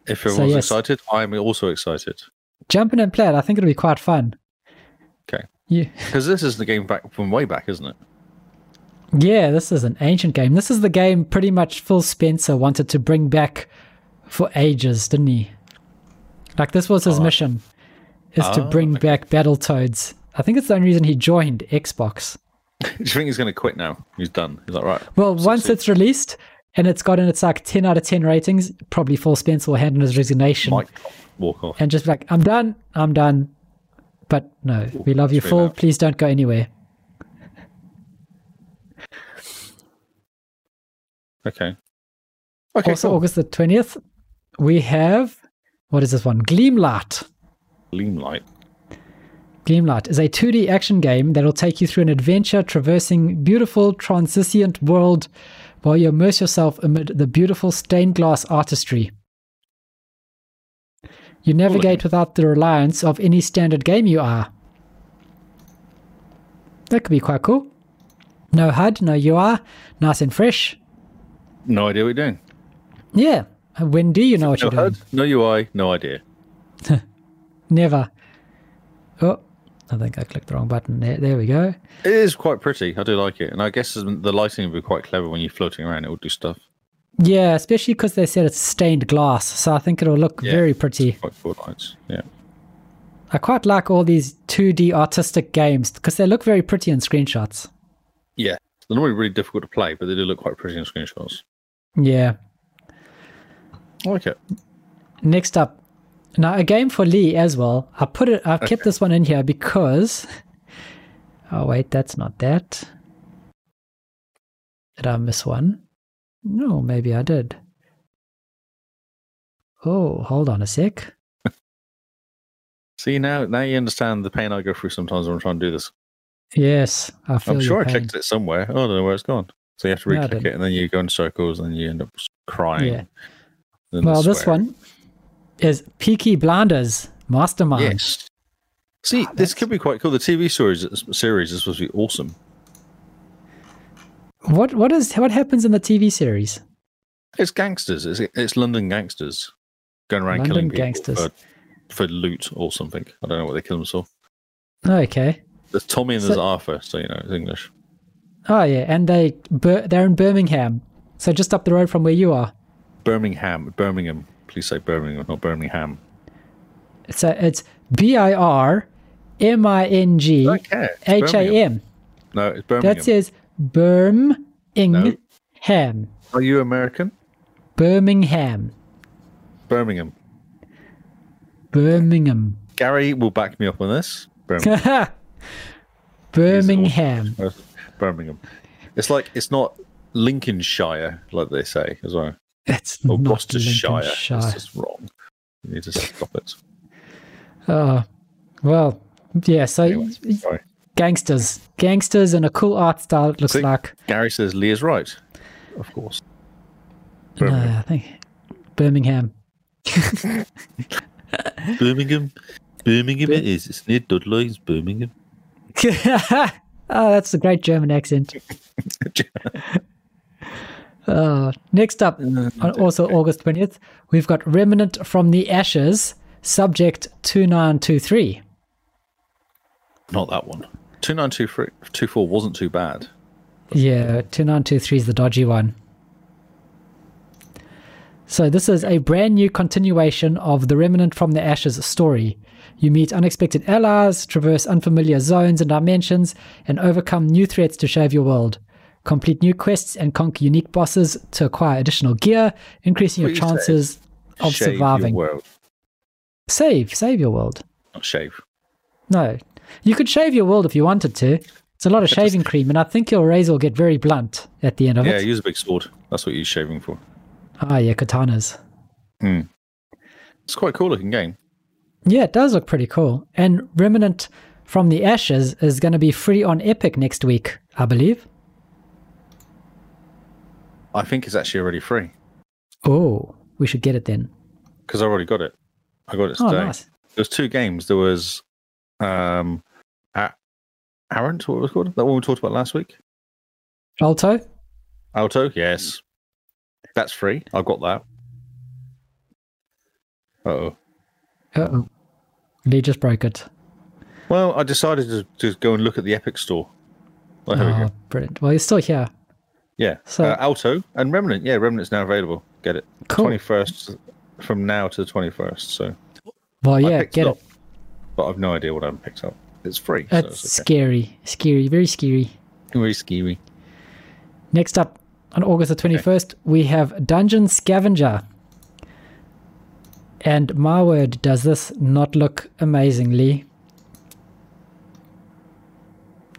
Speaker 1: If
Speaker 2: So,
Speaker 1: everyone's
Speaker 2: yes.
Speaker 1: excited, I'm also excited
Speaker 2: Jump in and play it. I think it'll be quite fun.
Speaker 1: Okay.
Speaker 2: Yeah.
Speaker 1: because this is the game back from way back, isn't it?
Speaker 2: Yeah, this is an ancient game. This is the game pretty much Phil Spencer wanted to bring back for ages, didn't he? Like this was his mission is to
Speaker 1: Oh,
Speaker 2: bring back Battletoads. I think it's the only reason he joined Xbox.
Speaker 1: Do you think he's going to quit now? He's done. He's like, right.
Speaker 2: Well, once it's released and it's gotten its like 10 out of 10 ratings, probably Phil Spencer will hand in his resignation
Speaker 1: Mike, walk off.
Speaker 2: and just be like, I'm done, I'm done. But no, we love you,
Speaker 1: straight
Speaker 2: Phil.
Speaker 1: out.
Speaker 2: Please don't go anywhere.
Speaker 1: Okay. Okay.
Speaker 2: also,
Speaker 1: cool.
Speaker 2: August the 20th, we have what is this one? Gleamlight.
Speaker 1: Gleamlight.
Speaker 2: Gleamlight is a 2D action game that'll take you through an adventure traversing beautiful transient world while you immerse yourself amid the beautiful stained glass artistry. You navigate without the reliance of any standard game you are. That could be quite cool. No HUD, no UR, nice and fresh.
Speaker 1: No idea what you're doing.
Speaker 2: Yeah. When do you know what
Speaker 1: No
Speaker 2: you're doing?
Speaker 1: HUD. No UI. No idea.
Speaker 2: Never. Oh, I think I clicked the wrong button. There, there we go.
Speaker 1: It is quite pretty. I do like it, and I guess the lighting would be quite clever when you're floating around. It will do stuff.
Speaker 2: Yeah, especially because they said it's stained glass, so I think it'll look
Speaker 1: Yeah.
Speaker 2: very pretty.
Speaker 1: Quite cool lights. Yeah.
Speaker 2: I quite like all these 2D artistic games because they look very pretty in screenshots.
Speaker 1: Yeah. They're normally really difficult to play, but they do look quite pretty in screenshots.
Speaker 2: Yeah.
Speaker 1: I like it.
Speaker 2: Next up, now a game for Lee as well. I put it. I've kept this one in here because. Oh wait, that's not that. Did I miss one? No, maybe I did. Oh, hold on a sec.
Speaker 1: See now, now you understand the pain I go through sometimes when I'm trying to do this.
Speaker 2: Yes, I feel
Speaker 1: I'm
Speaker 2: your
Speaker 1: sure I
Speaker 2: pain.
Speaker 1: clicked it somewhere. Oh, I don't know where it's gone. So you have to
Speaker 2: No, I
Speaker 1: re-click
Speaker 2: didn't.
Speaker 1: it, and then you go in circles, and you end up s- crying.
Speaker 2: Yeah.
Speaker 1: Then
Speaker 2: Well, this
Speaker 1: swearing.
Speaker 2: one is Peaky Blinders Mastermind.
Speaker 1: Yes. See,
Speaker 2: Ah,
Speaker 1: this could be quite cool. The TV series uh, series is supposed to be awesome.
Speaker 2: What what is what happens in the TV series?
Speaker 1: It's gangsters. It's, it's London gangsters going around
Speaker 2: London
Speaker 1: killing people
Speaker 2: gangsters.
Speaker 1: For, for loot or something. I don't know what they kill them for.
Speaker 2: Okay.
Speaker 1: There's Tommy and
Speaker 2: So-
Speaker 1: there's Arthur, so you know it's English.
Speaker 2: Oh yeah, and they Bir- they're in Birmingham, so just up the road from where you are.
Speaker 1: Birmingham, Birmingham. Please say Birmingham, not Birmingham.
Speaker 2: So it's B I R M I N G
Speaker 1: I don't care. It's
Speaker 2: H A
Speaker 1: Birmingham.
Speaker 2: M.
Speaker 1: No, it's Birmingham.
Speaker 2: That says Birmingham. Ham.
Speaker 1: Are you American?
Speaker 2: Birmingham.
Speaker 1: Birmingham.
Speaker 2: Birmingham.
Speaker 1: Gary will back me up on this. Birmingham.
Speaker 2: Birmingham.
Speaker 1: Birmingham. It's like it's not Lincolnshire, like they say as well,
Speaker 2: That's
Speaker 1: or
Speaker 2: not
Speaker 1: Gloucestershire. It's
Speaker 2: Lincolnshire.
Speaker 1: just wrong. You need to stop it.
Speaker 2: Oh, well, yeah. So
Speaker 1: Anyway, sorry.
Speaker 2: Gangsters. Gangsters in a cool art style, it looks
Speaker 1: See?
Speaker 2: like.
Speaker 1: Gary says Lee is right. Of course.
Speaker 2: No, uh, I think Birmingham.
Speaker 1: Birmingham. Birmingham it is. It's near Dudley. It's Birmingham.
Speaker 2: oh, that's a great German accent. Uh, next up, on also August 20th, we've got Remnant from the Ashes, subject 2923.
Speaker 1: Not that one. 2924 wasn't too bad.
Speaker 2: Yeah, 2923 is the dodgy one. So, this is a brand new continuation of the Remnant from the Ashes story. You meet unexpected allies, traverse unfamiliar zones and dimensions, and overcome new threats to shave your world. Complete new quests and conquer unique bosses to acquire additional gear, increasing your
Speaker 1: What you said.
Speaker 2: chances of
Speaker 1: Shave your
Speaker 2: surviving.
Speaker 1: world.
Speaker 2: Save, save your world.
Speaker 1: Not shave.
Speaker 2: No. You could shave your world if you wanted to. It's a lot of shaving cream, and I think your razor will get very blunt at the end of
Speaker 1: Yeah,
Speaker 2: it.
Speaker 1: use a big sword. That's what you're shaving for. Hmm.
Speaker 2: Ah, yeah, katanas.
Speaker 1: It's quite a cool looking game.
Speaker 2: Yeah, it does look pretty cool. And Remnant from the Ashes is going to be free on Epic next week, I believe.
Speaker 1: I think it's actually already free
Speaker 2: Oh, we should get it then.
Speaker 1: because I already got it. I got it
Speaker 2: Oh,
Speaker 1: today.
Speaker 2: nice.
Speaker 1: There was two games. There was um, A- Arant, what was it called? That one we talked about last week.
Speaker 2: Alto?
Speaker 1: Alto, yes. That's free. I've got that. Oh.
Speaker 2: Uh-oh. They just broke it.
Speaker 1: Well, I decided to just go and look at the Epic Store. Well, here we
Speaker 2: Oh,
Speaker 1: go.
Speaker 2: brilliant. Well, you're still here.
Speaker 1: Yeah.
Speaker 2: so-
Speaker 1: uh, Alto and Remnant. Yeah, Remnant's now available. Get it.
Speaker 2: Cool.
Speaker 1: 21st, from now to the 21st. So,
Speaker 2: Well,
Speaker 1: I
Speaker 2: yeah,
Speaker 1: picked
Speaker 2: get
Speaker 1: up,
Speaker 2: it.
Speaker 1: But I've no idea what I haven't picked up. It's free. so
Speaker 2: That's
Speaker 1: it's
Speaker 2: scary. Scary, very scary.
Speaker 1: okay. Very scary.
Speaker 2: Next up, on August the 21st, we have Dungeon Scavenger. And my word, does this not look amazingly?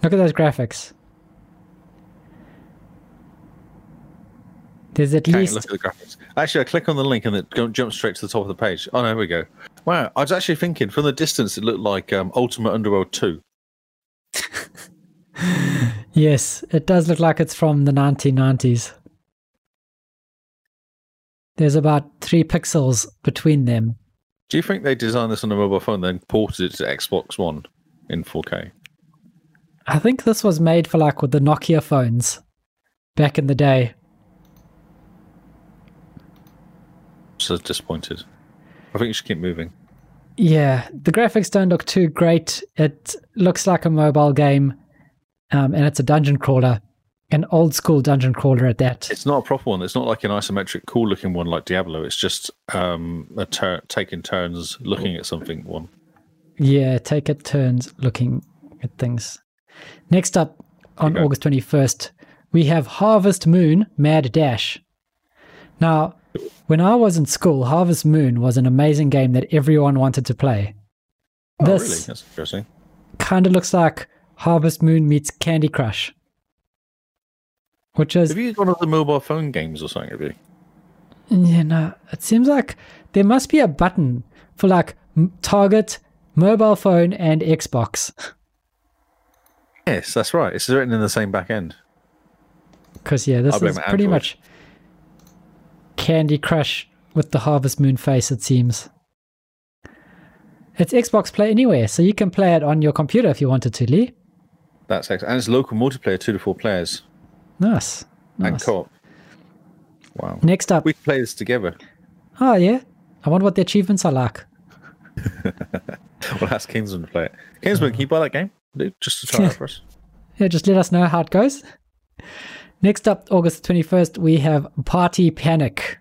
Speaker 2: Look at those graphics. There's at
Speaker 1: Okay,
Speaker 2: least.
Speaker 1: look at the graphics. Actually, I click on the link and it go- jumps straight to the top of the page. Oh, no, here we go. Wow, I was actually thinking from the distance it looked like um, Ultimate Underworld 2.
Speaker 2: Yes, it does look like it's from the 1990s. There's about three pixels between them.
Speaker 1: Do you think they designed this on a mobile phone then ported it to Xbox One in 4K?
Speaker 2: I think this was made for like with the Nokia phones back in the day.
Speaker 1: So disappointed. I think you should keep moving.
Speaker 2: Yeah, the graphics don't look too great. It looks like a mobile game, um, and it's a dungeon crawler, an old school dungeon crawler at that.
Speaker 1: It's not a proper one. It's not like an isometric, cool looking one like Diablo. It's just um, a tur taking turns looking at something one.
Speaker 2: Yeah, take it turns looking at things. Next up on
Speaker 1: Okay.
Speaker 2: August 21st, we have Harvest Moon Mad Dash. Now, when I was in school, Harvest Moon was an amazing game that everyone wanted to play.
Speaker 1: Oh,
Speaker 2: this
Speaker 1: really? That's interesting.
Speaker 2: kind of looks like Harvest Moon meets Candy Crush, which is
Speaker 1: Have you used one of the mobile phone games or something? Have you?
Speaker 2: Yeah, no. It seems like there must be a button for like m- target, mobile phone, and Xbox
Speaker 1: Yes, that's right. It's written in the same back end.
Speaker 2: because yeah, this
Speaker 1: I blame
Speaker 2: is pretty
Speaker 1: Android.
Speaker 2: much Candy Crush with the Harvest Moon face. It seems it's Xbox Play Anywhere, so you can play it on your computer if you wanted to. Lee,
Speaker 1: That's excellent. And it's local multiplayer, two to four players,
Speaker 2: nice, nice.
Speaker 1: and co-op. Wow.
Speaker 2: Next up,
Speaker 1: We can play this together.
Speaker 2: oh yeah, I wonder what the achievements are like.
Speaker 1: We'll ask Kingsman to play it. Kingsman, can you buy that game? Dude, Just to try it out for us.
Speaker 2: Yeah, just let us know how it goes. Next up, August 21st, we have Party Panic.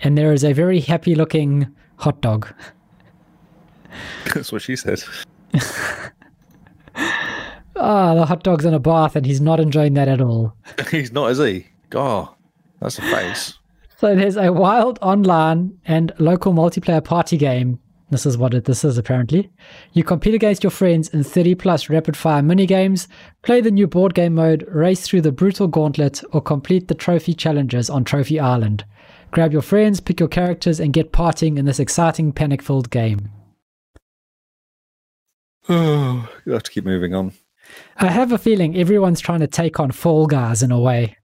Speaker 2: And there is a very happy looking hot dog.
Speaker 1: That's what she said.
Speaker 2: Ah, the hot dog's in a bath and he's not enjoying that at all.
Speaker 1: He's not, is he? God, that's a face.
Speaker 2: So there's a wild online and local multiplayer party game. This is what it, this is apparently. You compete against your friends in 30 plus rapid fire mini games, play the new board game mode, race through the brutal gauntlet, or complete the trophy challenges on Trophy Island. Grab your friends, pick your characters, and get partying in this exciting panic filled game.
Speaker 1: Oh, you have to keep moving on.
Speaker 2: I have a feeling everyone's trying to take on Fall Guys in a way.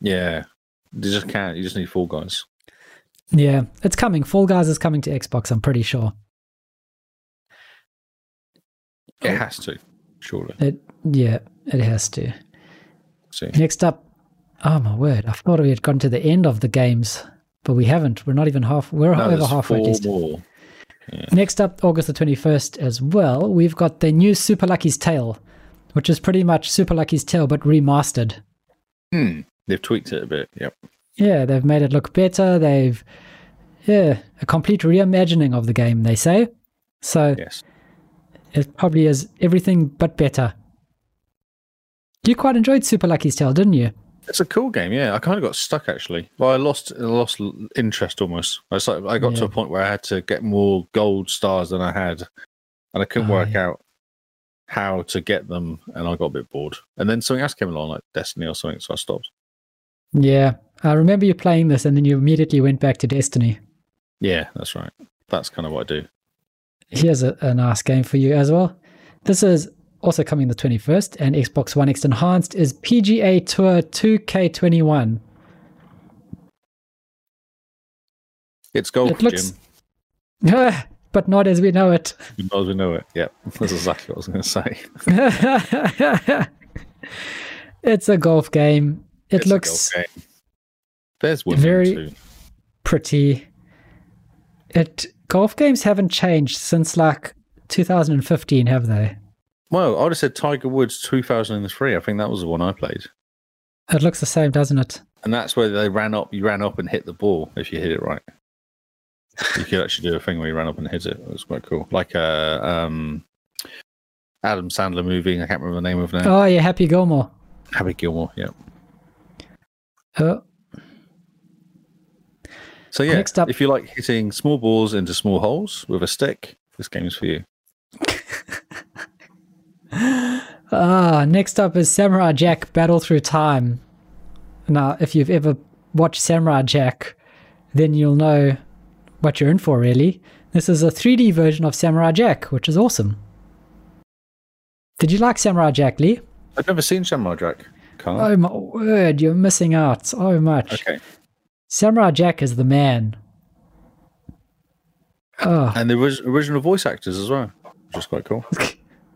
Speaker 1: Yeah, you just can't. You just need Fall Guys.
Speaker 2: Yeah, it's coming. Fall Guys is coming to Xbox, I'm pretty sure.
Speaker 1: It has to, surely.
Speaker 2: It yeah, it has to.
Speaker 1: So
Speaker 2: Next up, oh my word, I thought we had gone to the end of the games, but we haven't. We're not even half. We're
Speaker 1: no,
Speaker 2: over
Speaker 1: there's
Speaker 2: halfway. at
Speaker 1: four
Speaker 2: least.
Speaker 1: more.
Speaker 2: Next up, August the 21st as well, we've got the new Super Lucky's Tale, which is pretty much Super Lucky's Tale but remastered.
Speaker 1: Hmm. They've tweaked it a bit. Yep.
Speaker 2: Yeah, they've made it look better. They've, yeah, a complete reimagining of the game, they say. So
Speaker 1: Yes.
Speaker 2: it probably is everything but better. You quite enjoyed Super Lucky's Tale, didn't you?
Speaker 1: It's a cool game. Yeah, I kind of got stuck actually. Well, I lost I lost l- interest almost. I was like, I got to
Speaker 2: Yeah.
Speaker 1: a point where I had to get more gold stars than I had, and I couldn't
Speaker 2: Oh,
Speaker 1: work
Speaker 2: yeah.
Speaker 1: out how to get them, and I got a bit bored. And then something else came along, like Destiny or something, so I stopped.
Speaker 2: Yeah. I remember you playing this and then you immediately went back to Destiny.
Speaker 1: Yeah, that's right. That's kind of what I do.
Speaker 2: Here's a, a nice game for you as well. This is also coming the 21st, and Xbox One X Enhanced is PGA Tour 2K21.
Speaker 1: It's golf,
Speaker 2: it looks.
Speaker 1: Jim.
Speaker 2: but not as we know it.
Speaker 1: You might as well know it. Yep, that's exactly what I was going to say.
Speaker 2: it's a golf game. It
Speaker 1: It's a
Speaker 2: looks
Speaker 1: golf game. There's women
Speaker 2: very-
Speaker 1: too.
Speaker 2: pretty. It golf games haven't changed since like 2015, have they?
Speaker 1: Well, I'd have said Tiger Woods 2003. I think that was the one I played,
Speaker 2: It looks the same, doesn't it?
Speaker 1: and that's where they ran up. You ran up and hit the ball if you hit it right. You could actually do a thing where you ran up and hit it. It was quite cool, like a um, Adam Sandler movie. I can't remember the name of it now.
Speaker 2: Oh, yeah, Happy Gilmore.
Speaker 1: Happy Gilmore. Yeah.
Speaker 2: Oh,
Speaker 1: So yeah,
Speaker 2: Next up-
Speaker 1: if you like hitting small balls into small holes with a stick, this game's for you.
Speaker 2: Ah, next up is Samurai Jack Battle Through Time. Now, if you've ever watched Samurai Jack, then you'll know what you're in for, really. This is a 3D version of Samurai Jack, which is awesome. Did you like Samurai Jack, Lee?
Speaker 1: I've never seen Samurai Jack. Can't.
Speaker 2: Oh my word, you're missing out so much.
Speaker 1: okay.
Speaker 2: Samurai Jack is the man. Oh,
Speaker 1: And the orig- original voice actors as well, which is quite cool.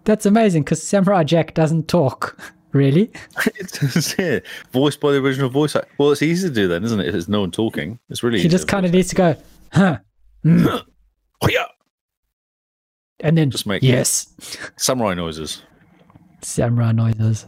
Speaker 2: that's amazing because Samurai Jack doesn't talk, really.
Speaker 1: it says here, voiced by the original voice actor. Well, it's easy to do then, isn't it? If there's no one talking, it's really
Speaker 2: He
Speaker 1: easy.
Speaker 2: just kind of needs to go, huh,
Speaker 1: Hoya!
Speaker 2: and then
Speaker 1: Just make
Speaker 2: yes.
Speaker 1: samurai noises.
Speaker 2: Samurai noises.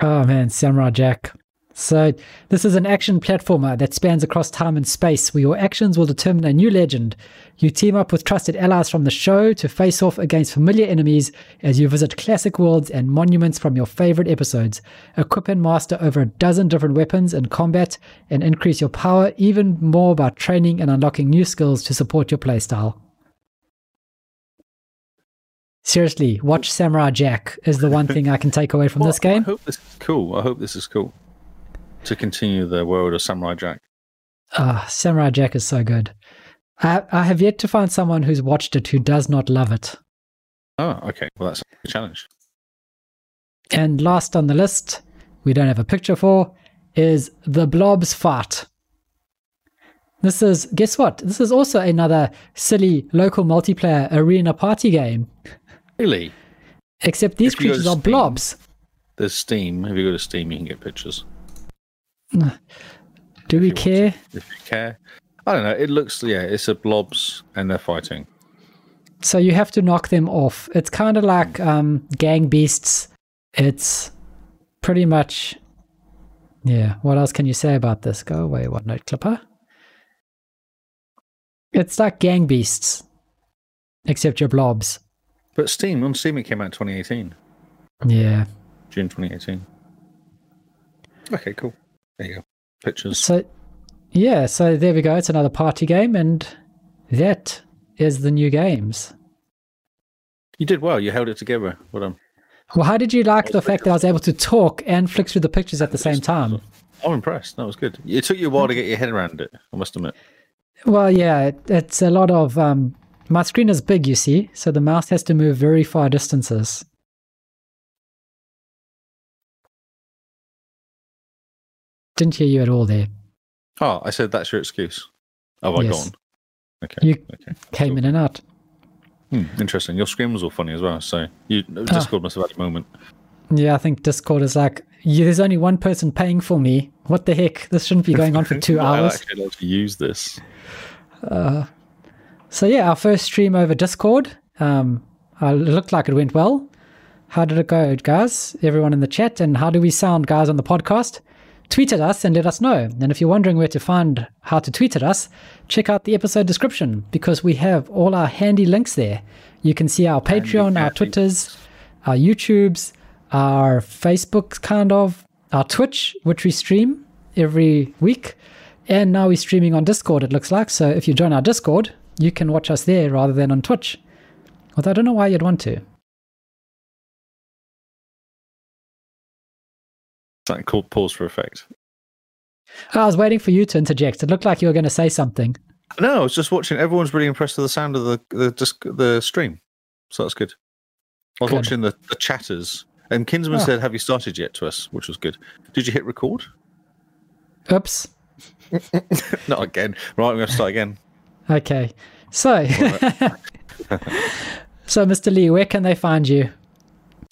Speaker 2: Oh man, Samurai Jack. So, this is an action platformer that spans across time and space where your actions will determine a new legend. You team up with trusted allies from the show to face off against familiar enemies as you visit classic worlds and monuments from your favorite episodes. Equip and master over a dozen different weapons in combat and increase your power even more by training and unlocking new skills to support your playstyle. Seriously, watch Samurai Jack is the one thing I can take away from
Speaker 1: Well,
Speaker 2: this game.
Speaker 1: I hope this is cool. I hope this is cool. To continue the world of Samurai Jack.
Speaker 2: Ah, Samurai Jack is so good. I, I have yet to find someone who's watched it who does not love it.
Speaker 1: Oh, okay. Well, that's a challenge.
Speaker 2: And last on the list, we don't have a picture for, is The Blob's Fart. This is, guess what? This is also another silly local multiplayer arena party game,
Speaker 1: Really?
Speaker 2: except these
Speaker 1: If you go to
Speaker 2: creatures are
Speaker 1: Steam.
Speaker 2: blobs.
Speaker 1: There's Steam. If you go to Steam, you can get pictures
Speaker 2: Do
Speaker 1: you
Speaker 2: we
Speaker 1: want to.
Speaker 2: care?
Speaker 1: if you care. I don't know. It looks, yeah, it's a blobs and they're fighting.
Speaker 2: So you have to knock them off. It's kind of like um, Gang Beasts. It's pretty much. Yeah, what else can you say about this? Go away, one note clipper. It's like Gang Beasts, except your blobs.
Speaker 1: But Steam, on Steam, it came out 2018,
Speaker 2: Yeah.
Speaker 1: June 2018. Okay, cool. There you go. Pictures.
Speaker 2: So, yeah, so there we go. It's another party game, and that is the new games.
Speaker 1: You did well. You held it together. Well done.
Speaker 2: Well, how did you like the fact that I was able to talk and flick through the pictures at the same time?
Speaker 1: I'm impressed. That was good. It took you a while to get your head around it. I must admit.
Speaker 2: Well, yeah, it, it's a lot of um, My screen is big, you see, so the mouse has to move very far distances. Didn't hear you at all there.
Speaker 1: Oh, I said that's your excuse. Have I
Speaker 2: Yes.
Speaker 1: gone? Okay.
Speaker 2: You
Speaker 1: okay.
Speaker 2: came in and out.
Speaker 1: Hmm, interesting. Your scream was all funny as well. So you
Speaker 2: Ah.
Speaker 1: Discord must have had a moment.
Speaker 2: Yeah, I think Discord is like, yeah, there's only one person paying for me. What the heck? This shouldn't be going on for two
Speaker 1: I
Speaker 2: hours.
Speaker 1: actually like to use this.
Speaker 2: So yeah, our first stream over Discord. Um, uh, it looked like it went well. How did it go, guys? Everyone in the chat, and how do we sound, guys, on the podcast? Tweet at us and let us know. And if you're wondering where to find how to tweet at us, check out the episode description because we have all our handy links there. You can see our Patreon, our
Speaker 1: handy.
Speaker 2: Twitters, our YouTubes, our Facebooks, kind of, our Twitch, which we stream every week. And now we're streaming on Discord, it looks like. So if you join our Discord, you can watch us there rather than on Twitch. Although I don't know why you'd want to.
Speaker 1: Something called pause for effect.
Speaker 2: Ah, I was waiting for you to interject. It looked like you were going to say something.
Speaker 1: No, I was just watching. Everyone's really impressed with the sound of the the, disc, the stream, so that's good. I was
Speaker 2: Good.
Speaker 1: watching the, the chatters, and Kinsman
Speaker 2: Oh.
Speaker 1: said, "Have you started yet?" to us, which was good. Did you hit record?
Speaker 2: Oops.
Speaker 1: Not again. Right, I'm going to start again.
Speaker 2: Okay. So, so Mr. Lee, where can they find you?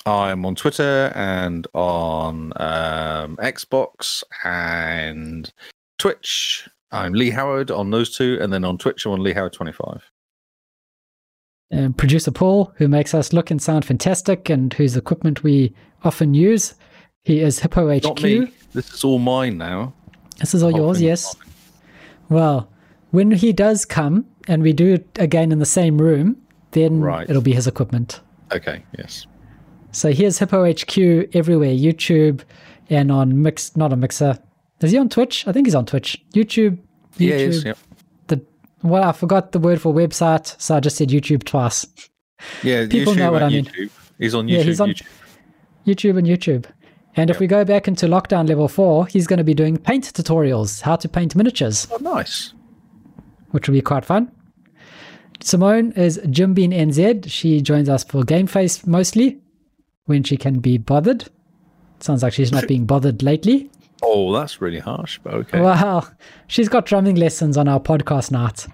Speaker 1: I'm on Twitter and on um, Xbox and Twitch. I'm Lee Howard on those two, and then on Twitch I'm on Lee Howard 25.
Speaker 2: Um, producer Paul, who makes us look and sound fantastic and whose equipment we often use. He is Hippo HQ.
Speaker 1: Not me. This is all mine now.
Speaker 2: This is all yours,
Speaker 1: thing
Speaker 2: yes. Well, when he does come and we do it again in the same room, then
Speaker 1: Right.
Speaker 2: it'll be his equipment.
Speaker 1: Okay. Yes.
Speaker 2: So here's Hippo HQ everywhere, YouTube and on Mix, not on Mixer. Is he on Twitch? I think he's on Twitch. YouTube, YouTube.
Speaker 1: Yeah. Yes. Yep.
Speaker 2: The well, I forgot the word for website, so I just said YouTube twice.
Speaker 1: Yeah.
Speaker 2: People
Speaker 1: YouTube
Speaker 2: know what
Speaker 1: and
Speaker 2: I mean.
Speaker 1: YouTube. He's on YouTube.
Speaker 2: Yeah, he's on-
Speaker 1: YouTube.
Speaker 2: YouTube and YouTube. And if we go back into lockdown level four, he's going to be doing paint tutorials, how to paint miniatures,
Speaker 1: Oh, nice.
Speaker 2: which will be quite fun. Simone is Jimbean NZ. She joins us for Game Face mostly when she can be bothered. Sounds like she's not being bothered lately.
Speaker 1: Oh, that's really harsh, but okay.
Speaker 2: Wow. She's got drumming lessons on our podcast night.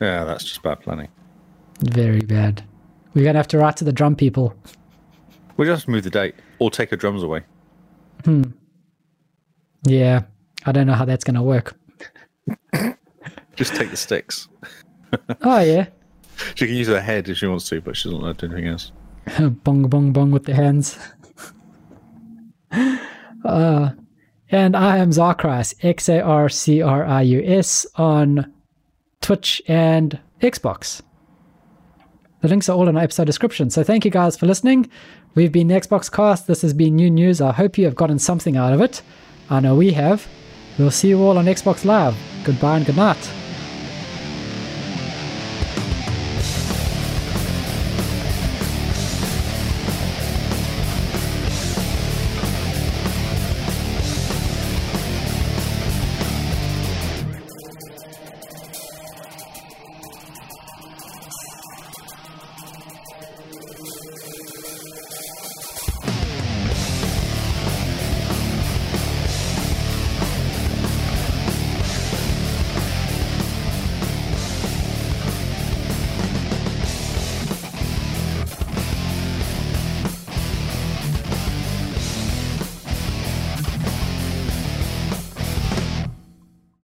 Speaker 1: yeah, that's just bad planning.
Speaker 2: Very bad. We're going to have to write to the drum people.
Speaker 1: We just have to move the date or take her drums away.
Speaker 2: Yeah. I don't know how that's going to work.
Speaker 1: Just take the sticks.
Speaker 2: Oh, yeah.
Speaker 1: She can use her head if she wants to, but she doesn't know how to do anything else.
Speaker 2: bong, bong, bong with the hands. uh, and I am Zarkrius, X A R C R I U S, on Twitch and Xbox. The links are all in our episode description. So thank you guys for listening. We've been the Xbox Cast. This has been new news. I hope you have gotten something out of it. I know we have. We'll see you all on Xbox Live. Goodbye and good night.